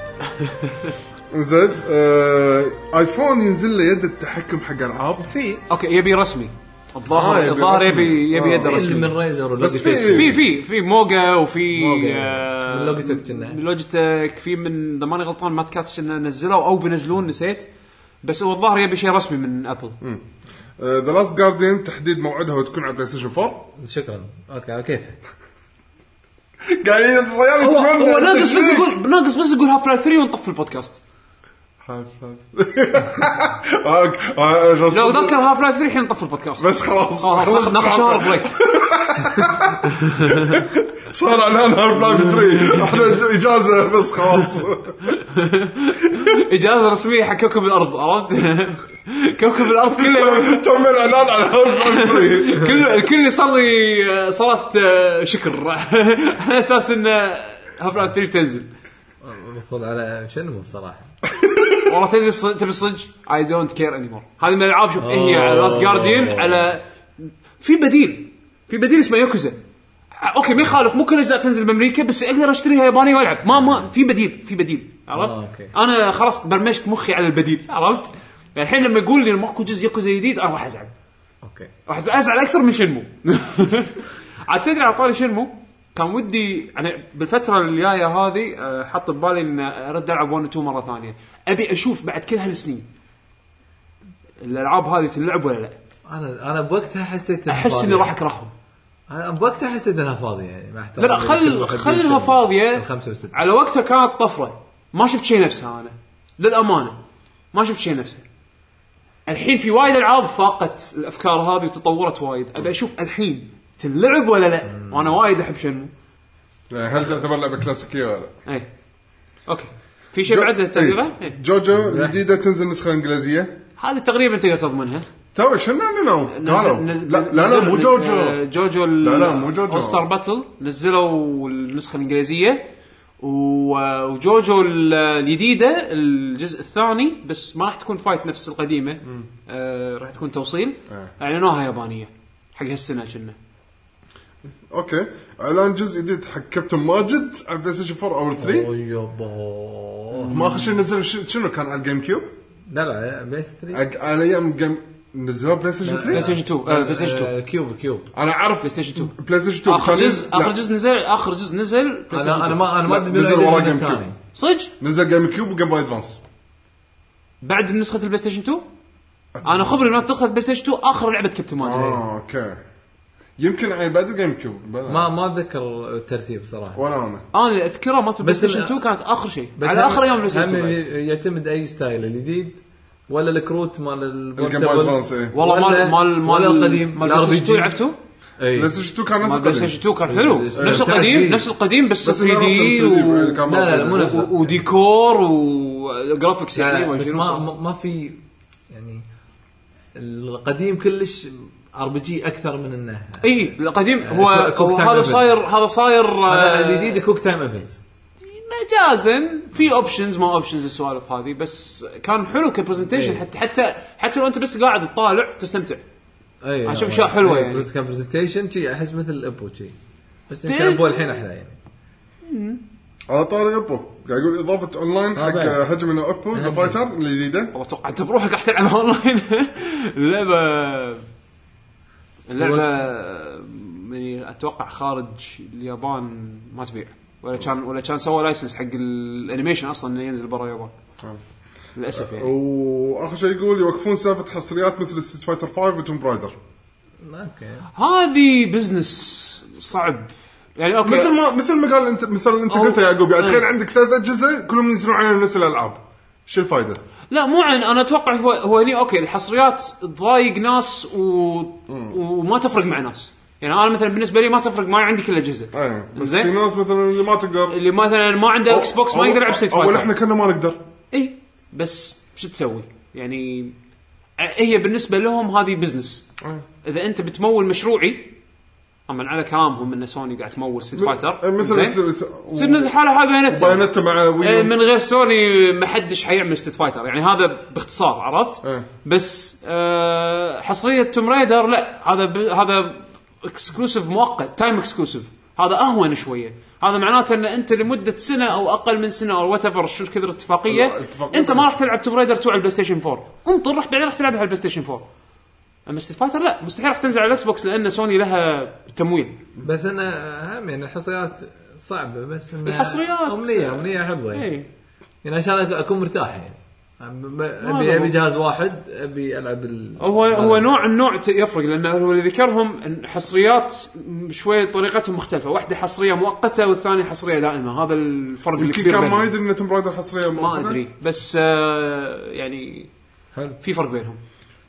Speaker 2: زين آه ايفون ينزل له يد التحكم حق العاب
Speaker 3: في
Speaker 1: اوكي يبي رسمي الظاهر
Speaker 2: آه، يبي
Speaker 1: الظاهر
Speaker 2: رسمي.
Speaker 1: يبي يبي
Speaker 2: آه.
Speaker 1: يد
Speaker 3: في
Speaker 1: رسمي
Speaker 3: من ريزر
Speaker 2: بس
Speaker 3: ولوجيتك
Speaker 1: في في في موجا وفي
Speaker 3: موجا.
Speaker 1: آه،
Speaker 3: من لوجيتك كنا.
Speaker 1: من لوجيتك في من اذا ماني غلطان مات كاتش انه نزلوا او بينزلون نسيت بس هو الظاهر يبي شيء رسمي من ابل
Speaker 2: ذا لاست جارديان تحديد موعدها وتكون على بلاي ستيشن 4
Speaker 3: شكرا اوكي كيف
Speaker 2: قاعدين الرجال
Speaker 1: هو
Speaker 2: يتمنى
Speaker 1: هو ناقص بس
Speaker 2: التشريك.
Speaker 1: يقول ناقص بس يقول هاف لايف 3 ونطفي البودكاست
Speaker 2: حاش حاش آه، أوكي. آه،
Speaker 1: لو نذكر هاف لايف 3 الحين نطفي البودكاست
Speaker 2: بس خلاص
Speaker 1: آه، خلاص ناخذ شهر بريك
Speaker 2: صار اعلان هارد لايف 3 احنا اجازه بس خلاص
Speaker 1: اجازه رسميه حق كوكب الارض عرفت؟ كوكب الارض كله
Speaker 2: تم الاعلان على هارد لايف 3
Speaker 1: كل الكل يصلي صلاه آه، شكر على اساس انه هاف لايف 3 تنزل
Speaker 3: المفروض على شنو صراحه
Speaker 1: والله تبي ص- تبي صدق اي دونت كير اني مور هذه من الالعاب شوف إيه هي على لاست جارديان على في بديل في بديل اسمه يوكوزا اوكي ما يخالف مو كل الاجزاء تنزل بامريكا بس اقدر اشتريها ياباني والعب ما ما في بديل في بديل عرفت؟
Speaker 3: آه، أوكي.
Speaker 1: انا خلاص برمجت مخي على البديل عرفت؟ الحين لما يقول لي ماكو جزء يوكوزا جديد انا راح ازعل
Speaker 3: اوكي
Speaker 1: راح ازعل اكثر من شنمو عاد تدري على طاري شنمو كان ودي انا بالفتره الجايه هذه آه، حط ببالي ان ارد العب 1 و 2 مره ثانيه ابي اشوف بعد كل هالسنين الالعاب هذه تنلعب ولا لا
Speaker 3: انا انا بوقتها حسيت إنها
Speaker 1: احس اني
Speaker 3: فاضية.
Speaker 1: راح اكرههم
Speaker 3: انا بوقتها حسيت انها فاضيه يعني مع
Speaker 1: لا لا
Speaker 3: احترامي لكل
Speaker 1: خل
Speaker 3: واحد
Speaker 1: خلها
Speaker 3: يوصل
Speaker 1: فاضيه
Speaker 3: الخمسه وسته
Speaker 1: على وقتها كانت طفره ما شفت شيء نفسها انا للامانه ما شفت شيء نفسها الحين في وايد العاب فاقت الافكار هذه وتطورت وايد ابي اشوف الحين تنلعب ولا لا وانا وايد احب شنمو
Speaker 2: هل تعتبر لعبه كلاسيكيه ولا لا؟
Speaker 1: اي اوكي إيه. في شيء بعد تقريبا
Speaker 2: إيه. جوجو الجديده تنزل نسخه انجليزيه
Speaker 1: هذه تقريبا تقدر تضمنها
Speaker 2: تو شنو يعني اعلنوا؟
Speaker 1: نزل-
Speaker 2: قالوا
Speaker 1: نزل-
Speaker 2: لا لا لا مو
Speaker 1: نزل- آه،
Speaker 2: جوجو
Speaker 1: جوجو
Speaker 2: لا لا، مو جوجو.
Speaker 1: ستار باتل نزلوا النسخه الانجليزيه و- وجوجو ال- الجديده الجزء الثاني بس ما راح تكون فايت نفس القديمه آه راح تكون توصيل
Speaker 2: آه. إيه.
Speaker 1: اعلنوها يابانيه حق هالسنه كنا
Speaker 2: اوكي اعلان جزء جديد حق كابتن ماجد على بلاي ستيشن 4 او 3
Speaker 3: يابا
Speaker 2: ما اخر شيء نزل ش- شنو كان على الجيم كيوب؟
Speaker 3: لا لا بيس 3
Speaker 2: أق- على ايام جيم نزلوه بلاي ستيشن
Speaker 1: بلاي
Speaker 2: 3
Speaker 1: ستيشن 2 آه، بلاي ستيشن
Speaker 2: إيه.
Speaker 1: 2
Speaker 3: آه، كيوب كيوب
Speaker 2: انا اعرف
Speaker 1: بلاي ستيشن 2
Speaker 2: بلاي ستيشن 2
Speaker 1: اخر
Speaker 2: كان-
Speaker 1: جزء اخر
Speaker 2: طيب، لا،
Speaker 1: جزء نزل اخر جزء نزل بلاي ستيشن
Speaker 3: انا انا
Speaker 1: 2
Speaker 3: ما انا ما
Speaker 2: لا،
Speaker 3: ادري
Speaker 2: نزل
Speaker 3: بالعيد
Speaker 2: ورا
Speaker 3: من
Speaker 2: جيم كيوب.
Speaker 3: الثاني.
Speaker 1: صدق
Speaker 2: نزل جيم كيوب وجيم بوي ادفانس
Speaker 1: بعد نسخه البلاي ستيشن 2
Speaker 2: أه.
Speaker 1: انا خبري من نسخه البلاي ستيشن 2 اخر لعبه كابتن ماجد
Speaker 2: اه اوكي يمكن يعني بعد الجيم كيوب بلا.
Speaker 3: ما ما اتذكر الترتيب صراحه
Speaker 2: ولا انا
Speaker 1: انا اللي اذكرها مالت البلاي
Speaker 3: بس ال-
Speaker 1: ستيشن 2 كانت اخر شيء
Speaker 3: بس
Speaker 1: على
Speaker 3: هم-
Speaker 1: اخر ايام البلاي
Speaker 3: هم
Speaker 1: ستيشن 2
Speaker 3: يعتمد اي ستايل الجديد ولا الكروت مال
Speaker 2: الجيم بوي ادفانس
Speaker 3: البورتبل
Speaker 2: إيه.
Speaker 1: والله
Speaker 3: ولا-
Speaker 1: مال مال مال
Speaker 3: ولا القديم،
Speaker 1: مال البلاي ستيشن 2
Speaker 3: ال RPG. إيه.
Speaker 1: لعبته
Speaker 3: اي
Speaker 2: بلاي ستيشن 2 كان
Speaker 1: مال
Speaker 2: نفس
Speaker 1: البلاي
Speaker 2: القديم
Speaker 1: ستيشن 2 كان حلو
Speaker 3: بس
Speaker 1: نفس
Speaker 3: لا،
Speaker 1: القديم
Speaker 3: 3D.
Speaker 1: نفس القديم بس
Speaker 2: بس إنه
Speaker 1: 3
Speaker 2: نفس
Speaker 1: دي
Speaker 2: 3D يعني كان
Speaker 3: لا، لا، مو
Speaker 2: موجود.
Speaker 3: نفس- و-
Speaker 1: وديكور وجرافكس
Speaker 3: لا،
Speaker 1: يعني
Speaker 3: لا، بس
Speaker 1: وشنو.
Speaker 3: ما ما- ما في يعني القديم كلش ار بي جي اكثر من انه
Speaker 1: اي إيه، القديم هو
Speaker 3: كوك- كوك
Speaker 1: هو
Speaker 3: تايم
Speaker 1: هذا
Speaker 3: إيفنت.
Speaker 1: صاير هذا صاير آه،
Speaker 3: هذا الجديد كوك تايم ايفنت
Speaker 1: مجازا في اوبشنز ما اوبشنز السوالف هذه بس كان حلو كبرزنتيشن
Speaker 3: إيه.
Speaker 1: حتى حتى حتى لو انت بس قاعد تطالع تستمتع
Speaker 3: اي
Speaker 1: أشوف أشياء حلوة يعني.
Speaker 3: كان برزنتيشن إيه، شي احس مثل الابو شي بس يمكن
Speaker 1: تعرف-
Speaker 3: ابو الحين احلى يعني
Speaker 2: على طاري ابو قاعد يقول اضافه اونلاين
Speaker 3: آه، بعد.
Speaker 2: حق هجم من ابو ذا فايتر الجديده
Speaker 1: والله توقع انت بروحك راح تلعب اونلاين اللعبه اللعبه يعني اتوقع خارج اليابان ما تبيع ولا كان ولا كان سوى لايسنس حق الانيميشن اصلا انه ينزل برا اليابان للاسف يعني
Speaker 2: واخر شيء يقول يوقفون سالفه حصريات مثل ستيت فايتر 5 وتوم برايدر
Speaker 3: اوكي
Speaker 1: هذه بزنس صعب يعني اوكي
Speaker 2: مثل ما مثل ما قال انت مثل انت
Speaker 1: أو-
Speaker 2: قلته يا يعقوب يعني تخيل
Speaker 1: أي.
Speaker 2: عندك ثلاث اجهزه كلهم ينزلون عليهم نفس الالعاب شو الفائده؟
Speaker 1: لا مو عن انا اتوقع هو هو هني اوكي الحصريات تضايق ناس و... وما تفرق مع ناس يعني انا مثلا بالنسبه لي ما تفرق معي عندي كل الاجهزه
Speaker 2: اي إيه، بس
Speaker 1: زين.
Speaker 2: في ناس مثلا اللي ما تقدر
Speaker 1: اللي مثلا ما عنده اكس بوكس ما
Speaker 2: أول-
Speaker 1: يقدر يلعب ستريت
Speaker 2: اول
Speaker 1: فايتر
Speaker 2: احنا كنا ما نقدر
Speaker 1: اي بس شو تسوي؟ يعني ع- هي بالنسبه لهم هذه بزنس
Speaker 2: آه.
Speaker 1: اذا انت بتمول مشروعي طبعا على كلامهم ان سوني قاعد تمول ستريت فايتر
Speaker 2: مثل
Speaker 1: زين؟
Speaker 2: س- و-
Speaker 1: تصير نزل حاله حال بيانته
Speaker 2: بايونيتا مع
Speaker 1: إيه،
Speaker 2: ويو
Speaker 1: من غير سوني ما حدش حيعمل ستيت فايتر يعني هذا باختصار عرفت؟
Speaker 2: إيه.
Speaker 1: بس آه حصريه توم رايدر لا هذا ب... هذا اكسكلوسيف مؤقت تايم اكسكلوسيف هذا اهون شويه هذا معناته ان انت لمده سنه او اقل من سنه او وات ايفر شو كثر الاتفاقيه
Speaker 2: لا، الاتفاقية
Speaker 1: انت ما راح تلعب توم رايدر 2 على البلاي ستيشن 4 انطر راح بعدين راح تلعبها على البلاي ستيشن 4 اما ستيت فايتر لا مستحيل راح تنزل على الاكس بوكس لان سوني لها تمويل
Speaker 4: بس انا هم يعني الحصريات صعبه بس إنه
Speaker 1: الحصريات. إيه.
Speaker 4: امنيه امنيه حلوه يعني
Speaker 1: اي
Speaker 4: يعني عشان أك- اكون مرتاح يعني أب- ابي
Speaker 1: هذا
Speaker 4: ابي
Speaker 1: هو.
Speaker 4: جهاز واحد ابي العب ال...
Speaker 1: هو هو
Speaker 3: آه.
Speaker 1: نوع النوع ت- يفرق لان هو اللي ذكرهم إن حصريات م- شويه طريقتهم مختلفه واحده حصريه مؤقته والثانيه حصريه دائمه هذا الفرق
Speaker 2: يمكن
Speaker 1: الكبير
Speaker 2: كان
Speaker 1: بينهم.
Speaker 2: ما يدري ان توم رايدر حصريه
Speaker 1: ما
Speaker 2: موجودة.
Speaker 1: ادري بس آه يعني
Speaker 4: حلو.
Speaker 1: في فرق بينهم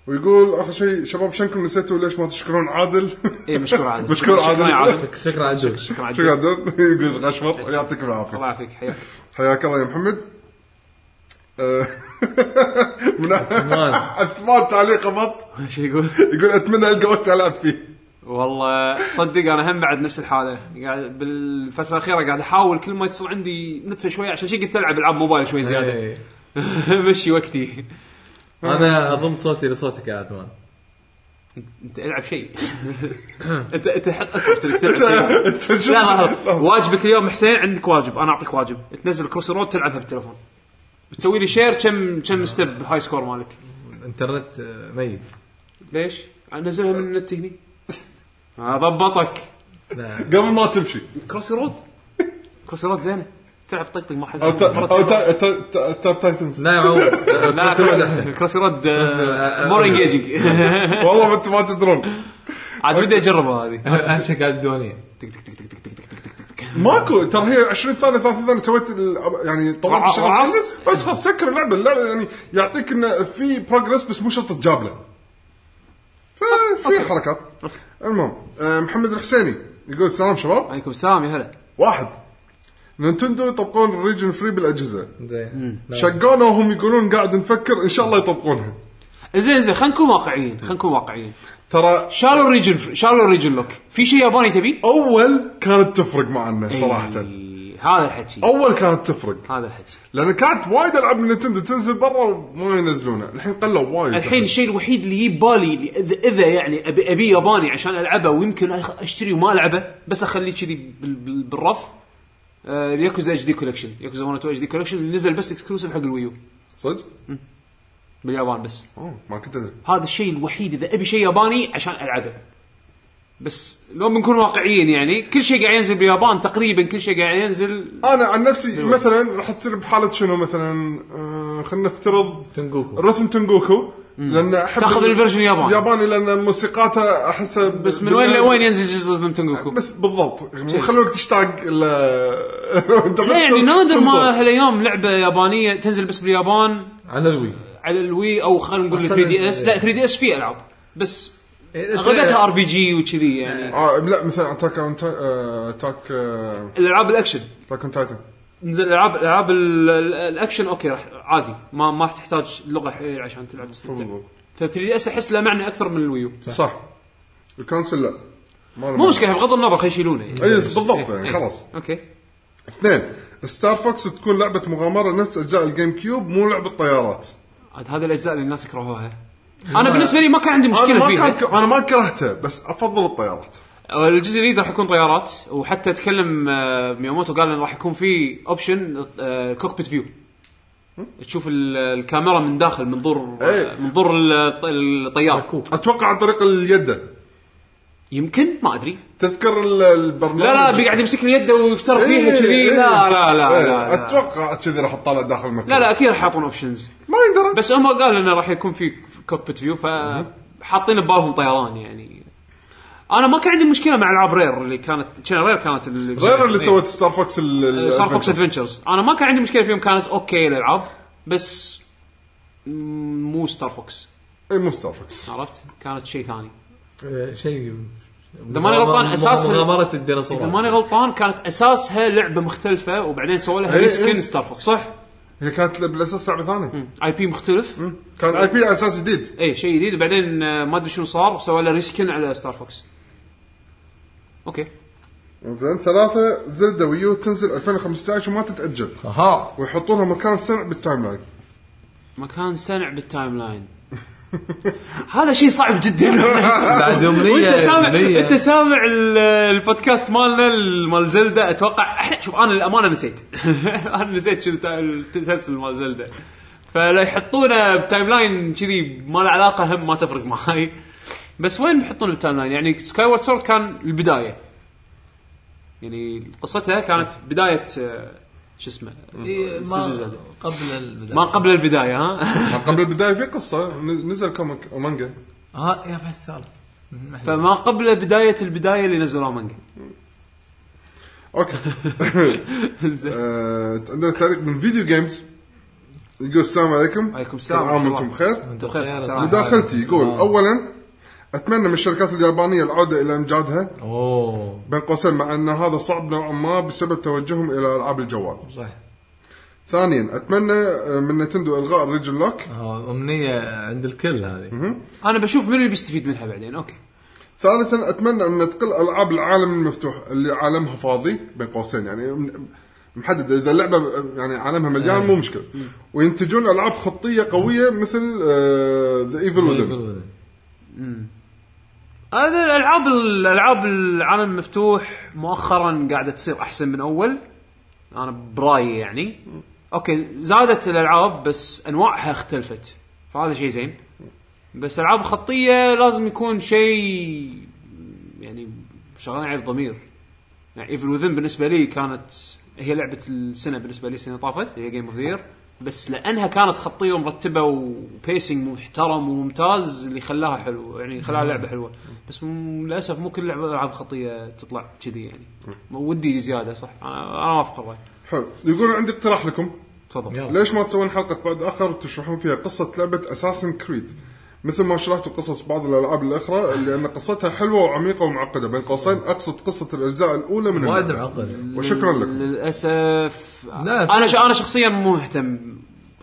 Speaker 2: ويقول اخر شيء شباب شنكم نسيتوا ليش ما تشكرون عادل
Speaker 1: اي إيه، مشكور عادل
Speaker 2: مشكور
Speaker 1: شكراً
Speaker 2: عادل.
Speaker 1: يا
Speaker 4: شك- شكرا عدو
Speaker 1: شكرا
Speaker 2: شو
Speaker 1: عادل
Speaker 2: قاعد يقول غشمر يعطيكم العافيه
Speaker 1: الله يعافيك حياك
Speaker 2: حياك الله يا محمد آه، من
Speaker 4: عثمان.
Speaker 2: عثمان تعليقه بط
Speaker 1: شو يقول؟
Speaker 2: يقول اتمنى القى وقت العب فيه
Speaker 1: والله صدق انا هم بعد نفس الحاله قاعد بالفتره الاخيره قاعد احاول كل ما يصير عندي نتفه شويه عشان شي قلت العب العاب موبايل شوي زياده
Speaker 4: إيه.
Speaker 1: مشي وقتي آه.
Speaker 4: انا اضم صوتي لصوتك يا عدوان
Speaker 1: انت العب شيء انت انت حط افورت انك تلعب شيء.
Speaker 2: انت شو
Speaker 1: لا لا واجبك اليوم حسين عندك واجب انا اعطيك واجب تنزل كروس رود تلعبها بالتليفون بتسوي لي شير كم كم ستيب هاي سكور مالك
Speaker 4: الانترنت آه، ميت
Speaker 1: ليش؟ نزلها من النت هني آه، ضبطك
Speaker 4: لا
Speaker 2: قبل ما تمشي
Speaker 1: كروسي رود كروسي رود زينه تلعب طقطق مع حد
Speaker 2: او تا- او تا- تا- تا- تاب تايتنز
Speaker 4: لا يا معود آه،
Speaker 1: لا
Speaker 4: كروس رود احسن
Speaker 1: لا كروسي رود
Speaker 4: آه،
Speaker 1: مور
Speaker 4: آه.
Speaker 1: انجيجنج
Speaker 2: والله ما انتم ما تدرون
Speaker 1: عاد بدي اجربها هذه
Speaker 4: اهم شيء قاعد الديوانيه
Speaker 1: تك تك تك تك تك تك تك تك تك
Speaker 2: ماكو ترى هي 20 ثانيه 30 ثانيه سويت ال- يعني طورت
Speaker 1: وع-
Speaker 2: الشغله
Speaker 1: وعص.
Speaker 2: بس خلاص سكر اللعبه اللعبه يعني يعطيك انه في بروجرس بس مو شرط تجاب له ففي حركات المهم آه، محمد الحسيني يقول السلام شباب
Speaker 1: عليكم السلام يا هلا
Speaker 2: واحد نينتندو يطبقون الريجن فري بالاجهزه
Speaker 4: زين
Speaker 1: نعم.
Speaker 2: شقونا وهم يقولون قاعد نفكر ان شاء الله يطبقونها
Speaker 1: زين زين خلينا نكون واقعيين خلينا نكون واقعيين
Speaker 2: ترى
Speaker 1: شالوا الريجن شالوا الريجن لوك في شيء ياباني تبي؟
Speaker 2: اول كانت تفرق معنا
Speaker 1: إيه.
Speaker 2: صراحه
Speaker 1: إي، هذا الحكي
Speaker 2: اول كانت تفرق
Speaker 1: هذا الحكي
Speaker 2: لان كانت وايد العاب من نينتندو تنزل برا وما ينزلونها الحين قلوا وايد
Speaker 1: الحين الشيء الوحيد اللي يجي بالي اللي اذا اذا يعني ابي ابي ياباني عشان العبه ويمكن أخ- اشتري وما العبه بس اخليه كذي بال- بال- بالرف آه، ياكوزا اتش دي كولكشن ياكوزا 1 2 اتش دي كولكشن اللي نزل بس اكسكلوسيف حق الويو
Speaker 2: صدق؟
Speaker 1: باليابان بس
Speaker 2: أوه، ما كنت ادري
Speaker 1: هذا الشيء الوحيد اذا ابي شيء ياباني عشان العبه بس لو بنكون واقعيين يعني كل شيء قاعد ينزل باليابان تقريبا كل شيء قاعد ينزل
Speaker 2: انا عن نفسي مثلا راح تصير بحاله شنو مثلا آه خلينا نفترض
Speaker 4: تنقوكو
Speaker 2: رسم تنجوكو لان احب
Speaker 1: تاخذ
Speaker 2: ال-
Speaker 1: الفيرجن الياباني.
Speaker 2: الياباني لان موسيقاته احسها
Speaker 1: بس من وين لوين ينزل جزء من تنجوكو؟
Speaker 2: بس بالضبط خلوك تشتاق ل انت بس
Speaker 1: لا يعني نادر
Speaker 2: تنظر.
Speaker 1: ما هالايام لعبه يابانيه تنزل بس باليابان
Speaker 4: على الوي
Speaker 1: على الوي او خلينا نقول 3
Speaker 4: أصلاً
Speaker 1: دي اس
Speaker 2: إيه.
Speaker 1: لا 3 دي اس في العاب بس
Speaker 4: إيه،
Speaker 1: اغلبيتها ار بي جي وكذي يعني
Speaker 2: آه لا مثلا اتاك اون اتاك آه،
Speaker 1: الالعاب الاكشن
Speaker 2: اتاك اون تايتن
Speaker 1: نزل العاب العاب ال- ال- الاكشن اوكي راح عادي ما ما راح تحتاج لغه حيل عشان تلعب تستمتع
Speaker 2: بالضبط.
Speaker 1: ف 3 دي اس احس له معنى اكثر من الويو
Speaker 2: صح الكونسل لا ما له
Speaker 1: مو
Speaker 2: معنى.
Speaker 1: مشكله بغض النظر خلينا يشيلونه يعني
Speaker 2: اي بالضبط يعني خلاص
Speaker 1: اوكي
Speaker 2: اثنين ستار فوكس تكون لعبه مغامره نفس اجزاء الجيم كيوب مو لعبه طيارات
Speaker 1: عاد هذه الاجزاء اللي الناس يكرهوها انا بالنسبه لي ما كان عندي
Speaker 2: انا
Speaker 1: مشكله
Speaker 2: ما كان
Speaker 1: فيها
Speaker 2: انا ما كرهته بس افضل الطيارات
Speaker 1: الجزء الجديد راح يكون طيارات وحتى تكلم آه، مياموتو قال انه راح يكون في اوبشن كوكبيت فيو تشوف ال- الكاميرا من داخل منظور
Speaker 2: إيه.
Speaker 1: منظور ال- الطيار
Speaker 2: اتوقع عن طريق اليد
Speaker 1: يمكن ما ادري
Speaker 2: تذكر ال- البرنامج
Speaker 1: لا لا بيقعد يمسك لي يده ويفتر فيها
Speaker 2: إيه،
Speaker 1: كذي
Speaker 2: إيه.
Speaker 1: لا لا لا
Speaker 2: إيه،
Speaker 1: لا لا.
Speaker 2: اتوقع كذي راح تطلع داخل المكان
Speaker 1: لا لا اكيد راح يعطون اوبشنز
Speaker 2: ما يندرى
Speaker 1: بس هم قالوا انه راح يكون في كوكبيت فيو فحاطين ببالهم طيران يعني انا ما كان عندي مشكله مع العاب رير اللي كانت كان رير كانت
Speaker 2: غير اللي سوت ستار فوكس ال- ال-
Speaker 1: ستار فوكس ادفنتشرز انا ما كان عندي مشكله فيهم كانت اوكي الالعاب بس مم، مو ستار فوكس
Speaker 2: إيه، مو ستار فوكس
Speaker 1: عرفت كانت شيء ثاني
Speaker 4: آه، شيء
Speaker 1: إذا ماني غلطان، أساس-
Speaker 4: مغامره
Speaker 1: اذا ماني
Speaker 4: الديناصورات
Speaker 1: غلطان كانت اساسها لعبه مختلفه وبعدين سووا لها
Speaker 2: إيه،
Speaker 1: ريسكن
Speaker 2: إيه.
Speaker 1: ستار فوكس
Speaker 2: صح هي كانت بالاساس لعبه ثانيه
Speaker 1: اي بي مختلف
Speaker 2: كان اي بي على اساس جديد
Speaker 1: اي شيء جديد وبعدين آه، ما ادري شنو صار سووا له ريسكن على ستار فوكس اوكي
Speaker 2: زين ثلاثه زلدا ويو تنزل 2015 وما تتاجل
Speaker 4: اها
Speaker 2: ويحطونها مكان سنع بالتايم لاين
Speaker 1: مكان سنع بالتايم لاين هذا شيء صعب جدا
Speaker 4: بعد
Speaker 1: وانت
Speaker 4: امنيه
Speaker 1: سامع انت
Speaker 4: امنيه
Speaker 1: سامع ال- البودكاست مالنا ال- مال زلدة اتوقع احنا شوف انا الامانه نسيت انا نسيت شنو تا- التسلسل مال زلدة فلا يحطونه بتايم لاين كذي ما له علاقه هم ما تفرق معاي بس وين بيحطون التايم لاين يعني سكاي وورد سورد كان البدايه يعني قصتها كانت بدايه آه، شو اسمه
Speaker 3: إيه،
Speaker 1: سلسلة
Speaker 3: ما
Speaker 1: زلدة.
Speaker 3: قبل البدايه
Speaker 1: ما قبل البدايه ها
Speaker 2: قبل البدايه في قصه ن- نزل كوميك ومانجا
Speaker 3: ها يا بس سالفه ما إحنا-
Speaker 1: فما قبل بدايه البدايه اللي نزلوها مانجا
Speaker 2: اوكي
Speaker 1: زين.
Speaker 2: آه، عندنا تعليق من فيديو جيمز يقول السلام عليكم
Speaker 1: عليكم السلام.
Speaker 2: كل عام وانتم بخير
Speaker 1: انتم بخير
Speaker 3: بخير،
Speaker 1: سلام.
Speaker 2: مداخلتي يقول اولا اتمنى من الشركات اليابانيه العوده الى امجادها
Speaker 3: اوه
Speaker 2: بين قوسين مع ان هذا صعب نوعا ما بسبب توجههم الى العاب الجوال
Speaker 3: صح
Speaker 2: ثانيا اتمنى آه، من نتندو الغاء الريجن لوك
Speaker 4: آه، امنيه عند الكل هذه
Speaker 1: انا بشوف منو اللي بيستفيد منها بعدين اوكي
Speaker 2: ثالثا اتمنى ان تقل العاب العالم المفتوح اللي عالمها فاضي بين قوسين يعني م- محدد اذا اللعبه يعني عالمها مليان مو مشكله وينتجون العاب خطيه قويه مثل آه، ذا ايفل وذن
Speaker 1: هذا الالعاب الالعاب العالم المفتوح مؤخرا قاعده تصير احسن من اول انا برايي يعني اوكي زادت الالعاب بس انواعها اختلفت فهذا شيء زين بس العاب خطيه لازم يكون شيء يعني شغالين عليه بضمير يعني ايفل وذن بالنسبه لي كانت هي لعبه السنه بالنسبه لي السنه طافت هي جيم اوف ذير بس لانها كانت خطيه ومرتبه وبيسنج محترم وممتاز اللي خلاها حلو يعني خلاها لعبه حلوه بس م- للاسف مو كل لعبه العاب خطيه تطلع كذي يعني ودي زياده صح انا انا وافق الراي
Speaker 2: حلو يقول عندي اقتراح لكم
Speaker 1: تفضل
Speaker 3: يلا.
Speaker 2: ليش ما تسوون حلقه بعد اخر وتشرحون فيها قصه لعبه اساسن كريد مثل ما شرحتوا قصص بعض الالعاب الاخرى لان قصتها حلوه وعميقه ومعقده بين قوسين اقصد قصه الاجزاء الاولى من
Speaker 4: وايد
Speaker 2: اللعبة.
Speaker 4: معقد
Speaker 2: وشكرا لكم
Speaker 1: للاسف
Speaker 3: لا، في-
Speaker 1: انا ش... انا شخصيا مو مهتم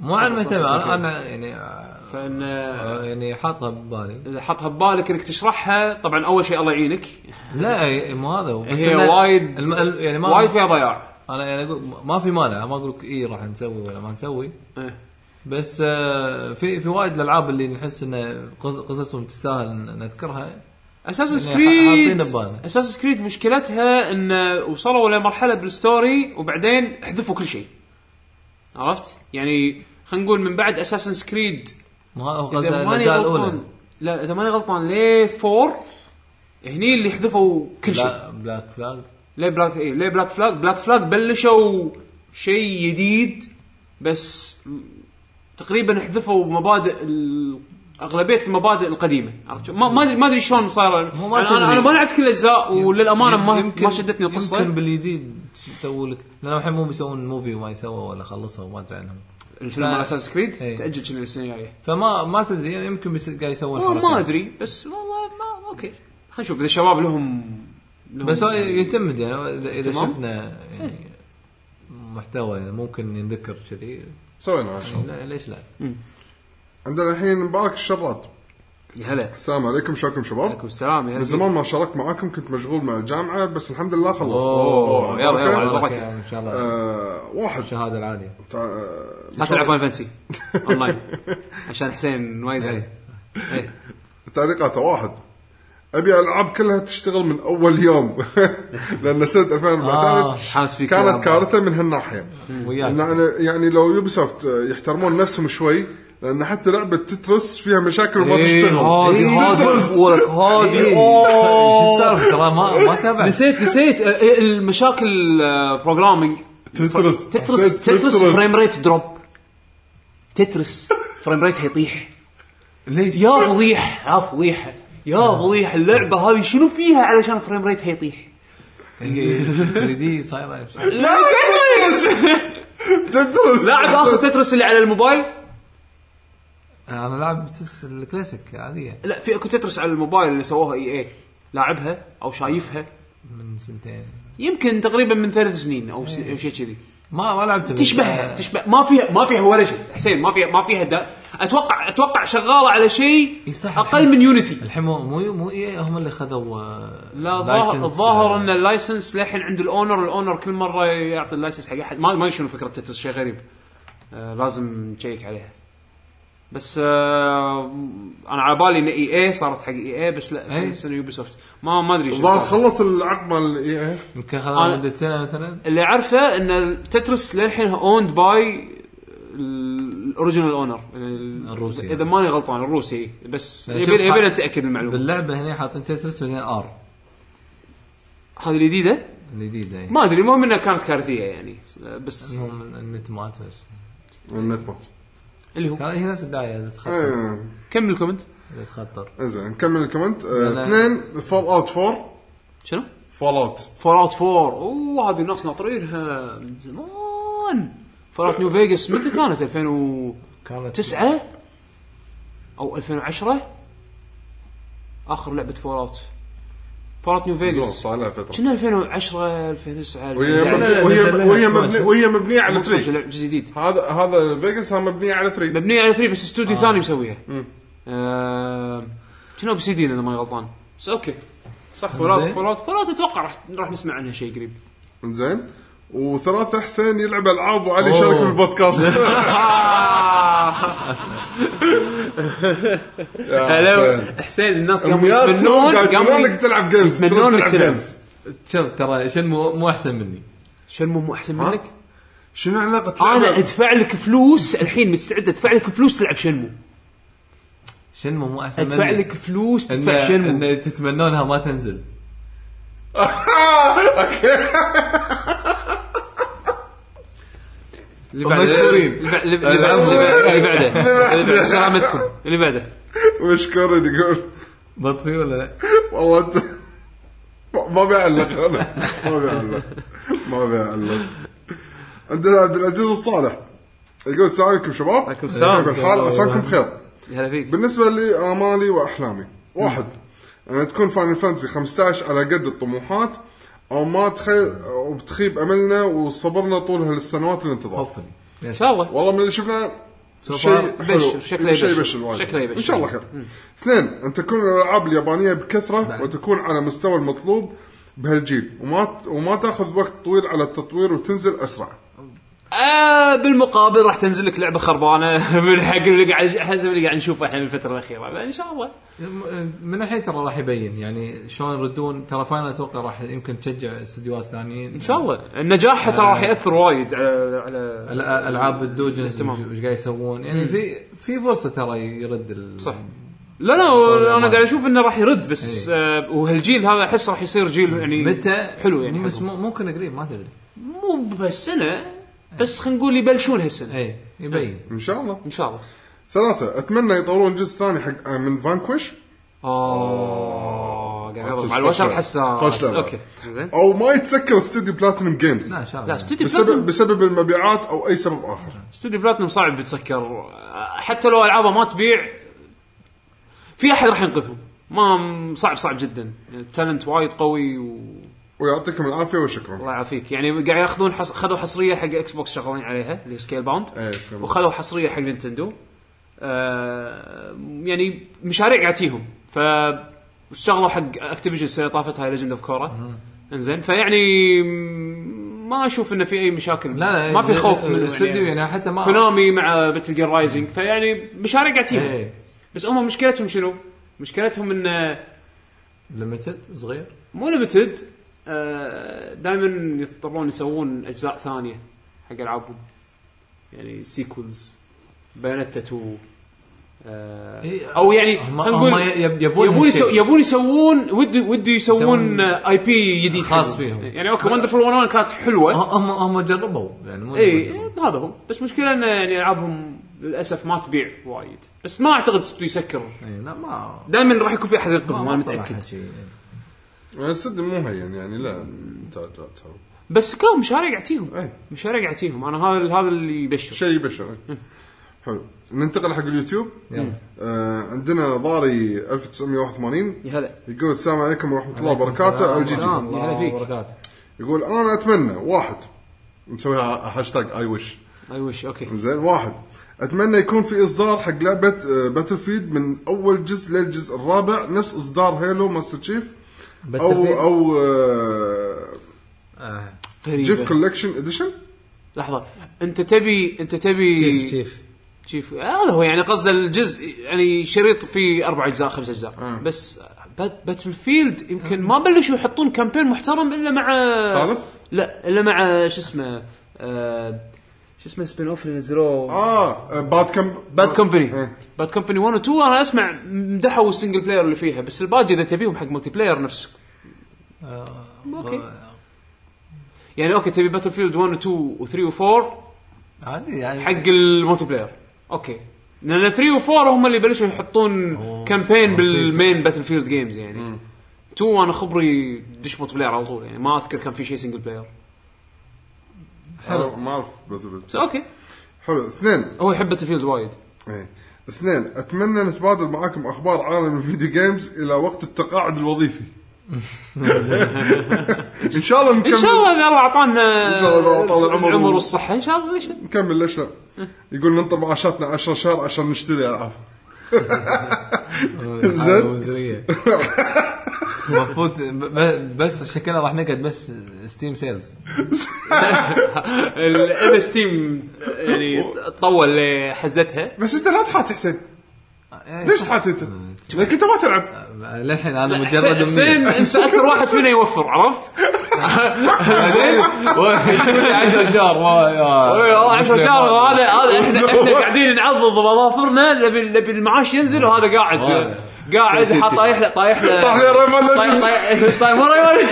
Speaker 3: مو عن
Speaker 1: صح، صح،
Speaker 3: مهتم
Speaker 1: صح،
Speaker 3: أنا-
Speaker 1: صح.
Speaker 3: انا يعني آه،
Speaker 1: فان
Speaker 3: آه، يعني حاطها ببالي
Speaker 1: اذا حطها ببالك انك تشرحها طبعا اول شيء الله يعينك
Speaker 3: لا إي- مو هذا هو، بس
Speaker 1: هي
Speaker 3: إنه
Speaker 1: وايد
Speaker 3: الم- ال- يعني ما
Speaker 1: وايد فيها ضياع
Speaker 3: انا يعني اقول ما في مانع ما اقول لك اي راح نسوي ولا ما نسوي
Speaker 1: إيه.
Speaker 3: بس آه، في في وايد الالعاب اللي نحس ان قص- قصصهم تستاهل إن نذكرها
Speaker 1: اساس
Speaker 3: يعني
Speaker 1: كريد
Speaker 3: حاطين ببالنا.
Speaker 1: اساس كريد مشكلتها ان وصلوا لمرحله بالستوري وبعدين حذفوا كل شيء عرفت؟ يعني خلينا نقول من بعد اساسن كريد
Speaker 3: ما هو قصدي
Speaker 1: اذا ماني
Speaker 3: الاجزاء الاولى
Speaker 1: غلطان لا اذا ماني غلطان ليه 4 هني اللي حذفوا كل شيء
Speaker 3: بلا- بلاك فلاج
Speaker 1: ليه بلاك ايه ليه بلاك فلاج بلاك فلاج بلشوا شيء جديد بس م- تقريبا حذفوا مبادئ ال- اغلبيه المبادئ القديمه عرفت شو؟ ما ما ادري ما ادري شلون صار
Speaker 3: هو ما
Speaker 1: انا أنا-
Speaker 3: تدري.
Speaker 1: انا ما لعبت كل الاجزاء وللامانه ما
Speaker 3: يمكن-
Speaker 1: ما شدتني القصه
Speaker 3: يمكن بالجديد يسووا لك لانهم الحين مو بيسوون موفي وما يسوى ولا خلصها وما ادري عنهم
Speaker 1: الفيلم
Speaker 3: لا.
Speaker 1: مال اساس كريد
Speaker 3: إيه.
Speaker 1: تاجل كنا للسنه الجايه
Speaker 3: فما ما تدري يعني يمكن بيس- قاعد يسوون
Speaker 1: والله ما
Speaker 3: حركات.
Speaker 1: ادري بس والله ما اوكي خلينا نشوف اذا الشباب لهم لهم-
Speaker 3: بس هو يعتمد يعني اذا إذا
Speaker 1: تمام.
Speaker 3: شفنا يعني محتوى يعني ممكن ينذكر كذي
Speaker 2: سوينا عشان
Speaker 3: لا، ليش لا؟
Speaker 2: عندنا الحين مبارك الشراد
Speaker 1: يا هلا
Speaker 2: السلام عليكم شلونكم شباب؟
Speaker 1: عليكم السلام يا هلا
Speaker 2: من زمان ما شاركت معاكم كنت مشغول مع الجامعه بس الحمد لله خلصت
Speaker 1: أوه، يلا، يلا،
Speaker 2: أوكي.
Speaker 1: يلا.
Speaker 3: بركة
Speaker 1: بركة.
Speaker 3: يعني ان شاء الله
Speaker 2: آه، واحد
Speaker 3: الشهاده العاليه
Speaker 2: تع- آه،
Speaker 1: لا تلعب فاين فانسي اونلاين عشان حسين ما يزعل إيه.
Speaker 2: تعليقاته واحد ابي العاب كلها تشتغل من اول يوم لان سنه 2014
Speaker 1: حاس آه، فيك يا
Speaker 2: كانت
Speaker 1: أبا.
Speaker 2: كارثه من هالناحيه
Speaker 3: وياك.
Speaker 2: إن أنا- يعني لو يوبيسوفت يحترمون نفسهم شوي لان حتى لعبه تترس فيها مشاكل وما
Speaker 1: إيه،
Speaker 3: إيه،
Speaker 2: تشتغل
Speaker 1: هذه
Speaker 2: تترس
Speaker 3: هادي شو السالفه إيه، ترى ما ما تابع
Speaker 1: نسيت نسيت آه، إيه، المشاكل بروجرامينج
Speaker 2: تترس
Speaker 1: تترس تترس فريم ريت دروب تترس فريم ريت يطيح
Speaker 3: ليش؟
Speaker 1: يا فضيح يا فضيحه يا فضيح اللعبه هذه شنو فيها علشان فريم ريت يطيح
Speaker 3: دي صايره
Speaker 1: لا تترس
Speaker 2: تترس
Speaker 1: لاعب اخذ تترس اللي على الموبايل
Speaker 3: انا لعب تس- الكلاسيك عاديه
Speaker 1: لا في اكو تترس على الموبايل اللي سووها اي اي لاعبها او شايفها
Speaker 3: من سنتين
Speaker 1: يمكن تقريبا من ثلاث سنين او س- او شيء كذي
Speaker 3: ما ما لعبت بس-
Speaker 1: تشبهها تشبه ما فيها ما فيها ولا شيء حسين ما فيها ما فيها دا اتوقع اتوقع شغاله على شيء
Speaker 3: إي صح.
Speaker 1: اقل من يونيتي
Speaker 3: الحين مو مو مو إيه هم اللي خذوا آه،
Speaker 1: لا ظاهر-
Speaker 3: license،
Speaker 1: الظاهر
Speaker 3: آه،
Speaker 1: ان اللايسنس للحين عند الاونر الاونر كل مره يعطي اللايسنس حق احد ما ما أدري شنو فكره تتر شيء غريب آه لازم نشيك عليها بس آه انا على بالي ان اي اي صارت حق اي اي بس لا
Speaker 3: إيه.
Speaker 1: بس انه يوبي سوفت ما ما ادري شو
Speaker 2: الظاهر خلص العقد مال إيه. اي اي
Speaker 4: يمكن
Speaker 1: أنا-
Speaker 4: خلال مده سنه مثلا
Speaker 1: اللي اعرفه ان تترس للحين اوند باي الاوريجنال اونر
Speaker 4: الروسي. يعني.
Speaker 1: اذا يعني ماني غلطان الروسي بس
Speaker 4: شوف،
Speaker 1: يبي يبي
Speaker 4: حق-
Speaker 1: نتاكد من المعلومه
Speaker 4: باللعبه هنا حاطين تترس بعدين ار
Speaker 1: هذه الجديده
Speaker 4: الجديده يعني.
Speaker 1: ما ادري المهم انها كانت كارثيه يعني بس
Speaker 4: المهم إن النت مات بس
Speaker 2: النت مات
Speaker 1: اللي هو
Speaker 4: ترى هي نفس الدعايه اللي تخطر
Speaker 2: إيه.
Speaker 1: كمل الكومنت
Speaker 4: اللي تخطر
Speaker 2: انزين نكمل الكومنت آه،
Speaker 4: لا.
Speaker 2: اثنين فول اوت 4
Speaker 1: شنو؟
Speaker 2: فول اوت
Speaker 1: فول اوت 4 اوه هذه الناس ناطرينها من زمان فول اوت نيو فيجاس متى كانت 2009
Speaker 4: كانت
Speaker 1: او 2010 اخر لعبه فول اوت فول اوت نيو فيجاس
Speaker 2: صار لها فتره
Speaker 1: كنا 2010 2009
Speaker 2: وهي
Speaker 1: يعني
Speaker 2: وهي
Speaker 4: نزل
Speaker 2: وهي
Speaker 4: لها شوي
Speaker 2: مبني
Speaker 4: شوي.
Speaker 2: وهي مبنيه على 3
Speaker 1: لعب جزء جديد
Speaker 2: هذا هذا فيجاس ها مبنيه على 3
Speaker 1: مبنيه على 3 بس استوديو آه. ثاني مسويها
Speaker 2: مم.
Speaker 1: آه، كنا بسيدين اذا ماني غلطان بس اوكي صح فولات
Speaker 4: زين.
Speaker 1: فولات فولات اتوقع راح راح نسمع عنها شيء قريب
Speaker 2: انزين وثلاثه حسين يلعب العاب وعلي
Speaker 4: أوه.
Speaker 2: يشارك بالبودكاست يا
Speaker 1: هلا
Speaker 2: حسين.
Speaker 1: حسين الناس قاموا
Speaker 2: اميات
Speaker 1: يتمنون
Speaker 2: قاعد يقولون
Speaker 1: قاموا
Speaker 2: لك تلعب جيمز
Speaker 1: يتمنون
Speaker 2: تروح
Speaker 1: لك تلعب.
Speaker 2: games.
Speaker 4: شوف ترى شنمو مو احسن مني
Speaker 1: شنو مو احسن
Speaker 2: ها؟
Speaker 1: منك؟
Speaker 2: شنو علاقه تلعب؟
Speaker 1: انا ادفع لك فلوس الحين مستعد ادفع لك فلوس تلعب شنمو
Speaker 4: شنمو مو احسن مني
Speaker 1: ادفع لك فلوس
Speaker 4: ان
Speaker 1: تدفع شنمو
Speaker 4: إن تتمنونها ما تنزل
Speaker 1: اللي بعده
Speaker 4: مشكورين.
Speaker 1: اللي بعده- اللي بعده اللي بعده اللي بعده سلامتكم اللي بعده
Speaker 2: مشكور يقول
Speaker 4: ضبط فيه ولا لا؟
Speaker 2: والله انت ما ما بيعلق انا ما بيعلق ما بيعلق عندنا عبد العزيز الصالح يقول السلام عليكم شباب
Speaker 1: عليكم السلام.
Speaker 2: يقول حال عساكم بخير
Speaker 1: هلا فيك
Speaker 2: بالنسبه لامالي واحلامي واحد ان تكون فاينل فانتسي 15 على قد الطموحات او ما تخيل او بتخيب املنا وصبرنا طول هالسنوات الانتظار
Speaker 4: هوبفلي
Speaker 1: ان شاء الله
Speaker 2: والله من اللي شفناه شيء
Speaker 1: far
Speaker 2: حلو
Speaker 1: بشر، شكله
Speaker 2: شيء
Speaker 1: يبشر.
Speaker 2: بشر وايد.
Speaker 1: شكله يبشر.
Speaker 2: ان شاء الله خير اثنين ان تكون الالعاب اليابانيه بكثره وتكون على مستوى المطلوب بهالجيل وما وما تاخذ وقت طويل على التطوير وتنزل اسرع
Speaker 1: آه بالمقابل راح تنزل لك لعبه خربانه من حق اللي قاعد حسب اللي قاعد نشوفه الحين الفتره الاخيره ان شاء الله
Speaker 4: من الحين ترى راح يبين يعني شلون يردون ترى فاينل اتوقع راح يمكن تشجع استديوهات ثانيين
Speaker 1: ان شاء الله النجاح ترى
Speaker 4: آه.
Speaker 1: راح ياثر وايد على على
Speaker 4: العاب الدوجنز
Speaker 1: الاهتمام.
Speaker 4: وش وش قاعد يسوون يعني في في فرصه ترى يرد ال...
Speaker 1: صح لا لا انا قاعد اشوف انه راح يرد بس آه وهالجيل هذا احس راح يصير جيل يعني
Speaker 4: إيه. متى
Speaker 1: حلو يعني
Speaker 4: بس
Speaker 1: بس
Speaker 4: مو- ممكن قريب ما تدري
Speaker 1: مو بهالسنه بس خلينا نقول يبلشون هالسنه
Speaker 4: اي إيه،
Speaker 1: إيه.
Speaker 4: يبين
Speaker 2: ان شاء الله
Speaker 1: ان شاء الله
Speaker 2: ثلاثه اتمنى يطورون جزء ثاني حق آه، من فانكوش
Speaker 4: آه.
Speaker 1: اه قاعد أضرب
Speaker 2: خوش
Speaker 1: على الوتر
Speaker 2: لعبة. خوش
Speaker 1: حساس
Speaker 2: لعبة.
Speaker 1: اوكي زين
Speaker 2: او ما يتسكر استوديو بلاتينوم جيمز
Speaker 4: لا ان شاء
Speaker 1: لا
Speaker 4: الله
Speaker 1: استوديو بلاتنم-
Speaker 2: بسبب بسبب المبيعات او اي سبب اخر
Speaker 1: استوديو بلاتنم صعب يتسكر آه، حتى لو العابه ما تبيع في احد راح ينقذهم ما صعب صعب جدا التالنت وايد قوي والله
Speaker 2: ويعطيكم العافيه وشكرا
Speaker 1: يعافيك يعني قاعد ياخذون حص... خذوا حصريه حق اكس بوكس شغالين عليها اللي سكيل باوند
Speaker 2: إيه، Scalebound.
Speaker 1: وخذوا حصريه حق نينتندو آه يعني مشاريع قاعد تجيهم ف اشتغلوا حق اكتيفيجن السنه اللي طافت هاي ليجند اوف كورا انزين فيعني م- ما اشوف انه في اي مشاكل
Speaker 4: لا لا
Speaker 1: ما في خوف من
Speaker 4: الاستوديو يعني حتى ما
Speaker 1: كونامي مع باتل جير رايزنج فيعني مشاريع قاعد تجيهم
Speaker 4: اي
Speaker 1: بس هم مشكلتهم شنو؟ مشكلتهم ان
Speaker 4: ليمتد صغير
Speaker 1: مو ليمتد دائما يضطرون يسوون اجزاء ثانيه حق العابهم يعني سيكولز بايونتا 2 آه،
Speaker 4: إيه،
Speaker 1: او يعني
Speaker 4: هم-
Speaker 1: خلينا
Speaker 4: هم
Speaker 1: نقول
Speaker 4: يب- يبون
Speaker 1: يبون
Speaker 4: هالشيء.
Speaker 1: يسو- يبون يسوون ودي ودي يسوون آه،
Speaker 4: يسوون
Speaker 1: اي بي جديد
Speaker 4: خاص
Speaker 1: حقهم.
Speaker 4: فيهم.
Speaker 1: يعني اوكي وندرفول 101 كانت حلوه
Speaker 4: هم هم جربوا يعني مو
Speaker 1: اي هذا هو إيه، بس مشكله انه يعني العابهم للاسف ما تبيع وايد بس ما اعتقد ستو يسكر
Speaker 4: اي إيه، لا ما
Speaker 1: دائما راح يكون في احد ينقذهم
Speaker 4: ما-
Speaker 1: انا
Speaker 4: ما طلع حد
Speaker 1: متاكد
Speaker 4: شيء.
Speaker 2: يعني السد مو هين يعني لا انتاجات هو.
Speaker 1: بس كم مشاريع قاعدتيهم
Speaker 2: إيه.
Speaker 1: مشاريع قاعدتيهم انا هذا هذا اللي يبشر
Speaker 2: شيء بشر حلو ننتقل حق اليوتيوب
Speaker 4: يلا.
Speaker 2: آه عندنا ضاري 1981
Speaker 1: يا هلا
Speaker 2: يقول السلام عليكم ورحمه الله وبركاته الجي جي
Speaker 1: السلام.
Speaker 4: الله
Speaker 1: يا هلا فيك.
Speaker 4: وبركاته
Speaker 2: يقول انا اتمنى واحد مسويها هاشتاج اي وش
Speaker 1: اي وش اوكي
Speaker 2: زين واحد اتمنى يكون في اصدار حق لعبه باتل فيد من اول جزء للجزء الرابع نفس اصدار هيلو ماستر تشيف او
Speaker 4: Battlefield؟
Speaker 2: او آه،
Speaker 4: آه.
Speaker 1: غريبة.
Speaker 2: جيف كولكشن اديشن
Speaker 1: لحظه انت تبي انت تبي
Speaker 4: شيف شيف
Speaker 1: شيف هذا هو يعني قصده الجزء يعني شريط فيه اربع اجزاء خمس اجزاء بس بات باتل فيلد يمكن ما بلشوا يحطون كامبين محترم الا مع
Speaker 2: ثالث؟
Speaker 1: لا الا مع شو اسمه آه، شو اسمه سبين اوف اللي نزلوه
Speaker 2: اه باد كم
Speaker 1: باد كومباني
Speaker 2: إيه.
Speaker 1: باد كومباني 1 و 2 انا اسمع مدحوا السنجل بلاير اللي فيها بس الباقي اذا تبيهم حق ملتي بلاير نفسك
Speaker 4: آه،
Speaker 1: اوكي يعني اوكي تبي باتل فيلد 1 و 2 و 3 و 4
Speaker 3: عادي يعني
Speaker 1: حق الملتي بلاير اوكي لان 3 و 4 هم اللي بلشوا يحطون كامبين بالمين باتل فيلد جيمز يعني 2 انا خبري دش ملتي بلاير على طول يعني ما اذكر كان في شيء سنجل بلاير
Speaker 2: حلو ما اعرف باتل فيلد.
Speaker 1: بس اوكي
Speaker 2: حلو اثنين
Speaker 1: هو يحب باتل فيلد وايد
Speaker 2: إيه. اثنين اتمنى نتبادل معاكم اخبار عالم الفيديو جيمز الى وقت التقاعد الوظيفي ان شاء الله نكمل
Speaker 1: ان شاء الله اذا الله اعطانا
Speaker 2: إن شاء الله طال العمر.
Speaker 1: العمر والصحه ان شاء الله ليش لا؟
Speaker 2: نكمل ليش لا؟ يقول ننطر معاشاتنا 10 شهر عشان نشتري العاب زين
Speaker 4: زين المفروض ب- بس شكلنا راح نقعد بس ستيم سيلز
Speaker 1: ال- اذا ستيم يعني تطول لحزتها
Speaker 2: بس انت لا تحات حسين ليش تحات انت؟ لانك انت ما تلعب
Speaker 4: آه، للحين انا مجرد
Speaker 1: حسين حسين
Speaker 4: أمنية.
Speaker 1: انسى اكثر واحد فينا يوفر عرفت؟ زين؟
Speaker 4: يا 10 شهر ما- يا-
Speaker 1: والله 10
Speaker 4: مسلم.
Speaker 1: شهر هذا هذا احنا احنا قاعدين نعضض بظافرنا نبي نبي المعاش ينزل وهذا قاعد قاعد حاط طايح له طايح له
Speaker 2: طاح لي ريمان
Speaker 1: طايح-
Speaker 2: ليجندز.
Speaker 1: طايح- طايح مره يوري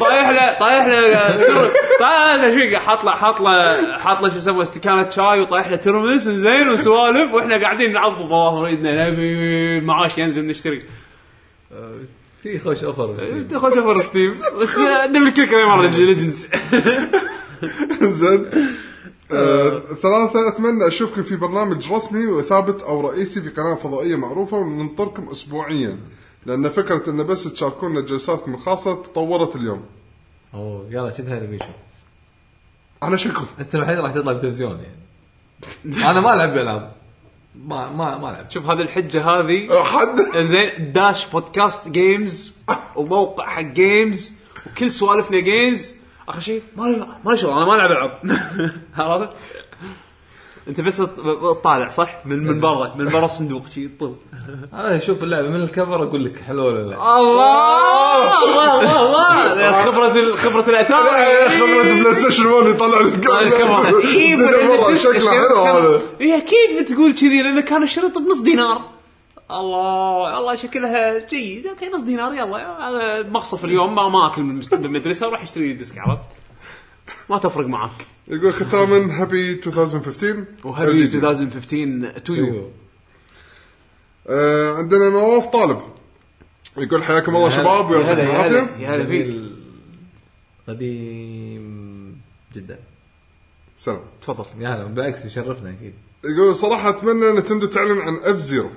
Speaker 1: طايح له طايح له تر- طايح له شو حاط له حاط له حاط له شو يسمونه استكانه شاي وطايح له ترمس زين وسوالف واحنا قاعدين نعض بظواهر ايدنا نبي المعاش ينزل نشتري
Speaker 4: في خوش اوفر بستيم.
Speaker 1: دخل سفر ستيم بس آه، نملك لك مره ليجندز
Speaker 2: زين آه، ثلاثة أتمنى أشوفكم في برنامج رسمي ثابت أو رئيسي في قناة فضائية معروفة وننطركم أسبوعيا لأن فكرة أن بس تشاركونا جلساتكم الخاصة تطورت اليوم
Speaker 4: اوه يلا شدها نبيشو
Speaker 2: أنا شكو
Speaker 4: انت الوحيد راح تطلع بالتلفزيون يعني انا ما العب بالعاب ما ما ما العب
Speaker 1: شوف هذه الحجه هذه
Speaker 2: حد
Speaker 1: انزين داش بودكاست جيمز وموقع حق جيمز وكل سوالفنا جيمز اخر شيء ما لي ما لي شغل انا ما العب العاب عرفت؟ انت بس ط- طالع صح؟ من من برا من برا الصندوق شي طب
Speaker 4: انا اشوف اللعبه من الكفر اقول لك حلو ولا لا
Speaker 1: آه. الله الله الله الله خبرة ال- خبرة إيه. الاتاري
Speaker 2: خبرة بلاي ستيشن 1 يطلع
Speaker 1: الكاميرا آه، إيه،
Speaker 2: الكاميرا
Speaker 1: بس-
Speaker 2: شكله
Speaker 1: الشريط
Speaker 2: حلو
Speaker 1: كان-
Speaker 2: هذا
Speaker 1: إيه، اكيد بتقول كذي لان كان الشريط بنص دينار الله الله شكلها جيد اوكي نص دينار يلا هذا مقصف اليوم ما, ما اكل من المست- من المدرسه وراح اشتري لي ديسك عرفت؟ ما تفرق معك
Speaker 2: يقول ختاما هابي 2015
Speaker 1: وهذه
Speaker 2: LGD.
Speaker 1: 2015 تو يو
Speaker 2: آه، عندنا نواف طالب يقول حياكم الله شباب
Speaker 1: يا هلا
Speaker 2: ويعطيكم
Speaker 1: يا هلا
Speaker 2: العافيه
Speaker 1: يا هلا فيك
Speaker 4: جميل قديم جدا
Speaker 2: سلام
Speaker 1: تفضل
Speaker 4: يا هلا بالعكس يشرفنا اكيد
Speaker 2: يقول صراحه اتمنى نتندو تعلن عن اف زيرو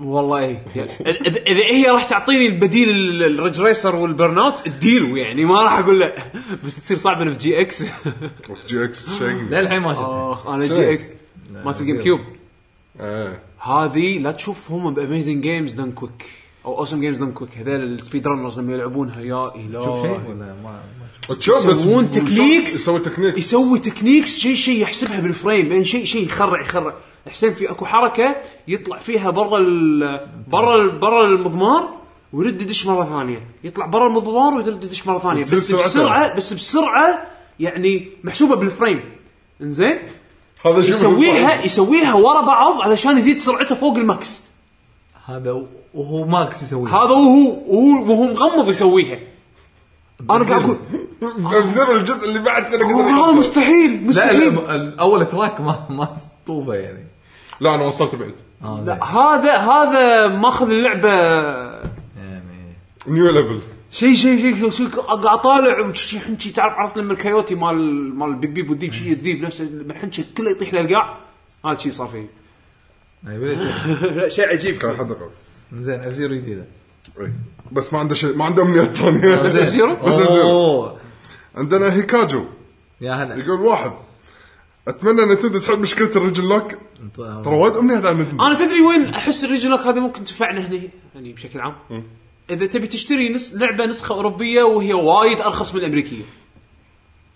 Speaker 1: والله إيه. اذا إذا هي راح تعطيني البديل ال- الريج ريسر والبرن اوت ديلو يعني ما راح اقول لا بس تصير صعبه في جي اكس
Speaker 2: جي اكس شيء
Speaker 4: للحين ما شفتها
Speaker 1: اخ انا
Speaker 2: شنو؟
Speaker 1: جي اكس مالت الجيم
Speaker 4: زيرو.
Speaker 1: كيوب
Speaker 2: آه.
Speaker 1: هذه لا تشوفهم باميزنج جيمز دان كويك او اوسم جيمز دان كويك هذول السبيد رانرز لما يلعبونها يا الهي
Speaker 4: شوف شيء ولا ما ما شفت
Speaker 2: تشوف بس
Speaker 1: يسوون تكنيكس
Speaker 2: يسوي تكنيكس
Speaker 1: يسوي تكنيكس شيء شيء يحسبها بالفريم لان شيء شيء يخرع يخرع حسين في اكو حركه يطلع فيها برا ال برا ال برا المضمار ويرد يدش مره ثانيه يطلع برا المضمار ويرد يدش مره ثانيه
Speaker 2: وتزيد
Speaker 1: بس
Speaker 2: سرعته.
Speaker 1: بسرعه بس بسرعه يعني محسوبه بالفريم انزين
Speaker 2: هذا شيء
Speaker 1: يسويها يسويها ورا بعض علشان يزيد سرعته فوق الماكس
Speaker 4: هذا وهو ماكس يسويها
Speaker 1: هذا وهو وهو وهو مغمض يسويها انا قاعد اقول
Speaker 2: اف زيرو الجزء اللي بعد كذا قدر
Speaker 1: والله
Speaker 2: يحصل.
Speaker 1: مستحيل
Speaker 4: لا
Speaker 1: مستحيل
Speaker 4: لا، ال- اول تراك ما ما طوفه يعني
Speaker 2: لا انا وصلت بعيد
Speaker 4: اه زين.
Speaker 1: لا هذا هذا ماخذ اللعبه
Speaker 4: يعني
Speaker 2: نيو ليفل
Speaker 1: شيء شيء شيء شيء قاعد طالع الحنشي تعرف عرفت لما الكايوتي مال مال البيب والديب شيء الديب نفسه الحنشي كله يطيح للقاع هذا شيء صار فيه
Speaker 4: يعني بديت-
Speaker 1: لا شيء عجيب
Speaker 2: كان حد قوي
Speaker 4: زين اف زيرو جديده
Speaker 2: إيه. بس ما عنده شيء ما عنده امنيات ثانيه
Speaker 1: بس F-Zero؟
Speaker 2: بس F-Zero.
Speaker 1: آه.
Speaker 4: أوه.
Speaker 2: عندنا هيكاجو
Speaker 4: يا هلا
Speaker 2: يقول واحد اتمنى ان تبدا تحل مشكله الرجل لوك
Speaker 4: طيب.
Speaker 2: ترى وايد امنيات عن نتندو
Speaker 1: انا تدري وين احس الريجن لوك هذه ممكن تنفعنا هنا يعني بشكل عام اذا تبي تشتري نس لعبه نسخه اوروبيه وهي وايد ارخص من الامريكيه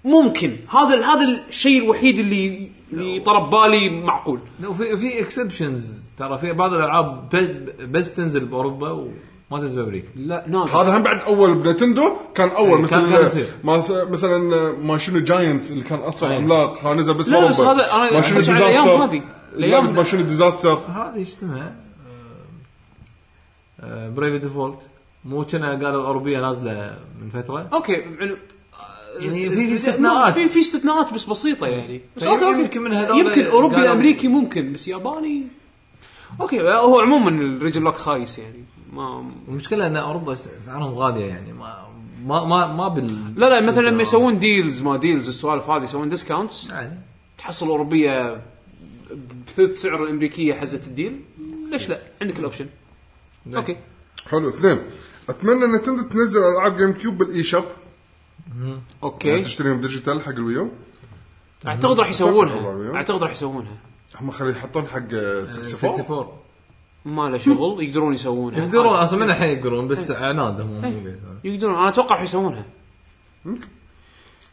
Speaker 1: ممكن هذا ال- هذا الشيء الوحيد اللي اللي طرب بالي معقول
Speaker 4: لو في في اكسبشنز ترى في بعض الالعاب ب- بس تنزل باوروبا وما تنزل بامريكا
Speaker 1: لا نادر
Speaker 2: هذا هم بعد اول بنتندو كان اول
Speaker 4: إيه، كان-
Speaker 2: مثل
Speaker 4: كان يصير.
Speaker 2: ما مثلا ما شنو جاينت اللي كان اسرع عملاق ها نزل بس
Speaker 1: لا، بس
Speaker 2: بأوروبا.
Speaker 1: هذا أنا-
Speaker 2: ما شنو
Speaker 1: أنا على أيام
Speaker 2: ديزاستر
Speaker 1: هذه. الأيام-
Speaker 2: ما شنو ديزاستر
Speaker 4: هذه ايش اسمها؟ آه، بريف ديفولت مو كنا قالوا الاوروبيه نازله من فتره
Speaker 1: اوكي يعني
Speaker 4: يعني في- في استثناءات.
Speaker 1: في في استثناءات بس بسيطه يعني بس
Speaker 4: فيمكن-
Speaker 1: اوكي اوكي
Speaker 4: يمكن من هذول
Speaker 1: يمكن اوروبي
Speaker 4: قالوا-
Speaker 1: امريكي ممكن بس ياباني اوكي هو عموما الريجن لوك خايس يعني ما
Speaker 4: المشكله ان اوروبا أس- اسعارهم غاليه يعني ما ما ما, ما بال
Speaker 1: لا لا مثلا
Speaker 4: آه.
Speaker 1: لما يسوون ديلز ما ديلز والسوالف هذه يسوون ديسكاونتس
Speaker 4: يعني
Speaker 1: تحصل اوروبيه بثلث سعر الامريكيه حزه الديل ليش لا عندك الاوبشن اوكي
Speaker 2: حلو اثنين اتمنى نتندو تنزل العاب جيم كيوب بالاي شوب
Speaker 1: اوكي
Speaker 2: تشتريهم ديجيتال حق الويو
Speaker 1: اعتقد راح
Speaker 2: أتوقع
Speaker 1: يسوونها
Speaker 2: والله.
Speaker 1: اعتقد راح يسوونها
Speaker 2: هم خلي يحطون حق 64
Speaker 4: 64
Speaker 1: ما له شغل يقدرون يسوونها
Speaker 4: يقدرون اصلا من الحين يقدرون بس
Speaker 1: إيه.
Speaker 4: عناد هم مو بيسوون.
Speaker 1: يقدرون انا اتوقع راح يسوونها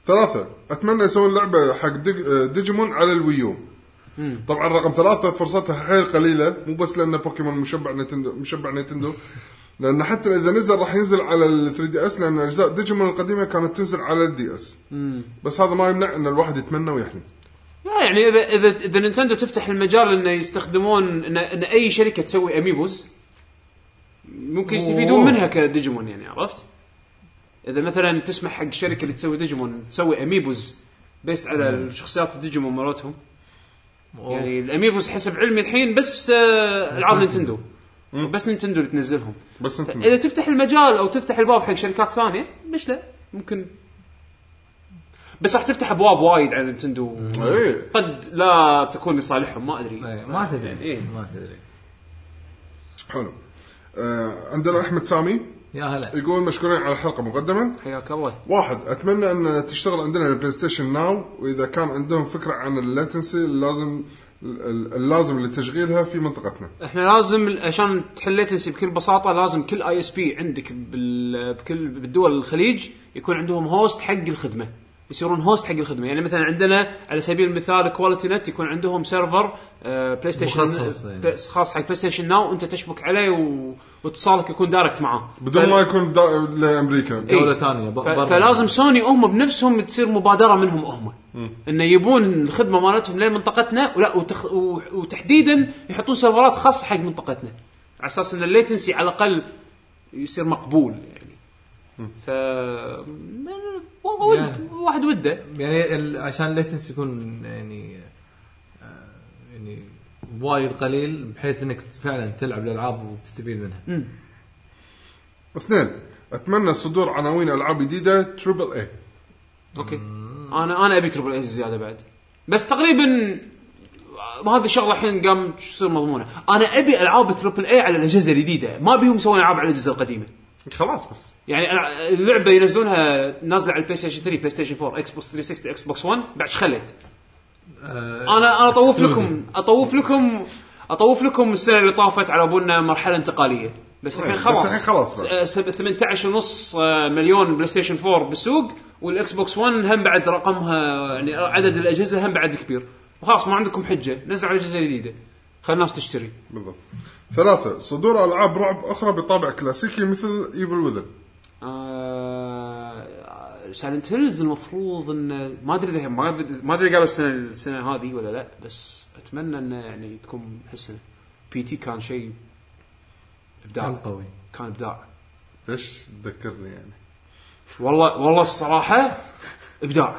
Speaker 2: ثلاثة اتمنى يسوون لعبة حق ديج- آه، ديجيمون على الويو طبعا رقم ثلاثة فرصتها حيل قليلة مو بس لان بوكيمون مشبع نتندو مشبع نتندو لان حتى اذا نزل راح ينزل على ال 3 دي اس لان اجزاء ديجيمون القديمة كانت تنزل على الدي اس بس هذا ما يمنع ان الواحد يتمنى ويحلم
Speaker 1: لا يعني اذا اذا اذا نينتندو تفتح المجال انه يستخدمون ان, إن اي شركه تسوي اميبوز ممكن يستفيدون منها كديجيمون يعني عرفت؟ اذا مثلا تسمح حق شركه اللي تسوي ديجيمون تسوي اميبوز بيست على الشخصيات الديجيمون مراتهم يعني الاميبوز حسب علمي الحين بس آه، العاب نينتندو بس نينتندو اللي تنزلهم
Speaker 2: بس
Speaker 1: اذا
Speaker 2: نتندو
Speaker 1: تفتح المجال او تفتح الباب حق شركات ثانيه ليش لا؟ ممكن بس راح تفتح ابواب وايد على نينتندو
Speaker 2: ايه
Speaker 1: قد لا تكون لصالحهم ما ادري
Speaker 4: إيه، ما
Speaker 1: إيه.
Speaker 4: تدري ما تدري
Speaker 2: حلو آه عندنا احمد سامي
Speaker 4: يا هلا
Speaker 1: إيه.
Speaker 2: يقول مشكورين على الحلقة مقدما
Speaker 1: حياك الله
Speaker 2: واحد اتمنى ان تشتغل عندنا البلاي ستيشن ناو واذا كان عندهم فكره عن اللاتنسي اللازم اللازم لتشغيلها في منطقتنا
Speaker 1: احنا لازم عشان تحليتنسي بكل بساطه لازم كل اي اس بي عندك بال... بكل بالدول الخليج يكون عندهم هوست حق الخدمه يصيرون هوست حق الخدمه يعني مثلا عندنا على سبيل المثال كواليتي نت يكون عندهم سيرفر آه، بلاي ستيشن
Speaker 4: مخصص، يعني.
Speaker 1: بس- خاص حق بلاي ستيشن ناو وانت تشبك عليه و... واتصالك يكون دايركت معاه
Speaker 2: بدون ما يكون دا- لامريكا
Speaker 1: إيه.
Speaker 4: دولة ثانية، ب-
Speaker 1: ف-
Speaker 4: برا.
Speaker 1: فلازم سوني هم بنفسهم تصير مبادره منهم هم انه يبون الخدمه مالتهم لمنطقتنا ولا وتخ... و- وتحديدا يحطون سيرفرات خاصه حق منطقتنا على اساس ان الليتنسي على الاقل يصير مقبول يعني ف م- و- ود
Speaker 4: يعني.
Speaker 1: واحد وده
Speaker 4: يعني ال- عشان الليتنس يكون يعني آه، يعني وايد قليل بحيث انك فعلا تلعب الالعاب وتستفيد منها
Speaker 2: اثنين اتمنى صدور عناوين العاب جديده تربل اي
Speaker 1: اوكي انا انا ابي تربل ايز زياده بعد بس تقريبا ما هذه الشغله الحين قام تصير مضمونه انا ابي العاب تربل اي على الاجهزه الجديده ما بيهم يسوون العاب على الاجهزه القديمه
Speaker 2: خلاص بس
Speaker 1: يعني الع- اللعبه ينزلونها نازله على البلاي ستيشن 3 بلاي ستيشن 4 اكس بوكس 360 اكس بوكس 1 بعد خليت
Speaker 3: آه،
Speaker 1: انا انا اطوف لكم اطوف لكم اطوف لكم السنه اللي طافت على بنا مرحله انتقاليه بس الحين
Speaker 2: بس
Speaker 1: خلاص
Speaker 2: الحين خلاص بعد.
Speaker 1: س- سب- 18 ونص آه، مليون بلاي ستيشن 4 بالسوق والاكس بوكس 1 هم بعد رقمها يعني عدد الاجهزه هم بعد كبير وخلاص ما عندكم حجه نزلوا اجهزه جديده خلي الناس تشتري
Speaker 2: بالضبط ثلاثة صدور العاب رعب اخرى بطابع كلاسيكي مثل ايفل وذن
Speaker 1: سايلنت هيلز آه، المفروض انه ما ادري اذا هي- ما أدري- ما ادري قالوا السنه السنه هذه ولا لا بس اتمنى انه يعني تكون هالسنه بي تي كان شيء
Speaker 4: كان
Speaker 1: ابداع
Speaker 4: قوي
Speaker 1: كان ابداع
Speaker 2: ليش تذكرني يعني
Speaker 1: والله والله الصراحه ابداع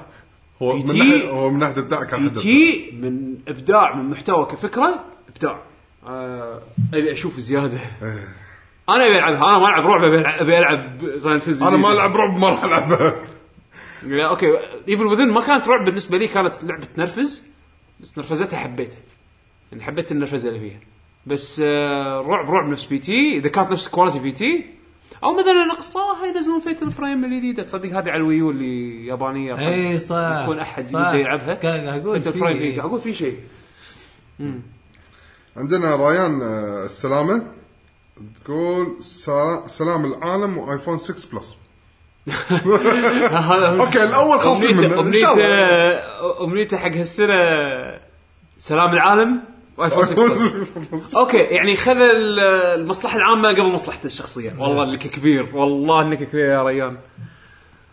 Speaker 2: هو
Speaker 1: PT
Speaker 2: من ناحيه هو من ناحيه الابداع كان
Speaker 1: بي
Speaker 2: حد
Speaker 1: تي من ابداع من محتوى كفكره ابداع آه ابي اشوف زياده انا ابي العبها انا ما العب رعب أبي ألعب- ابي العب سايلنت هيلز
Speaker 2: انا ما العب رعب ما راح العبها
Speaker 1: لا اوكي ايفل وذن ما كانت رعب بالنسبه لي كانت لعبه تنرفز بس نرفزتها حبيتها يعني حبيت النرفزه اللي فيها بس آه رعب رعب نفس بي تي اذا كانت نفس كواليتي بي تي او مثلا اقصاها ينزلون فيت الفريم الجديده تصدق هذه على الويو اللي يابانيه
Speaker 4: اي إيه، صح
Speaker 1: يكون احد
Speaker 4: صح.
Speaker 1: يبدا يلعبها
Speaker 4: كان قاعد اقول
Speaker 1: فيت الفريم
Speaker 4: في-
Speaker 1: إي، قاعد اقول في شيء
Speaker 2: عندنا ريان آه، السلامه تقول سا- سلام العالم وايفون 6 بلس اوكي الاول خالصين منه ان
Speaker 1: امنيته
Speaker 2: شاء الله
Speaker 1: امنيته حق هالسنه سلام العالم وايفون 6 بلس اوكي يعني خذ ال- المصلحه العامه قبل مصلحته الشخصيه والله انك كبير والله انك كبير يا ريان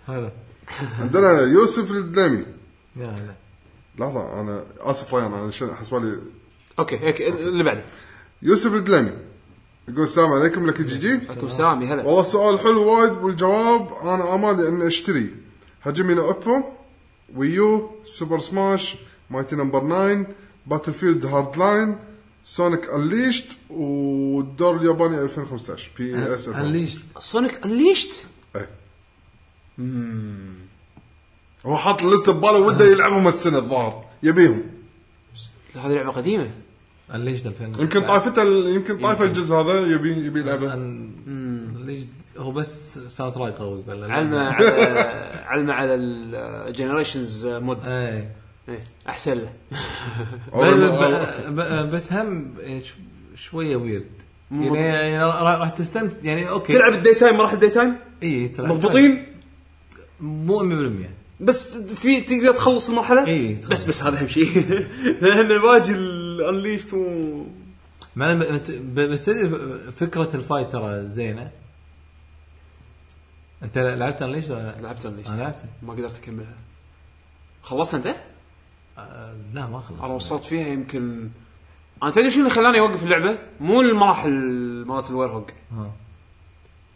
Speaker 3: هلا
Speaker 2: عندنا يوسف الدليمي
Speaker 3: يا هلا
Speaker 2: لحظه انا اسف ريان انا شن- حسبالي
Speaker 1: اوكي هيك اللي بعده
Speaker 2: يوسف الدليمي يقول السلام عليكم لك جي جي
Speaker 1: عليكم السلام يا هلا
Speaker 2: والله السؤال حلو وايد والجواب انا امالي اني اشتري هجمي اوبو ويو سوبر سماش مايتي نمبر 9 باتل فيلد هارد لاين سونيك انليشت والدور الياباني 2015 بي
Speaker 3: أه،
Speaker 2: اس
Speaker 3: انليشت
Speaker 1: سونيك انليشت
Speaker 2: إيه. هو حاط الليست بباله وده يلعبهم السنه الظاهر يبيهم
Speaker 1: هذه لعبه قديمه
Speaker 3: انليشت 2000
Speaker 2: يمكن طائفته ال- يمكن طائفه الجزء هذا يبي يبي يلعبه
Speaker 3: انليشت هو بس ساوند تراك قوي ولا لا؟
Speaker 1: علمه على علمه على الجنريشنز مود
Speaker 3: ايه
Speaker 1: إيه، احسن له
Speaker 2: أو لما-
Speaker 3: ب- ب- بس هم يعني ش- شويه ويرد
Speaker 1: مو-
Speaker 3: يعني, يعني را- راح تستمتع يعني اوكي
Speaker 1: تلعب الدي تايم مراحل الدي إيه. تايم
Speaker 3: اي تلعب
Speaker 1: مضبوطين
Speaker 3: مو 100%
Speaker 1: بس في تقدر إيه، تخلص المرحله
Speaker 3: إي، تخلص.
Speaker 1: بس بس هذا اهم شيء لان باجي الانليست و
Speaker 3: مع إن ب- ب- بس تدري ف- فكره الفايت ترى زينه انت لعبت انليش ولا لا؟
Speaker 1: لعبت انليست
Speaker 3: انا لعبته
Speaker 1: ما قدرت اكملها خلصت انت؟
Speaker 3: آه، لا ما
Speaker 1: انا
Speaker 3: خلصت
Speaker 1: وصلت فيها يمكن انا تدري شو اللي خلاني اوقف اللعبه؟ مو المراحل مالت الويرهوج
Speaker 3: ها.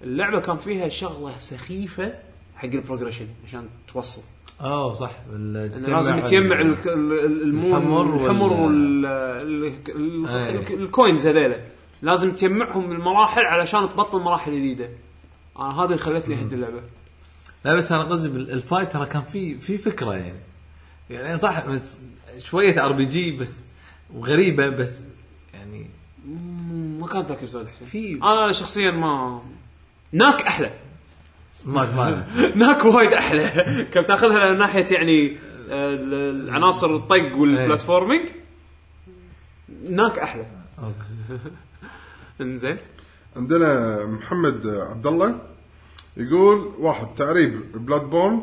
Speaker 1: اللعبه كان فيها شغله سخيفه حق البروجريشن عشان توصل
Speaker 3: اوه صح ال-
Speaker 1: انه لازم تجمع
Speaker 3: ال-
Speaker 1: ال- ال- ال- المون
Speaker 3: الحمر وال- إيه.
Speaker 1: الحمر وال ال- ال-
Speaker 3: أي.
Speaker 1: الكوينز هذيلا لازم تجمعهم بالمراحل علشان تبطل مراحل جديده انا هذا اللي خلتني اهدي اللعبه
Speaker 3: لا بس انا قصدي بال- الفايت ترى كان في في فكره يعني يعني صح بس شويه ار بي جي بس وغريبه بس يعني
Speaker 1: مم، ما كانت ذاك الزود حسين
Speaker 3: في-
Speaker 1: انا شخصيا ما ناك احلى
Speaker 3: ما ما
Speaker 1: ناك وايد احلى كم تاخذها من ناحيه يعني آه، ال- العناصر الطق والبلاتفورمينج إيه. ناك احلى انزين
Speaker 2: عندنا محمد عبد الله يقول واحد تعريب آه، بلاد بورن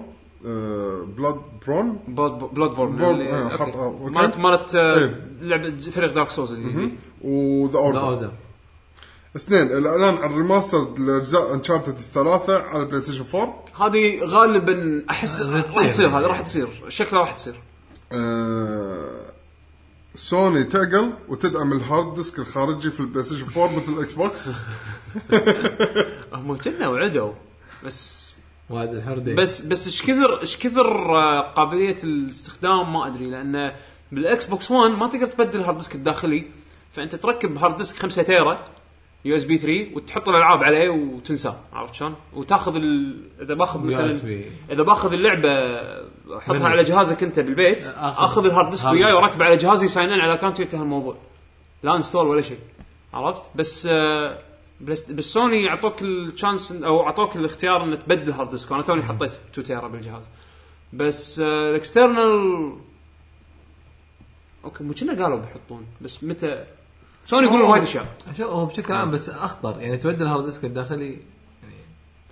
Speaker 2: بلاد برون
Speaker 1: بلاد بلاد بورن
Speaker 2: بورن،
Speaker 1: اللي-
Speaker 2: آه،
Speaker 1: أوكي.
Speaker 2: حط- آه، أوكي.
Speaker 1: مالت مالت آه،
Speaker 2: إيه.
Speaker 1: لعبه فريق دارك سوز اللي
Speaker 2: وذا
Speaker 3: لا
Speaker 2: اوردر
Speaker 3: اوردر
Speaker 2: اثنين الاعلان عن ريماستر لاجزاء انشارتد الثلاثه على بلاي ستيشن 4
Speaker 1: هذه غالبا احس
Speaker 3: راح
Speaker 1: راح
Speaker 3: تصير.
Speaker 1: تصير هذه راح تصير شكلها راح تصير
Speaker 2: آه، سوني تعقل وتدعم الهارد ديسك الخارجي في البلاي ستيشن 4 مثل الاكس بوكس
Speaker 1: هم كنا وعدوا بس
Speaker 3: وهذا الحردي
Speaker 1: بس بس ايش كثر ايش كثر آه، قابليه الاستخدام ما ادري لان بالاكس بوكس 1 ما تقدر تبدل الهارد ديسك الداخلي فانت تركب هارد ديسك 5 تيرا يو اس بي 3 وتحط الالعاب عليه وتنساه عرفت شلون؟ وتاخذ ال... اذا باخذ مثلا
Speaker 3: USB.
Speaker 1: اذا باخذ اللعبه احطها على جهازك انت بالبيت
Speaker 3: آخذ
Speaker 1: اخذ, الهارد ديسك
Speaker 3: هارد
Speaker 1: وياي
Speaker 3: ديسك.
Speaker 1: واركبه على جهازي ساين ان على اكونت وينتهى الموضوع لا انستول ولا شيء عرفت بس آه، بس بس سوني اعطوك الشانس او اعطوك الاختيار ان تبدل هارد ديسك انا توني حطيت 2 تيرا بالجهاز بس آه، الاكسترنال اوكي مو كنا قالوا بيحطون بس متى سوني يقولون وايد اشياء
Speaker 3: شوف هو بشكل عام بس اخطر يعني تبدل الهارد ديسك الداخلي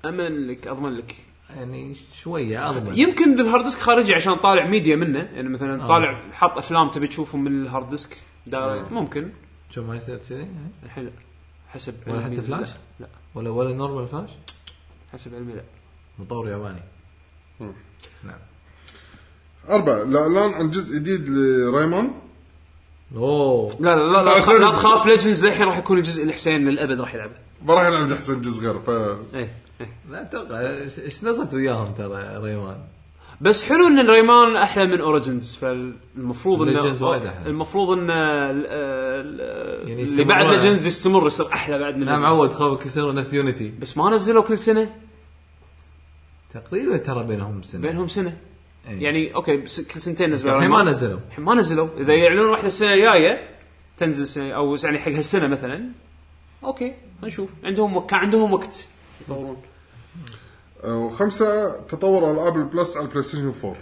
Speaker 1: امن لك اضمن لك
Speaker 3: يعني شويه اضمن
Speaker 1: يمكن بالهارد ديسك خارجي عشان طالع ميديا منه يعني مثلا
Speaker 3: آه.
Speaker 1: طالع حاط افلام تبي تشوفهم من الهارد ديسك
Speaker 3: إيه.
Speaker 1: دايركت. ممكن
Speaker 3: شو ما يصير كذي
Speaker 1: الحين حسب
Speaker 3: ولا
Speaker 1: علمي
Speaker 3: حتى
Speaker 1: لا.
Speaker 3: فلاش؟
Speaker 1: لا
Speaker 3: ولا ولا نورمال فلاش
Speaker 1: حسب علمي لا
Speaker 3: مطور ياباني نعم.
Speaker 2: أربعة الإعلان عن جزء جديد لريمون
Speaker 3: اوه
Speaker 1: لا لا لا, لا, تخ- لا تخاف ليجندز للحين راح يكون الجزء اللي حسين للابد راح يلعبه
Speaker 2: ما راح يلعب احسن جزء غيره ف
Speaker 3: إيه.
Speaker 1: ايه ايه
Speaker 3: لا اتوقع إيش- ايش نزلت وياهم ترى ريمان
Speaker 1: بس حلو ان ريمان احلى من اوريجنز فالمفروض انه
Speaker 3: Legends وايد أحلى.
Speaker 1: المفروض ان ال- ال-
Speaker 3: يعني
Speaker 1: اللي بعد
Speaker 3: يستمرون.
Speaker 1: ليجندز يستمر يصير احلى بعد من
Speaker 3: انا
Speaker 1: Legends.
Speaker 3: معود خوفك يصيروا نفس يونيتي
Speaker 1: بس ما نزلوا كل سنه
Speaker 3: تقريبا ترى بينهم سنه
Speaker 1: بينهم سنه
Speaker 3: إيه.
Speaker 1: يعني اوكي بس كل سنتين نزلوا
Speaker 3: الحين ما
Speaker 1: ريمان.
Speaker 3: نزلوا
Speaker 1: الحين ما نزلوا اذا يعلنون واحده السنه الجايه تنزل السنه او يعني حق هالسنه مثلا اوكي نشوف عندهم وقت عندهم وقت يطورون
Speaker 2: آه، وخمسة تطور ألعاب البلس على البلاي ستيشن 4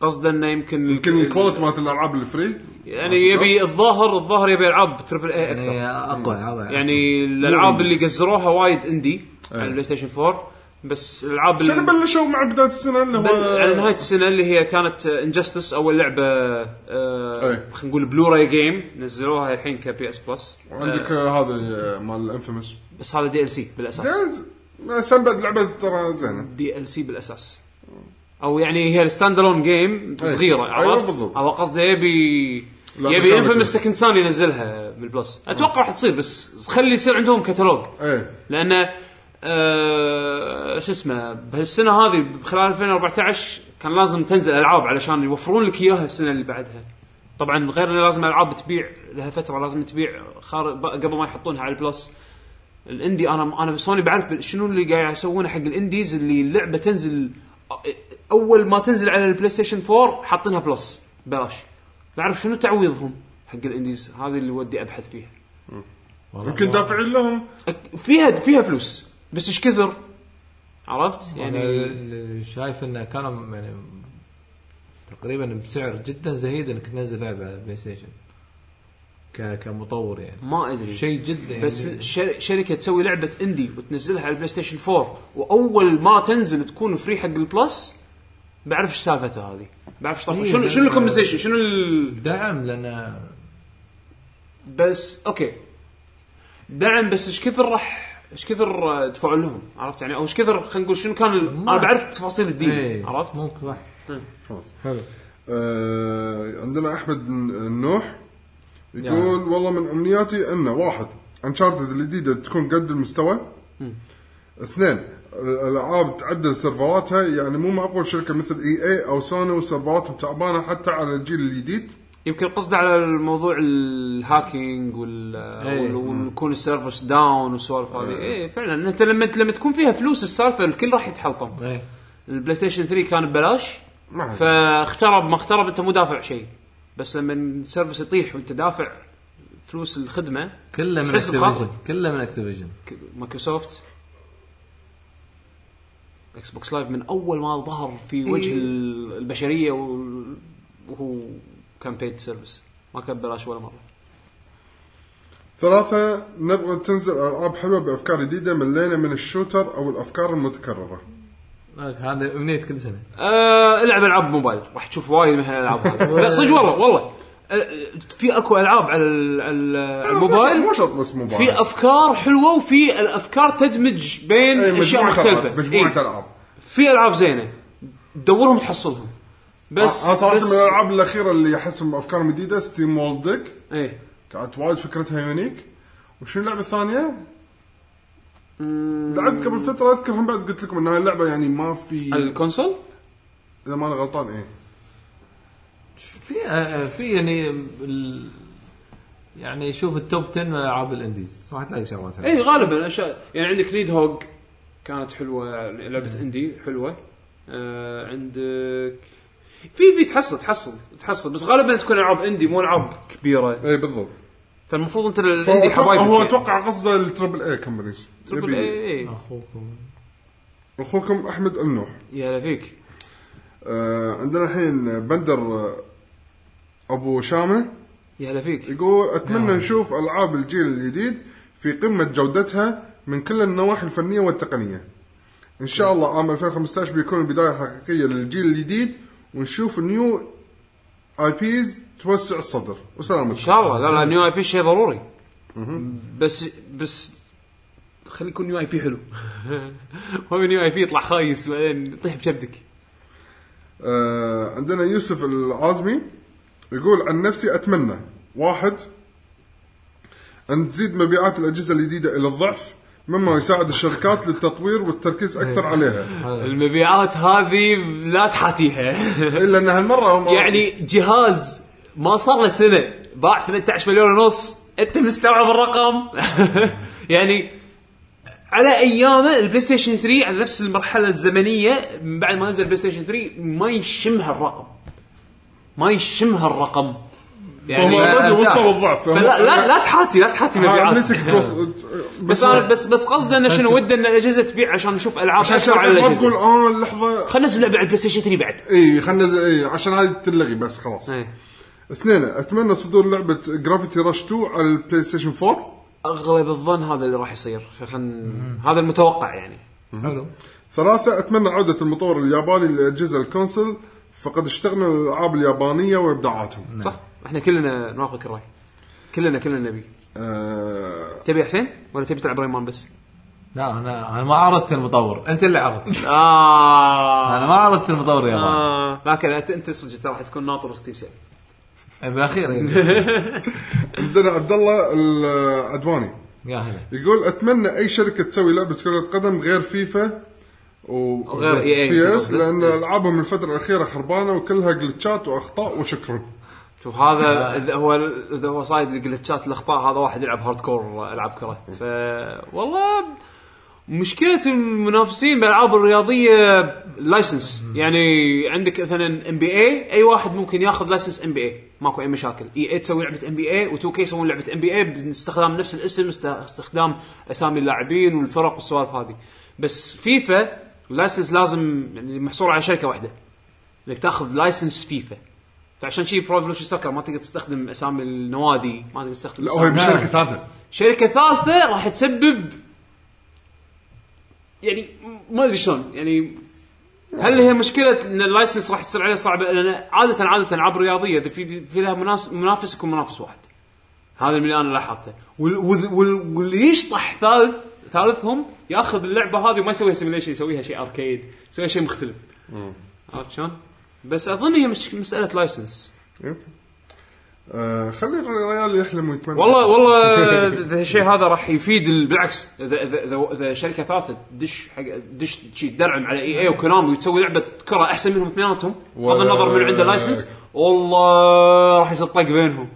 Speaker 1: قصدا انه يمكن
Speaker 2: يمكن الكواليتي مالت الألعاب الفري
Speaker 1: يعني يبي الظاهر الظاهر يبي العاب تربل اي اكثر
Speaker 3: يعني اقوى العاب
Speaker 1: يعني الالعاب اللي قزروها وايد اندي على البلاي ستيشن 4 بس الالعاب ال-
Speaker 2: عشان بلشوا مع بدايه السنه اللي
Speaker 1: بل- على
Speaker 2: هو
Speaker 1: نهايه السنه اللي هي كانت انجستس اول لعبه آه
Speaker 2: أي.
Speaker 1: خلينا نقول بلوراي جيم نزلوها الحين كبي اس بلس
Speaker 2: عندك آه، هذا آه، مال انفيمس
Speaker 1: بس هذا دي ال سي بالاساس
Speaker 2: سنبد لعبه ترى زينه
Speaker 1: دي ال سي بالاساس او يعني هي الستاند الون جيم صغيره
Speaker 2: أيوة،
Speaker 1: عرفت؟
Speaker 2: بالضبط.
Speaker 1: او قصده يبي
Speaker 2: لا،
Speaker 1: يبي
Speaker 2: بالكامل.
Speaker 1: انفيمس سكند سان ينزلها بالبلس اتوقع راح تصير بس خلي يصير عندهم كتالوج
Speaker 2: ايه
Speaker 1: لان آه شو اسمه بهالسنه هذه خلال 2014 كان لازم تنزل العاب علشان يوفرون لك اياها السنه اللي بعدها طبعا غير إن لازم العاب تبيع لها فتره لازم تبيع خار... ب- قبل ما يحطونها على البلس الاندي انا انا سوني بعرف شنو اللي قاعد يسوونه حق الانديز اللي اللعبه تنزل اول ما تنزل على البلاي ستيشن 4 حاطينها بلس بلاش بعرف شنو تعويضهم حق الانديز هذه اللي ودي ابحث فيها
Speaker 2: يمكن دافعين لهم
Speaker 1: فيها فيها فلوس بس ايش كثر عرفت يعني
Speaker 3: يعني شايف انه كانوا يعني تقريبا بسعر جدا زهيد انك تنزل لعبه على بلاي ستيشن ك- كمطور يعني
Speaker 1: ما ادري
Speaker 3: شيء جدا يعني
Speaker 1: بس شر- شركه تسوي لعبه اندي وتنزلها على البلاي ستيشن 4 واول ما تنزل تكون فري حق البلس بعرف ايش سالفتها هذه بعرف ايش طبعاً.
Speaker 3: إيه،
Speaker 1: شنو
Speaker 3: لأن-
Speaker 1: شنو الكومبنسيشن شنو ال...
Speaker 3: دعم لان
Speaker 1: بس اوكي دعم بس ايش كثر راح ايش كثر آه، دفعوا لهم عرفت يعني او ايش كثر خلينا نقول شنو كان ال... انا بعرف تفاصيل الديل
Speaker 3: إيه،
Speaker 1: عرفت طيب.
Speaker 3: ممكن صح
Speaker 2: آه، عندنا احمد النوح يقول والله من امنياتي انه واحد انشارتد الجديده تكون قد المستوى اثنين الالعاب تعدل سيرفراتها يعني مو معقول شركه مثل E اي اي او سوني وسيرفراتهم تعبانه حتى على الجيل الجديد
Speaker 1: يمكن قصده على الموضوع الهاكينج وال وال-
Speaker 2: إيه.
Speaker 1: ويكون السيرفرز داون والسوالف هذه اي فعلا انت لما لما تكون فيها فلوس السالفه الكل راح يتحلطم
Speaker 3: ايه
Speaker 1: البلاي ستيشن 3 كان ببلاش
Speaker 2: ما أدري.
Speaker 1: فاخترب ما اخترب انت مو دافع شيء بس لما السيرفس يطيح وانت دافع فلوس الخدمه
Speaker 4: كله من
Speaker 1: تحس
Speaker 4: اكتيفيجن
Speaker 1: بخاطرك.
Speaker 4: كله من اكتيفيجن
Speaker 1: ك- مايكروسوفت اكس بوكس لايف من اول ما ظهر في
Speaker 2: إيه.
Speaker 1: وجه ال- البشريه وال- وهو كان بيد سيرفيس ما كان ببلاش ولا مره
Speaker 2: ثلاثة نبغى تنزل العاب حلوة بافكار جديدة ملينا من الشوتر او الافكار المتكررة.
Speaker 4: هذا امنيه كل سنه
Speaker 1: آه، العب العاب موبايل راح تشوف وايد من هالالعاب هذه لا صدق والله والله آه، في اكو العاب على ال- ال- الموبايل
Speaker 2: مو شرط بس موبايل.
Speaker 1: في افكار حلوه وفي الافكار تدمج بين
Speaker 2: إيه،
Speaker 1: اشياء
Speaker 2: مجموعة
Speaker 1: مختلفه
Speaker 2: ألعاب- مجموعة
Speaker 1: إيه،
Speaker 2: العاب.
Speaker 1: في العاب زينه دورهم تحصلهم بس
Speaker 2: انا آه، صراحة من
Speaker 1: بس
Speaker 2: الالعاب الاخيرة اللي احسهم بافكار جديدة ستيم وولدك
Speaker 1: ايه
Speaker 2: كانت وايد فكرتها يونيك وشنو اللعبه الثانيه؟ لعبت قبل فتره اذكر هم بعد قلت لكم ان هاي اللعبه يعني ما
Speaker 1: على
Speaker 2: في
Speaker 1: الكونسول
Speaker 2: اذا ماني غلطان ايه
Speaker 3: في آه، آه، في يعني ال... يعني شوف التوب 10 من العاب الانديز راح تلاقي شغلات حلوة.
Speaker 1: اي غالبا اشياء إيه، يعني عندك نيد هوج كانت حلوه لعبه اندي حلوه آه عندك في في تحصل تحصل تحصل بس غالبا تكون العاب اندي مو العاب كبيره
Speaker 2: اي بالضبط
Speaker 1: فالمفروض انت
Speaker 2: فهو
Speaker 1: الاندي
Speaker 2: أتوقع-
Speaker 1: حبايبك
Speaker 2: هو
Speaker 1: يعني. إيه،
Speaker 2: اتوقع قصده التربل اي كمبانيز
Speaker 1: تربل
Speaker 2: يبي آه.
Speaker 1: اي اي
Speaker 3: اخوكم
Speaker 2: اخوكم احمد النوح
Speaker 1: يا هلا فيك
Speaker 2: آه عندنا الحين بندر آه، ابو شامه
Speaker 1: يا هلا فيك
Speaker 2: يقول
Speaker 1: نعم.
Speaker 2: اتمنى نشوف العاب الجيل الجديد في قمه جودتها من كل النواحي الفنيه والتقنيه. ان شاء الله عام 2015 بيكون البدايه الحقيقيه للجيل الجديد ونشوف نيو اي بيز توسع الصدر وسلامتكم.
Speaker 1: ان شاء الله لا
Speaker 2: إيه.
Speaker 1: لا نيو اي بي شيء ضروري بس بس خلي يكون نيو اي بي حلو هو نيو اي بي يطلع خايس طيب، بعدين يطيح بكبدك
Speaker 2: آه عندنا يوسف العازمي يقول عن نفسي اتمنى واحد ان تزيد مبيعات الاجهزه الجديده الى الضعف مما يساعد الشركات للتطوير والتركيز اكثر عليها
Speaker 3: آه.
Speaker 1: المبيعات هذه لا تحاتيها
Speaker 2: الا ان هالمره هم-
Speaker 1: يعني جهاز ما صار له سنه باع 18 مليون ونص انت مستوعب الرقم يعني على ايامه البلاي ستيشن 3 على نفس المرحله الزمنيه من بعد ما نزل البلاي ستيشن 3 ما يشمها الرقم ما يشمها الرقم يعني
Speaker 2: هم اوريدي
Speaker 1: لا-
Speaker 2: وصلوا الضعف إيه.
Speaker 1: فلا لا لا تحاتي لا تحاتي
Speaker 2: آه،
Speaker 1: مبيعات
Speaker 2: نسيك بس
Speaker 1: بس انا بس بس قصده انه شنو وده ان الاجهزه تبيع عشان نشوف العاب
Speaker 2: عشان
Speaker 1: اكثر على
Speaker 2: الشركات ما تقول
Speaker 1: الاجهزه
Speaker 2: اه لحظه
Speaker 1: خلينا ننزل لعبه على البلاي ستيشن 3 بعد
Speaker 2: اي إيه، خلنا ز- اي عشان هذه تلغي بس خلاص
Speaker 1: إيه.
Speaker 2: اثنين اتمنى صدور لعبه جرافيتي رش 2 على البلاي ستيشن 4
Speaker 1: اغلب الظن هذا اللي راح يصير فخن هذا المتوقع يعني
Speaker 3: حلو
Speaker 2: ثلاثة أتمنى عودة المطور الياباني لأجهزة الكونسل فقد اشتغلوا الألعاب اليابانية وإبداعاتهم
Speaker 1: صح احنا كلنا نوافقك الراي كلنا كلنا نبي
Speaker 2: آه،
Speaker 1: تبي حسين ولا تبي تلعب ريمان بس؟
Speaker 3: لا انا انا ما عرضت المطور انت اللي عرضت
Speaker 1: اه
Speaker 3: انا ما عرضت المطور يا آه.
Speaker 1: آه لكن انت انت صدق راح تكون ناطر ستيم سيل
Speaker 3: بالاخير يعني.
Speaker 2: عندنا عبد الله العدواني
Speaker 3: يا هلا
Speaker 2: يقول اتمنى اي شركه تسوي لعبه كره قدم غير فيفا و
Speaker 1: غير EA
Speaker 2: بي اس
Speaker 1: قصدك.
Speaker 2: لان العابهم الفتره الاخيره خربانه وكلها جلتشات واخطاء وشكرا
Speaker 1: شوف هذا اذا هو اذا هو صايد الجلتشات الاخطاء هذا واحد يلعب هارد كور العاب كره ف والله مشكله المنافسين بالالعاب الرياضيه لايسنس يعني عندك مثلا ام بي اي اي واحد ممكن ياخذ لايسنس ام بي اي ماكو اي مشاكل اي اي تسوي لعبه ام بي اي و2 كي يسوون لعبه ام بي اي باستخدام نفس الاسم است- استخدام اسامي اللاعبين والفرق والسوالف هذه بس فيفا اللايسنس لازم يعني محصور على شركه واحده انك تاخذ لايسنس فيفا فعشان شي برو ايفولوشن سكر ما تقدر تستخدم اسامي النوادي ما تقدر تستخدم
Speaker 2: لا وهي
Speaker 1: أسامي-
Speaker 2: بشركه ثالثه
Speaker 1: شركه ثالثه راح تسبب يعني ما ادري شلون يعني هل هي مشكله ان اللايسنس راح تصير عليه صعبه لان عاده عاده العاب رياضيه اذا في في لها مناس منافس يكون منافس واحد هذا اللي انا لاحظته وال- وال- وال- واللي يشطح ثالث ثالثهم ياخذ اللعبه هذه وما يسويها سيميليشن يسويها شيء اركيد يسويها شيء مختلف عرفت شلون؟ بس اظن هي مش مساله لايسنس
Speaker 2: آه، خلي الريال يحلم ويتمنى
Speaker 1: والله والله إذا الشيء هذا راح يفيد ال- بالعكس اذا اذا اذا اذا شركه ثالثه تدش حق تدش شي تدرعم على
Speaker 2: آه.
Speaker 1: اي اي وكونامي وتسوي لعبه كره احسن منهم اثنيناتهم بغض النظر من عنده لايسنس والله راح يصير طق بينهم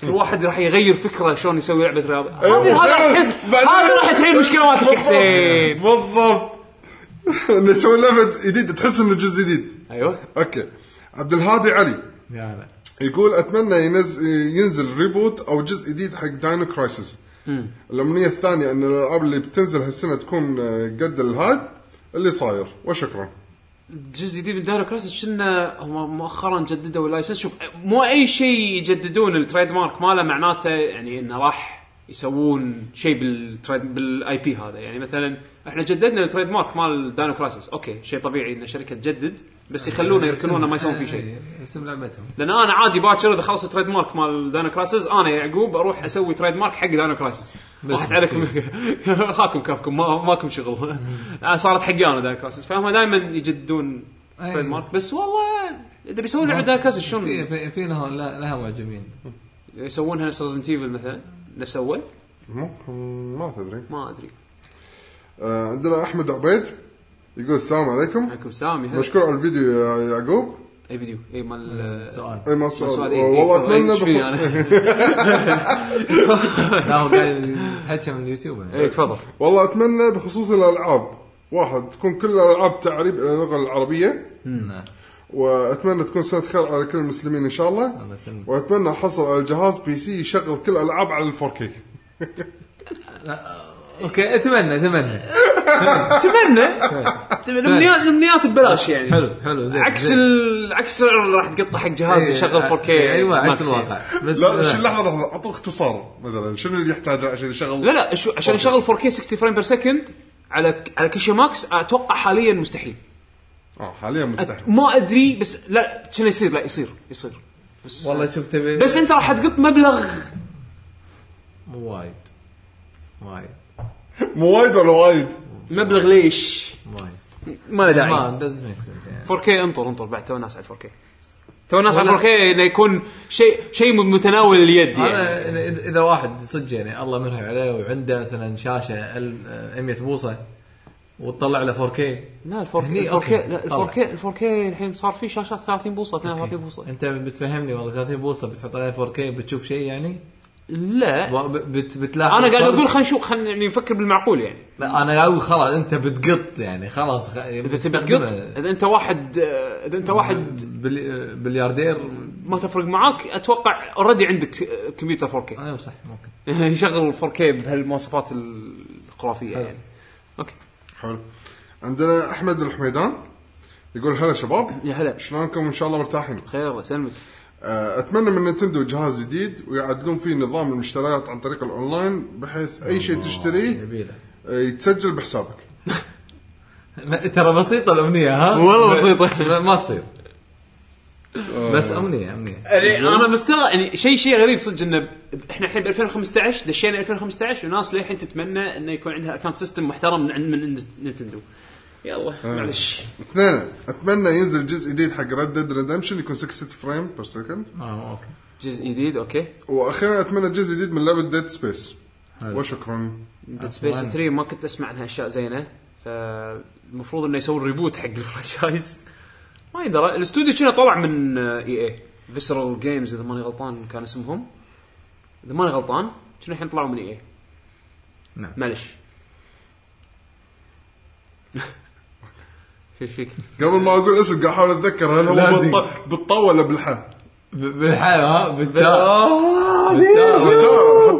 Speaker 1: كل واحد راح يغير فكره شلون يسوي لعبه رياضه هذه هذا راح تحل
Speaker 2: أيوة، بعدين-
Speaker 1: هذا راح تحل مشكله ما إيه.
Speaker 2: بالضبط.
Speaker 1: فيك حسين
Speaker 2: بالضبط انه يسوي لعبه جديده تحس انه جزء جديد
Speaker 1: ايوه
Speaker 2: اوكي عبد الهادي علي
Speaker 3: يا هلا
Speaker 2: يقول اتمنى ينزل ينزل ريبوت او جزء جديد حق داينو كرايسيس الامنيه الثانيه ان الالعاب اللي بتنزل هالسنه تكون آه، قد الهايب اللي صاير وشكرا
Speaker 1: الجزء جديد من دايرو كرايسس كنا هم مؤخرا جددوا اللايسنس شوف مو اي شيء يجددون التريد مارك ماله معناته يعني انه راح يسوون شيء بالتريد بالاي بي هذا يعني مثلا احنا جددنا التريد مارك مال داينو كرايسس اوكي شيء طبيعي ان الشركه تجدد بس يخلونه يركنونه ما يسوون فيه شيء
Speaker 3: إيه، اسم لعبتهم
Speaker 1: لان انا عادي باكر اذا خلص التريد مارك مال داينو كرايسس انا يعقوب اروح اسوي تريد مارك حق داينو كرايسس راحت عليكم خاكم كافكم ما ماكم شغل صارت حقي انا داينو كرايسس فهم دائما يجددون
Speaker 3: أي.
Speaker 1: تريد مارك بس والله اذا بيسوون لعبه داينو كرايسس
Speaker 3: إيه. في
Speaker 1: شلون
Speaker 3: في, في لها لا- لها معجبين
Speaker 1: يسوونها نفس ريزنت ايفل مثلا نفس اول
Speaker 2: ممكن ما تدري
Speaker 1: ما ادري
Speaker 2: آه، عندنا احمد عبيد يقول السلام عليكم
Speaker 1: عليكم سامي هلا.
Speaker 2: مشكور على الفيديو يا يعقوب
Speaker 1: اي فيديو اي مال
Speaker 3: سؤال
Speaker 2: اي ما
Speaker 1: سؤال إيه،
Speaker 2: السؤال
Speaker 1: اي
Speaker 2: والله اتمنى
Speaker 1: اتمنى
Speaker 2: بخ-
Speaker 1: انا
Speaker 3: لا هو قاعد يتحكى من اليوتيوب يعني.
Speaker 1: اي تفضل
Speaker 2: والله اتمنى بخصوص الالعاب واحد تكون كل الالعاب تعريب الى اللغه العربيه
Speaker 3: نعم.
Speaker 2: واتمنى تكون سنه خير على كل المسلمين ان شاء
Speaker 3: الله
Speaker 2: الله
Speaker 3: يسلمك.
Speaker 2: واتمنى احصل على جهاز بي سي يشغل كل الالعاب على الفور كي
Speaker 3: اوكي اتمنى اتمنى
Speaker 1: اتمنى الامنيات الامنيات ببلاش يعني
Speaker 3: إيه. حلو حلو زين
Speaker 1: عكس
Speaker 3: زين.
Speaker 1: ال... عكس العرض راح تقطع حق جهاز
Speaker 3: إيه،
Speaker 1: يشغل 4K
Speaker 3: ايوه عكس
Speaker 1: ماكس يعني.
Speaker 3: الواقع بس
Speaker 2: لا شو لحظه لحظه اعطوا اختصار مثلا شنو اللي يحتاج عشان يشغل
Speaker 1: لا لا شو عشان يشغل 4K 60 فريم بير سكند على على كشي ماكس اتوقع حاليا مستحيل
Speaker 2: اه حاليا مستحيل
Speaker 1: ما ادري بس لا شنو يصير لا يصير يصير بس
Speaker 3: والله شوف تبي
Speaker 1: بس انت راح تقط مبلغ
Speaker 3: مو وايد وايد
Speaker 2: مو وايد ولا وايد
Speaker 1: مبلغ ليش؟
Speaker 3: وايد
Speaker 1: ما له داعي
Speaker 3: ما داز ميك سنس يعني
Speaker 1: 4K انطر انطر بعد تو الناس على 4K تو الناس على 4K انه يكون شيء شيء متناول اليد يعني
Speaker 3: انا إذا- اذا واحد صدق يعني الله منعم عليه وعنده مثلا شاشه ال- آه، 100 بوصه وتطلع له 4K
Speaker 1: لا ال 4K
Speaker 3: هني
Speaker 1: ال 4K
Speaker 3: أوكي.
Speaker 1: لا ال
Speaker 3: طلع.
Speaker 1: 4K ال 4K الحين صار في شاشات 30 بوصه 32 بوصه
Speaker 3: انت بتفهمني والله 30 بوصه بتحط عليها 4K بتشوف شيء يعني
Speaker 1: لا
Speaker 3: و- ب- بت بتلاحظ
Speaker 1: انا قاعد
Speaker 3: فرق؟
Speaker 1: اقول خلينا نشوف خلينا يعني نفكر بالمعقول يعني
Speaker 3: لا انا اقول خلاص انت بتقط يعني خلاص
Speaker 1: اذا تبي تقط اذا انت واحد آه، اذا انت واحد
Speaker 3: بلياردير
Speaker 1: ما تفرق معاك اتوقع اوريدي عندك آه، كمبيوتر 4K
Speaker 3: ايوه صح ممكن
Speaker 1: يشغل 4K بهالمواصفات الخرافيه يعني اوكي
Speaker 2: حلو عندنا احمد الحميدان يقول هلا شباب
Speaker 1: يا هلا
Speaker 2: شلونكم ان شاء الله مرتاحين
Speaker 1: خير الله يسلمك
Speaker 2: آه، اتمنى من نينتندو جهاز جديد ويعدلون فيه نظام المشتريات عن طريق الاونلاين بحيث اي شيء تشتريه
Speaker 3: نبيله
Speaker 2: آه، يتسجل بحسابك
Speaker 3: ترى بسيطه الامنيه ها
Speaker 5: والله بسيطة.
Speaker 3: ما- ما تصير بس امنيه امنيه
Speaker 1: يعني انا مستغرب يعني شيء شيء غريب صدق انه ب- احنا الحين ب 2015 دشينا 2015 وناس للحين تتمنى انه يكون عندها اكونت سيستم محترم من عند من نت- نتندو يلا معلش
Speaker 2: اثنين اتمنى ينزل جزء جديد حق ريد ديد ريدمشن يكون 60 فريم بير سكند
Speaker 3: اه اوكي
Speaker 1: جزء جديد اوكي
Speaker 2: واخيرا اتمنى جزء جديد من لعبه ديد سبيس وشكرا
Speaker 1: ديد سبيس 3 ما كنت اسمع عنها اشياء زينه فالمفروض انه يسوون ريبوت حق الفرانشايز ما يندرى الاستوديو كنا طلع من إيه، اي اي فيسرال جيمز اذا ماني غلطان كان اسمهم اذا ماني غلطان كنا الحين طلعوا من اي اي
Speaker 3: نعم.
Speaker 1: معلش ايش فيك؟
Speaker 2: قبل ما اقول اسم قاعد احاول اتذكر هل
Speaker 3: لا
Speaker 2: هو
Speaker 3: دي.
Speaker 2: بالط- بالطاء ولا بالحاء؟
Speaker 3: ب- بالحال ها بالتاء
Speaker 1: آه،
Speaker 2: بالطاء.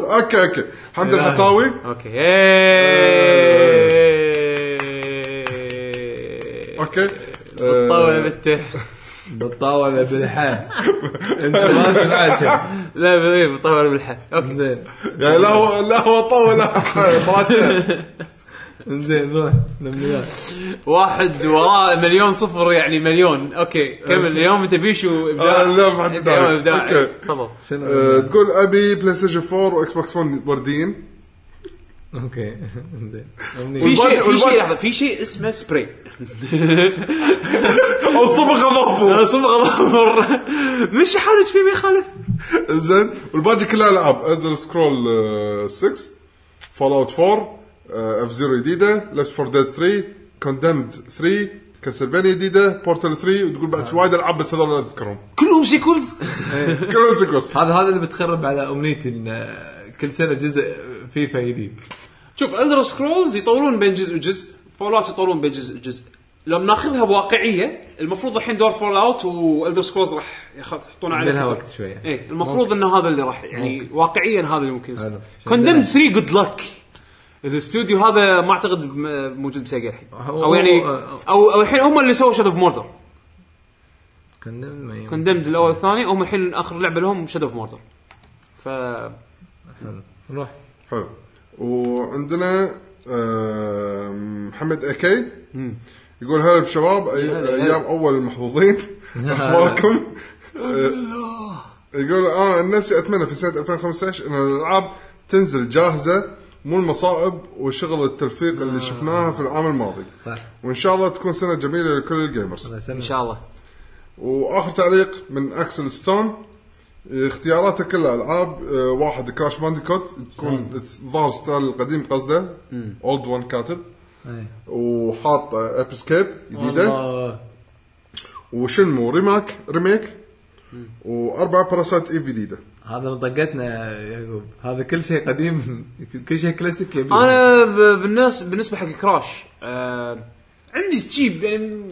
Speaker 2: حط- اوكي اوكي حمد
Speaker 3: إلهي.
Speaker 2: الحطاوي
Speaker 1: اوكي
Speaker 2: اوكي
Speaker 1: طاولة
Speaker 2: آه،
Speaker 1: بالته
Speaker 3: بالطاوله بالحال انت ما سمعت شيء.
Speaker 1: لا بالله طاولة بالحل اوكي
Speaker 3: زين
Speaker 2: يعني لا هو لا هو طاء ولا حاء. طلعت لها.
Speaker 3: زين روح الامنيات
Speaker 1: واحد وراه مليون صفر يعني مليون اوكي كمل اليوم انت بيشو ابداع
Speaker 2: آه، لا، ما حد
Speaker 1: إبداع-
Speaker 2: داعي.
Speaker 1: ابداع
Speaker 2: أوكي.
Speaker 1: تفضل
Speaker 3: شنو
Speaker 2: آه، تقول ابي بلاي ستيشن 4 واكس بوكس 1 ورديين
Speaker 3: اوكي زين
Speaker 1: في
Speaker 3: امنيه
Speaker 1: شيء في
Speaker 2: والبادي-
Speaker 1: شيء لحظه في شيء اسمه سبراي
Speaker 2: او صبغ اضافه
Speaker 1: صبغه اضمر مش حالك فيه ما يخالف
Speaker 2: زين والباقي كلها العاب اذر سكرول 6 فول اوت 4 اف زيرو جديده ليفت فور ديد 3 كوندمد 3 كاسلفينيا جديده بورتال 3 وتقول بعد في وايد العاب بس هذول لا اذكرهم
Speaker 1: كلهم سيكولز
Speaker 2: كلهم سيكوس
Speaker 3: هذا هذا اللي بتخرب على امنيتي ان آه، كل سنه جزء فيفا جديد
Speaker 1: شوف الدر سكرولز يطولون بين جزء وجزء فول اوت يطولون بين جزء وجزء لو بناخذها بواقعيه المفروض الحين دور فول اوت والدر سكرولز راح ياخذ- يحطون عليه
Speaker 3: لها
Speaker 1: كتر.
Speaker 3: وقت شويه
Speaker 1: ايه المفروض ان هذا اللي راح يعني ممكن. واقعيا هذا اللي ممكن يصير
Speaker 3: هذا.
Speaker 1: كوندمد 3 جود لك الاستوديو هذا ما اعتقد م- موجود بسيجا الحين
Speaker 3: هو-
Speaker 1: او يعني
Speaker 3: هو-
Speaker 1: او او الحين هم اللي سووا شادو اوف موردر
Speaker 3: كنا ما يم-
Speaker 1: كوندمد الاول والثاني هم الحين اخر لعبه لهم شادو اوف موردر ف
Speaker 3: نروح
Speaker 2: حلو وعندنا آم، محمد اكي يقول هلا بشباب أي- ايام اول المحظوظين اخباركم آه، يقول انا عن نفسي اتمنى في سنه 2015 ان الالعاب تنزل جاهزه مو المصائب وشغل التلفيق اللي شفناها في العام الماضي
Speaker 3: صح
Speaker 2: وان شاء الله تكون سنه جميله لكل الجيمرز
Speaker 3: الله
Speaker 1: ان
Speaker 3: يسلمك
Speaker 1: شاء الله
Speaker 2: واخر تعليق من اكسل ستون اختياراته كلها العاب اه، واحد كراش بانديكوت تكون ظهر ستايل القديم قصده اولد وان كاتب
Speaker 3: إيه.
Speaker 2: وحاط آه، اب سكيب جديده
Speaker 3: الله
Speaker 2: وشنمو ريماك ريميك واربع باراسايت ايف جديده
Speaker 3: هذا اللي طقتنا يا يعقوب هذا كل شيء قديم كل شيء كلاسيك يبي
Speaker 1: انا ب- بالناس بالنسبه حق كراش آه عندي تجيب يعني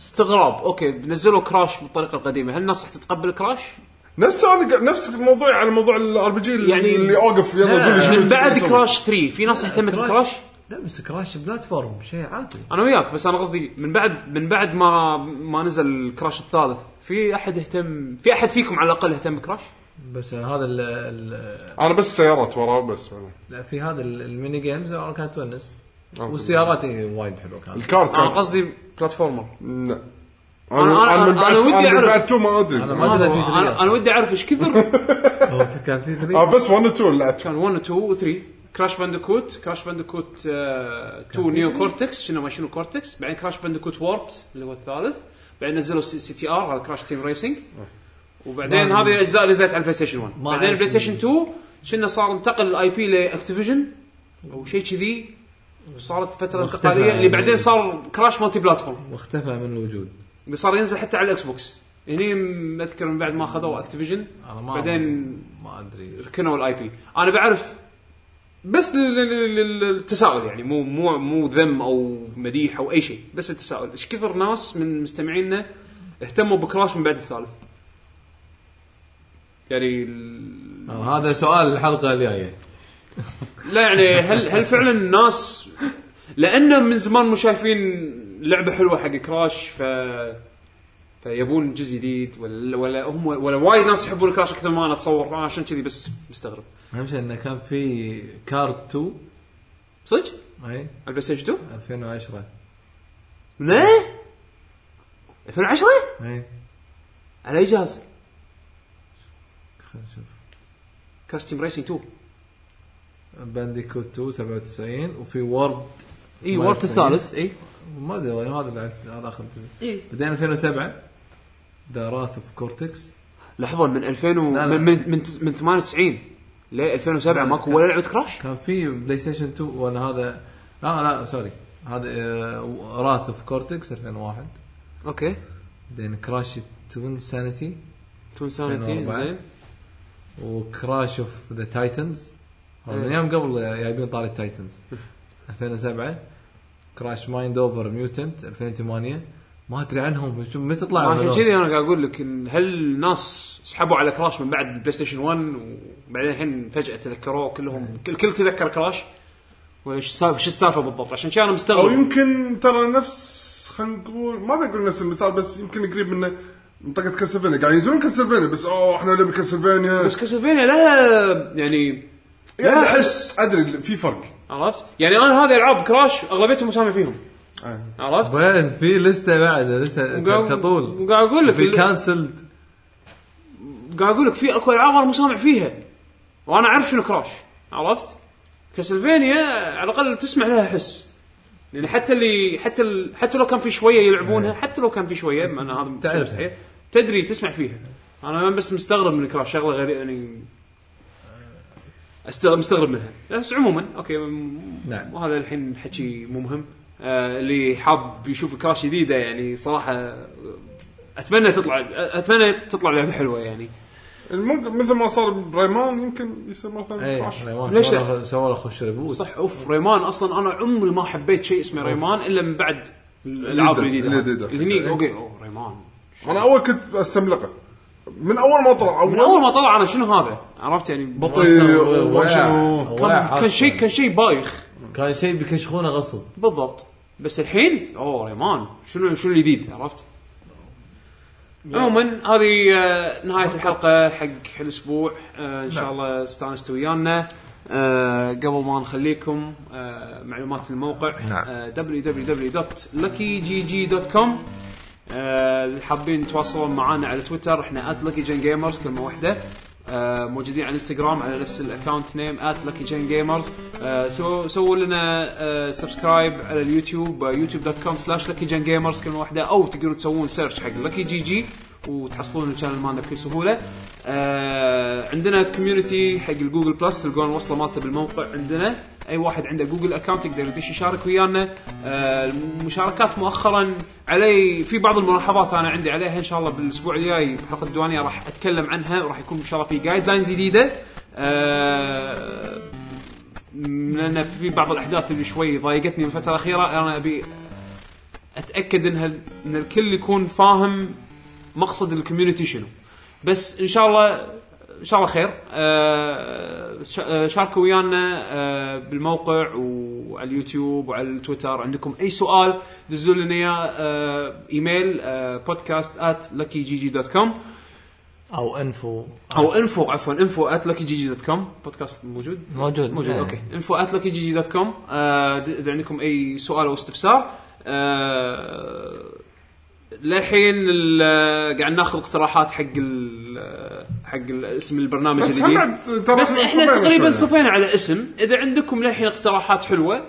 Speaker 1: استغراب اوكي نزلوا كراش بالطريقه القديمه هل الناس راح تتقبل كراش؟
Speaker 2: نفس أنا- نفس الموضوع على موضوع الار بي جي
Speaker 1: يعني-
Speaker 2: اللي اوقف يلا قول لي شنو
Speaker 1: من بعد
Speaker 2: تسوي.
Speaker 1: كراش 3 في ناس اهتمت
Speaker 3: كراش-
Speaker 1: بكراش؟
Speaker 3: لا بس كراش بلاتفورم شيء عادي
Speaker 1: انا وياك بس انا قصدي من بعد من بعد ما ما نزل كراش الثالث في احد اهتم في احد فيكم على الاقل اهتم بكراش؟
Speaker 3: بس هذا ال ال-
Speaker 2: انا بس سيارات وراه بس
Speaker 3: لا في هذا ال- الميني جيمز انا كانت تونس والسيارات إيه، وايد حلوه كانت
Speaker 2: الكارت
Speaker 1: انا
Speaker 2: كان
Speaker 1: قصدي بلاتفورمر
Speaker 2: لا
Speaker 1: أنا-
Speaker 2: انا انا من
Speaker 1: أنا
Speaker 2: بعد
Speaker 1: ودي
Speaker 2: انا من
Speaker 1: أعرف.
Speaker 2: بعد تو ما ادري
Speaker 3: أنا ما
Speaker 1: هذا
Speaker 3: أدري في ثري
Speaker 1: انا
Speaker 3: أصلاً.
Speaker 1: أنا ودي اعرف ايش كثر
Speaker 3: هو في- كان في ثري
Speaker 2: اه بس 1 2 لعبت
Speaker 1: كان 1 و 2 و 3 كراش باندكوت كراش باندكوت 2 آه،
Speaker 3: إيه؟
Speaker 1: نيو كورتكس شنو ما شنو كورتكس بعدين كراش باندكوت ووربت اللي هو الثالث بعدين نزلوا سي, سي تي ار هذا كراش تيم ريسنج وبعدين
Speaker 3: ما-
Speaker 1: هذه الاجزاء اللي نزلت على البلاي ستيشن 1
Speaker 3: ما
Speaker 1: بعدين
Speaker 3: أعرف
Speaker 1: البلاي ستيشن 2 شنو صار انتقل الاي بي لاكتيفيجن او شيء كذي وصارت فتره
Speaker 3: واختفى
Speaker 1: انتقاليه اللي
Speaker 3: يعني.
Speaker 1: بعدين صار كراش مالتي بلاتفورم
Speaker 3: واختفى من الوجود
Speaker 1: اللي صار ينزل حتى على الاكس بوكس هني م- اذكر من بعد ما اخذوا اكتيفيجن
Speaker 3: انا ما
Speaker 1: بعدين
Speaker 3: ما ادري
Speaker 1: ركنوا الاي بي انا بعرف بس لل- لل- لل- للتساؤل يعني مو مو مو ذم او مديح او اي شيء بس التساؤل ايش كثر ناس من مستمعينا اهتموا بكراش من بعد الثالث يعني ال-
Speaker 3: آه، هذا سؤال الحلقه الجايه
Speaker 1: لا يعني هل هل فعلا الناس لان من زمان مو شايفين لعبه حلوه حق كراش ف فيبون جزء جديد ولا ولا هم ولا وايد ناس يحبون كراش اكثر ما انا اتصور آه، عشان كذي بس مستغرب
Speaker 3: اهم شيء انه كان في كارت 2
Speaker 1: صدق؟ على
Speaker 3: اي
Speaker 1: البلاي ستيشن 2؟
Speaker 3: 2010
Speaker 1: ليه؟ 2010
Speaker 4: اي
Speaker 1: على اي جهاز؟ كراش تيم ريسنج 2
Speaker 4: بانديكوت 2 97 وفي وورد
Speaker 1: اي
Speaker 4: ما
Speaker 1: وورد
Speaker 4: يتسوي.
Speaker 1: إيه، الثالث اي
Speaker 4: ما ادري والله هذا لعبت هذا اخر جزء
Speaker 3: إيه.
Speaker 1: اي
Speaker 4: بعدين 2007 ذا راث اوف كورتكس
Speaker 1: لحظه من 2000 و...
Speaker 4: لا، لا.
Speaker 1: من من من, تس- من 98 ل 2007
Speaker 4: لا،
Speaker 1: ماكو
Speaker 4: لا.
Speaker 1: ولا لعبه كراش
Speaker 4: كان في بلاي ستيشن 2 ولا هذا لا لا سوري هذا آه، راث اوف كورتكس 2001
Speaker 1: اوكي
Speaker 4: بعدين كراش توين سانيتي
Speaker 1: تون سانيتي
Speaker 4: 2004.
Speaker 1: زين
Speaker 4: وكراش اوف ذا تايتنز
Speaker 1: إيه.
Speaker 4: من ايام قبل جايبين طاري التايتنز 2007 كراش مايند اوفر ميوتنت 2008 ما ادري عنهم شو- متى طلعوا
Speaker 1: ما عشان
Speaker 4: هذول؟
Speaker 1: كذي انا قاعد اقول لك ان هل الناس سحبوا على كراش من بعد بلاي ستيشن 1 وبعدين الحين فجاه تذكروه كلهم الكل كل تذكر كراش ولا شو السالفه شو السالفه بالضبط عشان كذا انا
Speaker 2: او
Speaker 1: مستغرب
Speaker 2: يمكن ترى نفس خلينا نقول ما بقول نفس المثال بس يمكن قريب منه منطقه كاسلفينيا قاعد ينزلون كاسلفينيا بس اوه احنا نبي كاسلفينيا
Speaker 1: بس كاسلفينيا لها يعني
Speaker 2: يعني
Speaker 1: لا.
Speaker 2: احس ادري في فرق
Speaker 1: عرفت؟ يعني انا هذه العاب كراش اغلبيتهم مسامع فيهم
Speaker 2: آه.
Speaker 1: عرفت؟
Speaker 4: وين في لسته بعد لسه
Speaker 1: وقاعد-
Speaker 4: تطول
Speaker 1: وقاعد اقول لك
Speaker 4: في
Speaker 1: ال-
Speaker 4: كانسلد
Speaker 1: قاعد اقول لك في اكو العاب انا مسامع فيها وانا اعرف شنو كراش عرفت؟ كاسلفينيا على الاقل تسمع لها حس يعني حتى اللي حتى ال... حتى لو كان في شويه يلعبونها حتى لو كان في شويه ما انا هذا شيء
Speaker 4: تعرفها.
Speaker 1: مستحيل، تدري تسمع فيها انا بس مستغرب من كراش شغله غير يعني استغرب مستغرب منها بس عموما اوكي م-
Speaker 4: نعم.
Speaker 1: وهذا الحين حكي مو مهم آه اللي حاب يشوف كراش جديده يعني صراحه اتمنى تطلع اتمنى تطلع لعبه حلوه يعني
Speaker 2: الممكن مثل ما صار بريمان يمكن يصير مثلا
Speaker 4: اي
Speaker 2: كراش
Speaker 1: ليش
Speaker 4: سووا له خوش ريبوت
Speaker 1: صح اوف ريمان اصلا انا عمري ما حبيت شيء اسمه ريمان الا من بعد الالعاب
Speaker 2: الليدر-
Speaker 1: الجديده
Speaker 2: الليدر.
Speaker 1: اللي هني اوكي أوه ريمان
Speaker 2: انا اول كنت استملقه من اول ما طلع
Speaker 1: من
Speaker 2: اول
Speaker 1: اول ما طلع انا شنو هذا عرفت يعني
Speaker 2: بطيء وشنو
Speaker 1: كان كان شيء كان شيء بايخ
Speaker 4: كان شيء بيكشخونه غصب
Speaker 1: بالضبط بس الحين اوه ريمان شنو شنو الجديد عرفت عموما هذه آه، نهايه الحلقه حق الاسبوع آه، ان شاء الله استانستوا ويانا آه، قبل ما نخليكم آه، معلومات الموقع
Speaker 4: نعم.
Speaker 1: آه، www.luckygg.com آه، اللي حابين تواصلون معنا على تويتر احنا @luckygengamers كلمه واحده آه، موجودين على انستغرام على نفس الاكونت نيم @luckygengamers آه، سو- سووا لنا سبسكرايب على اليوتيوب آه، youtube.com/luckygengamers كلمه واحده او تقدرون تسوون سيرش حق لكي جي جي وتحصلون الشانل مالنا بكل سهوله آه، عندنا كوميونتي حق الجوجل بلس تلقون الوصله مالته بالموقع عندنا اي واحد عنده جوجل اكونت يقدر يدش يشارك ويانا آه، المشاركات مؤخرا علي في بعض الملاحظات انا عندي عليها ان شاء الله بالاسبوع الجاي بحلقه الديوانيه راح اتكلم عنها وراح يكون ان شاء الله في جايد لاينز جديده آه، لان في بعض الاحداث اللي شوي ضايقتني الفتره الاخيره انا ابي اتاكد انها ان الكل يكون فاهم مقصد الكوميونتي شنو بس ان شاء الله ان شاء الله خير آه، شا- آه، شاركوا ويانا آه، بالموقع وعلى اليوتيوب وعلى التويتر عندكم اي سؤال دزوا لنا اياه آه، ايميل بودكاست ات دوت كوم
Speaker 3: او انفو
Speaker 1: او انفو عفوا انفو ات دوت كوم بودكاست موجود
Speaker 3: موجود
Speaker 1: موجود
Speaker 3: إيه.
Speaker 1: اوكي انفو ات لكي جي جي دوت كوم اذا آه، عندكم اي سؤال او استفسار آه، للحين ال- قاعد ناخذ اقتراحات حق ال- حق ال- اسم البرنامج
Speaker 2: بس
Speaker 1: الجديد
Speaker 2: هم ترى
Speaker 1: بس احنا
Speaker 2: صفينا
Speaker 1: تقريبا
Speaker 2: شوية.
Speaker 1: صفينا على اسم اذا عندكم للحين اقتراحات حلوه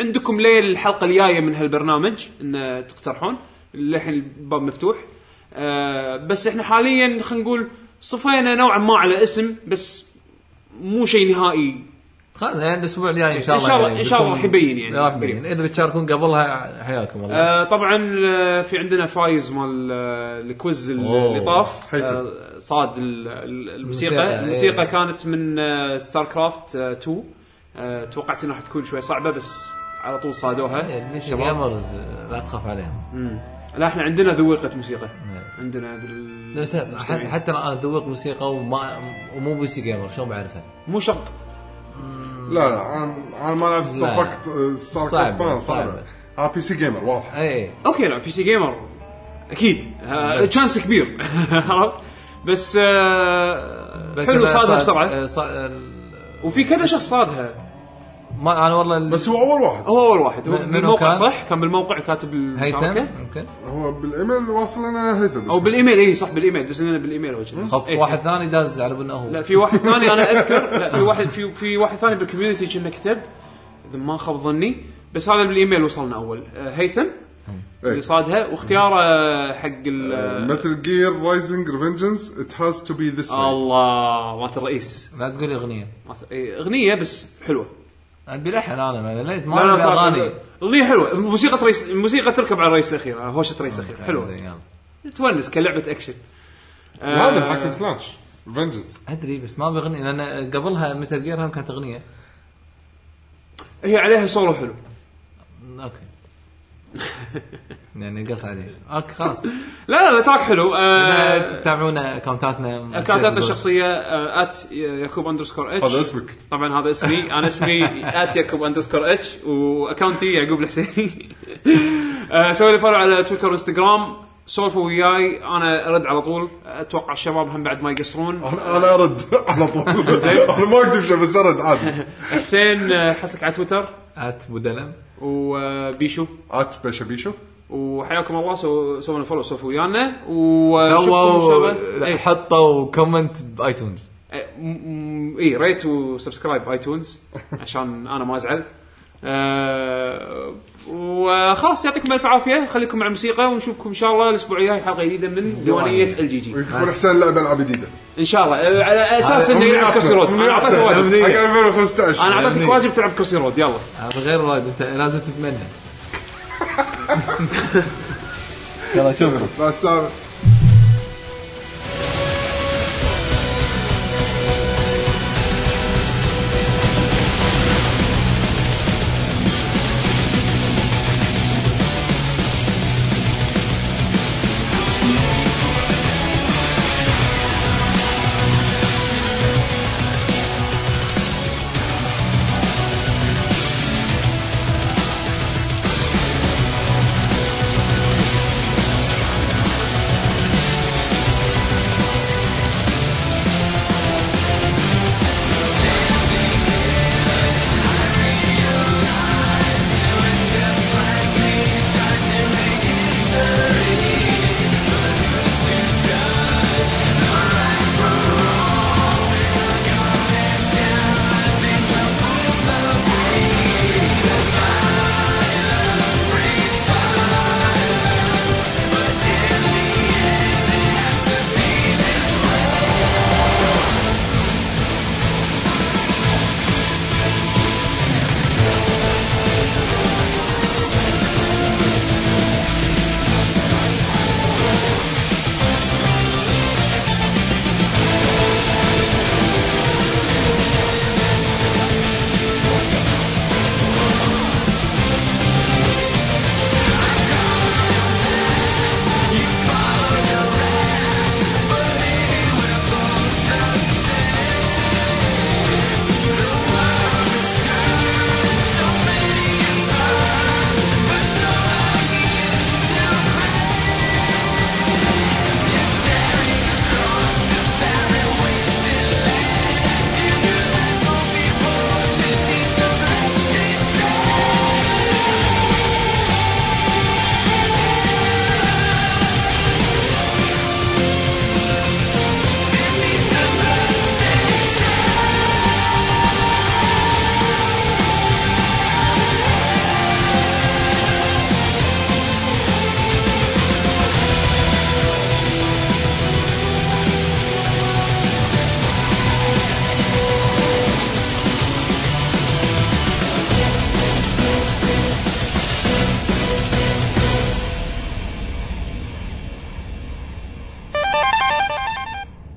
Speaker 1: عندكم ليه الحلقه الجايه من هالبرنامج ان تقترحون للحين الباب مفتوح آه، بس احنا حاليا خلينا نقول صفينا نوعا ما على اسم بس مو شيء نهائي
Speaker 4: خلاص يعني الاسبوع الجاي ان شاء
Speaker 1: إن
Speaker 4: الله
Speaker 1: شاء الله-
Speaker 4: يعني
Speaker 1: إن شاء الله
Speaker 4: بيكون-
Speaker 1: راح يبين يعني.
Speaker 4: راح يبين اذا بتشاركون قبلها حياكم الله
Speaker 1: آه طبعا آه، في عندنا فايز مال آه، الكويز ال-
Speaker 4: أوه.
Speaker 1: اللي طاف
Speaker 2: حيث.
Speaker 1: آه، صاد ال- ال- الموسيقى
Speaker 4: الموسيقى،
Speaker 1: الموسيقى
Speaker 4: إيه.
Speaker 1: كانت من آه، ستار كرافت آه، 2 آه، توقعت انها راح تكون شوي صعبه بس على طول صادوها
Speaker 4: مش
Speaker 1: شباب.
Speaker 4: جيمرز لا تخاف عليهم
Speaker 1: مم. لا احنا عندنا ذويقه موسيقى عندنا بال
Speaker 4: إيه. بس ح-
Speaker 1: مستمعين.
Speaker 4: حتى انا ذوق موسيقى وما ومو بي سي جيمر شلون بعرفه؟
Speaker 1: مو شرط
Speaker 2: لا لا أنا- انا ما لعبت
Speaker 4: لا.
Speaker 2: ستار ستار
Speaker 4: صعبة،
Speaker 2: صعبه
Speaker 4: صعبة.
Speaker 2: صعبه ها بي سي جيمر واضح
Speaker 3: إيه،
Speaker 4: اي
Speaker 1: اوكي لا بي سي جيمر اكيد آه، تشانس كبير عرفت بس, آه،
Speaker 4: بس
Speaker 1: حلو
Speaker 4: أنا
Speaker 1: صادها
Speaker 4: صاد-
Speaker 1: بسرعه
Speaker 4: آه، صا- ال-
Speaker 1: وفي كذا شخص صادها
Speaker 3: ما انا والله ال-
Speaker 2: بس هو اول واحد
Speaker 1: هو اول واحد هو
Speaker 3: منو
Speaker 1: بالموقع
Speaker 3: كان؟
Speaker 1: صح كان بالموقع كاتب الشركه
Speaker 3: هيثم يمكن
Speaker 2: هو بالايميل واصل لنا هيثم
Speaker 1: او بالايميل اي إيه، صح بالايميل دزنا بالايميل هو كذي.
Speaker 3: خف
Speaker 1: إيه.
Speaker 3: واحد ثاني داز على بالنا هو
Speaker 1: لا في واحد ثاني انا اذكر لا في واحد في في واحد ثاني بالكوميونتي كنا كتب اذا ما خاب ظني بس هذا بالايميل وصلنا اول آه، هيثم اللي صادها واختياره حق
Speaker 2: Uh,
Speaker 1: ال
Speaker 2: متل جير رايزنج ريفنجنس ات هاز تو بي ذس واي
Speaker 1: آه، الله مات الرئيس
Speaker 3: لا تقول اغنيه
Speaker 1: مات- إيه، اغنيه بس حلوه
Speaker 3: ابي لحن انا ما ليت ما
Speaker 1: لا لا
Speaker 3: أبي
Speaker 1: تعال-
Speaker 3: اغاني
Speaker 1: اغنيه حلوه موسيقى ريس الموسيقى تركب على الرئيس الاخير على هوشه رئيس الاخير حلوه
Speaker 3: زين، يلا.
Speaker 1: تونس كلعبه اكشن آه،
Speaker 2: هذا حق سلاش ريفنجنس
Speaker 3: ادري بس ما ابي اغنيه لان قبلها متل جير هم كانت اغنيه
Speaker 1: هي عليها سولو حلو
Speaker 3: اوكي يعني قص عليه اوكي خلاص
Speaker 1: لا لا تراك حلو آه،
Speaker 3: لا، تتابعونا اكونتاتنا
Speaker 1: اكونتاتنا الشخصيه آه، ات يعقوب اندرسكور اتش
Speaker 2: هذا اسمك
Speaker 1: طبعا هذا اسمي انا اسمي ات يعقوب اندرسكور اتش واكونتي يعقوب الحسيني آه، سوي لي فولو على تويتر وانستغرام سولفوا وياي انا ارد على طول اتوقع الشباب هم بعد ما يقصرون
Speaker 2: انا انا ارد على طول بس انا ما اكتب شيء بس ارد عادي
Speaker 1: حسين آه، حسك على تويتر
Speaker 3: ات بودلم
Speaker 1: وبيشو
Speaker 2: ات بشبيشو
Speaker 1: وحياكم الله سو- سووا لنا فولو سولفوا ويانا وشوفكم
Speaker 3: سووا
Speaker 1: إن شاء الله. إيه.
Speaker 3: حطوا كومنت بايتونز
Speaker 1: Eh, اي ريت وسبسكرايب ايتونز عشان انا ما ازعل أه وخلاص يعطيكم الف عافيه خليكم مع الموسيقى ونشوفكم ان شاء الله الاسبوع الجاي حلقه جديده من ديوانيه الجي جي
Speaker 2: ويكون حسين لعب العاب جديده
Speaker 1: ان شاء الله أه، على اساس انه يلعب كرسي رود انا اعطيته واجب
Speaker 2: حق 2015
Speaker 1: انا اعطيتك
Speaker 3: أمنية.
Speaker 1: واجب تلعب كرسي رود يلا
Speaker 3: هذا غير وايد انت لازم تتمنى يلا شوف
Speaker 2: مع السلامه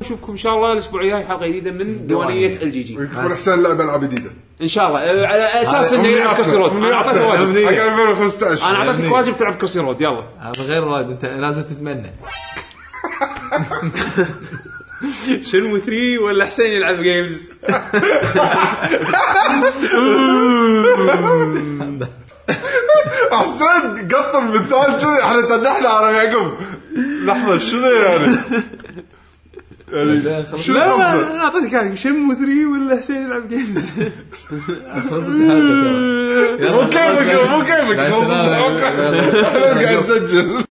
Speaker 1: نشوفكم ان شاء الله الاسبوع الجاي حلقه جديده من ديوانيه الجي جي
Speaker 2: ويكون حسين لعب العاب جديده
Speaker 1: ان شاء الله أه، على اساس انه
Speaker 2: أمنية
Speaker 1: يلعب كرسي رود انا اعطيته
Speaker 2: أكبر.
Speaker 1: واجب
Speaker 2: أمنية. حق 2015
Speaker 1: انا اعطيتك واجب تلعب كرسي رود يلا
Speaker 3: هذا غير وايد انت لازم تتمنى
Speaker 1: شنو 3 ولا حسين يلعب جيمز
Speaker 2: حسين قطم بالثالث كذي احنا تنحنا على يعقوب لحظه شنو يعني يعني شو
Speaker 1: لا
Speaker 2: القصد؟
Speaker 1: لا اعطيتك يعني شمو 3 ولا حسين يلعب جيمز
Speaker 2: مو كيفك مو كيفك خلصت
Speaker 4: سلام.
Speaker 2: اتوقع احنا قاعد نسجل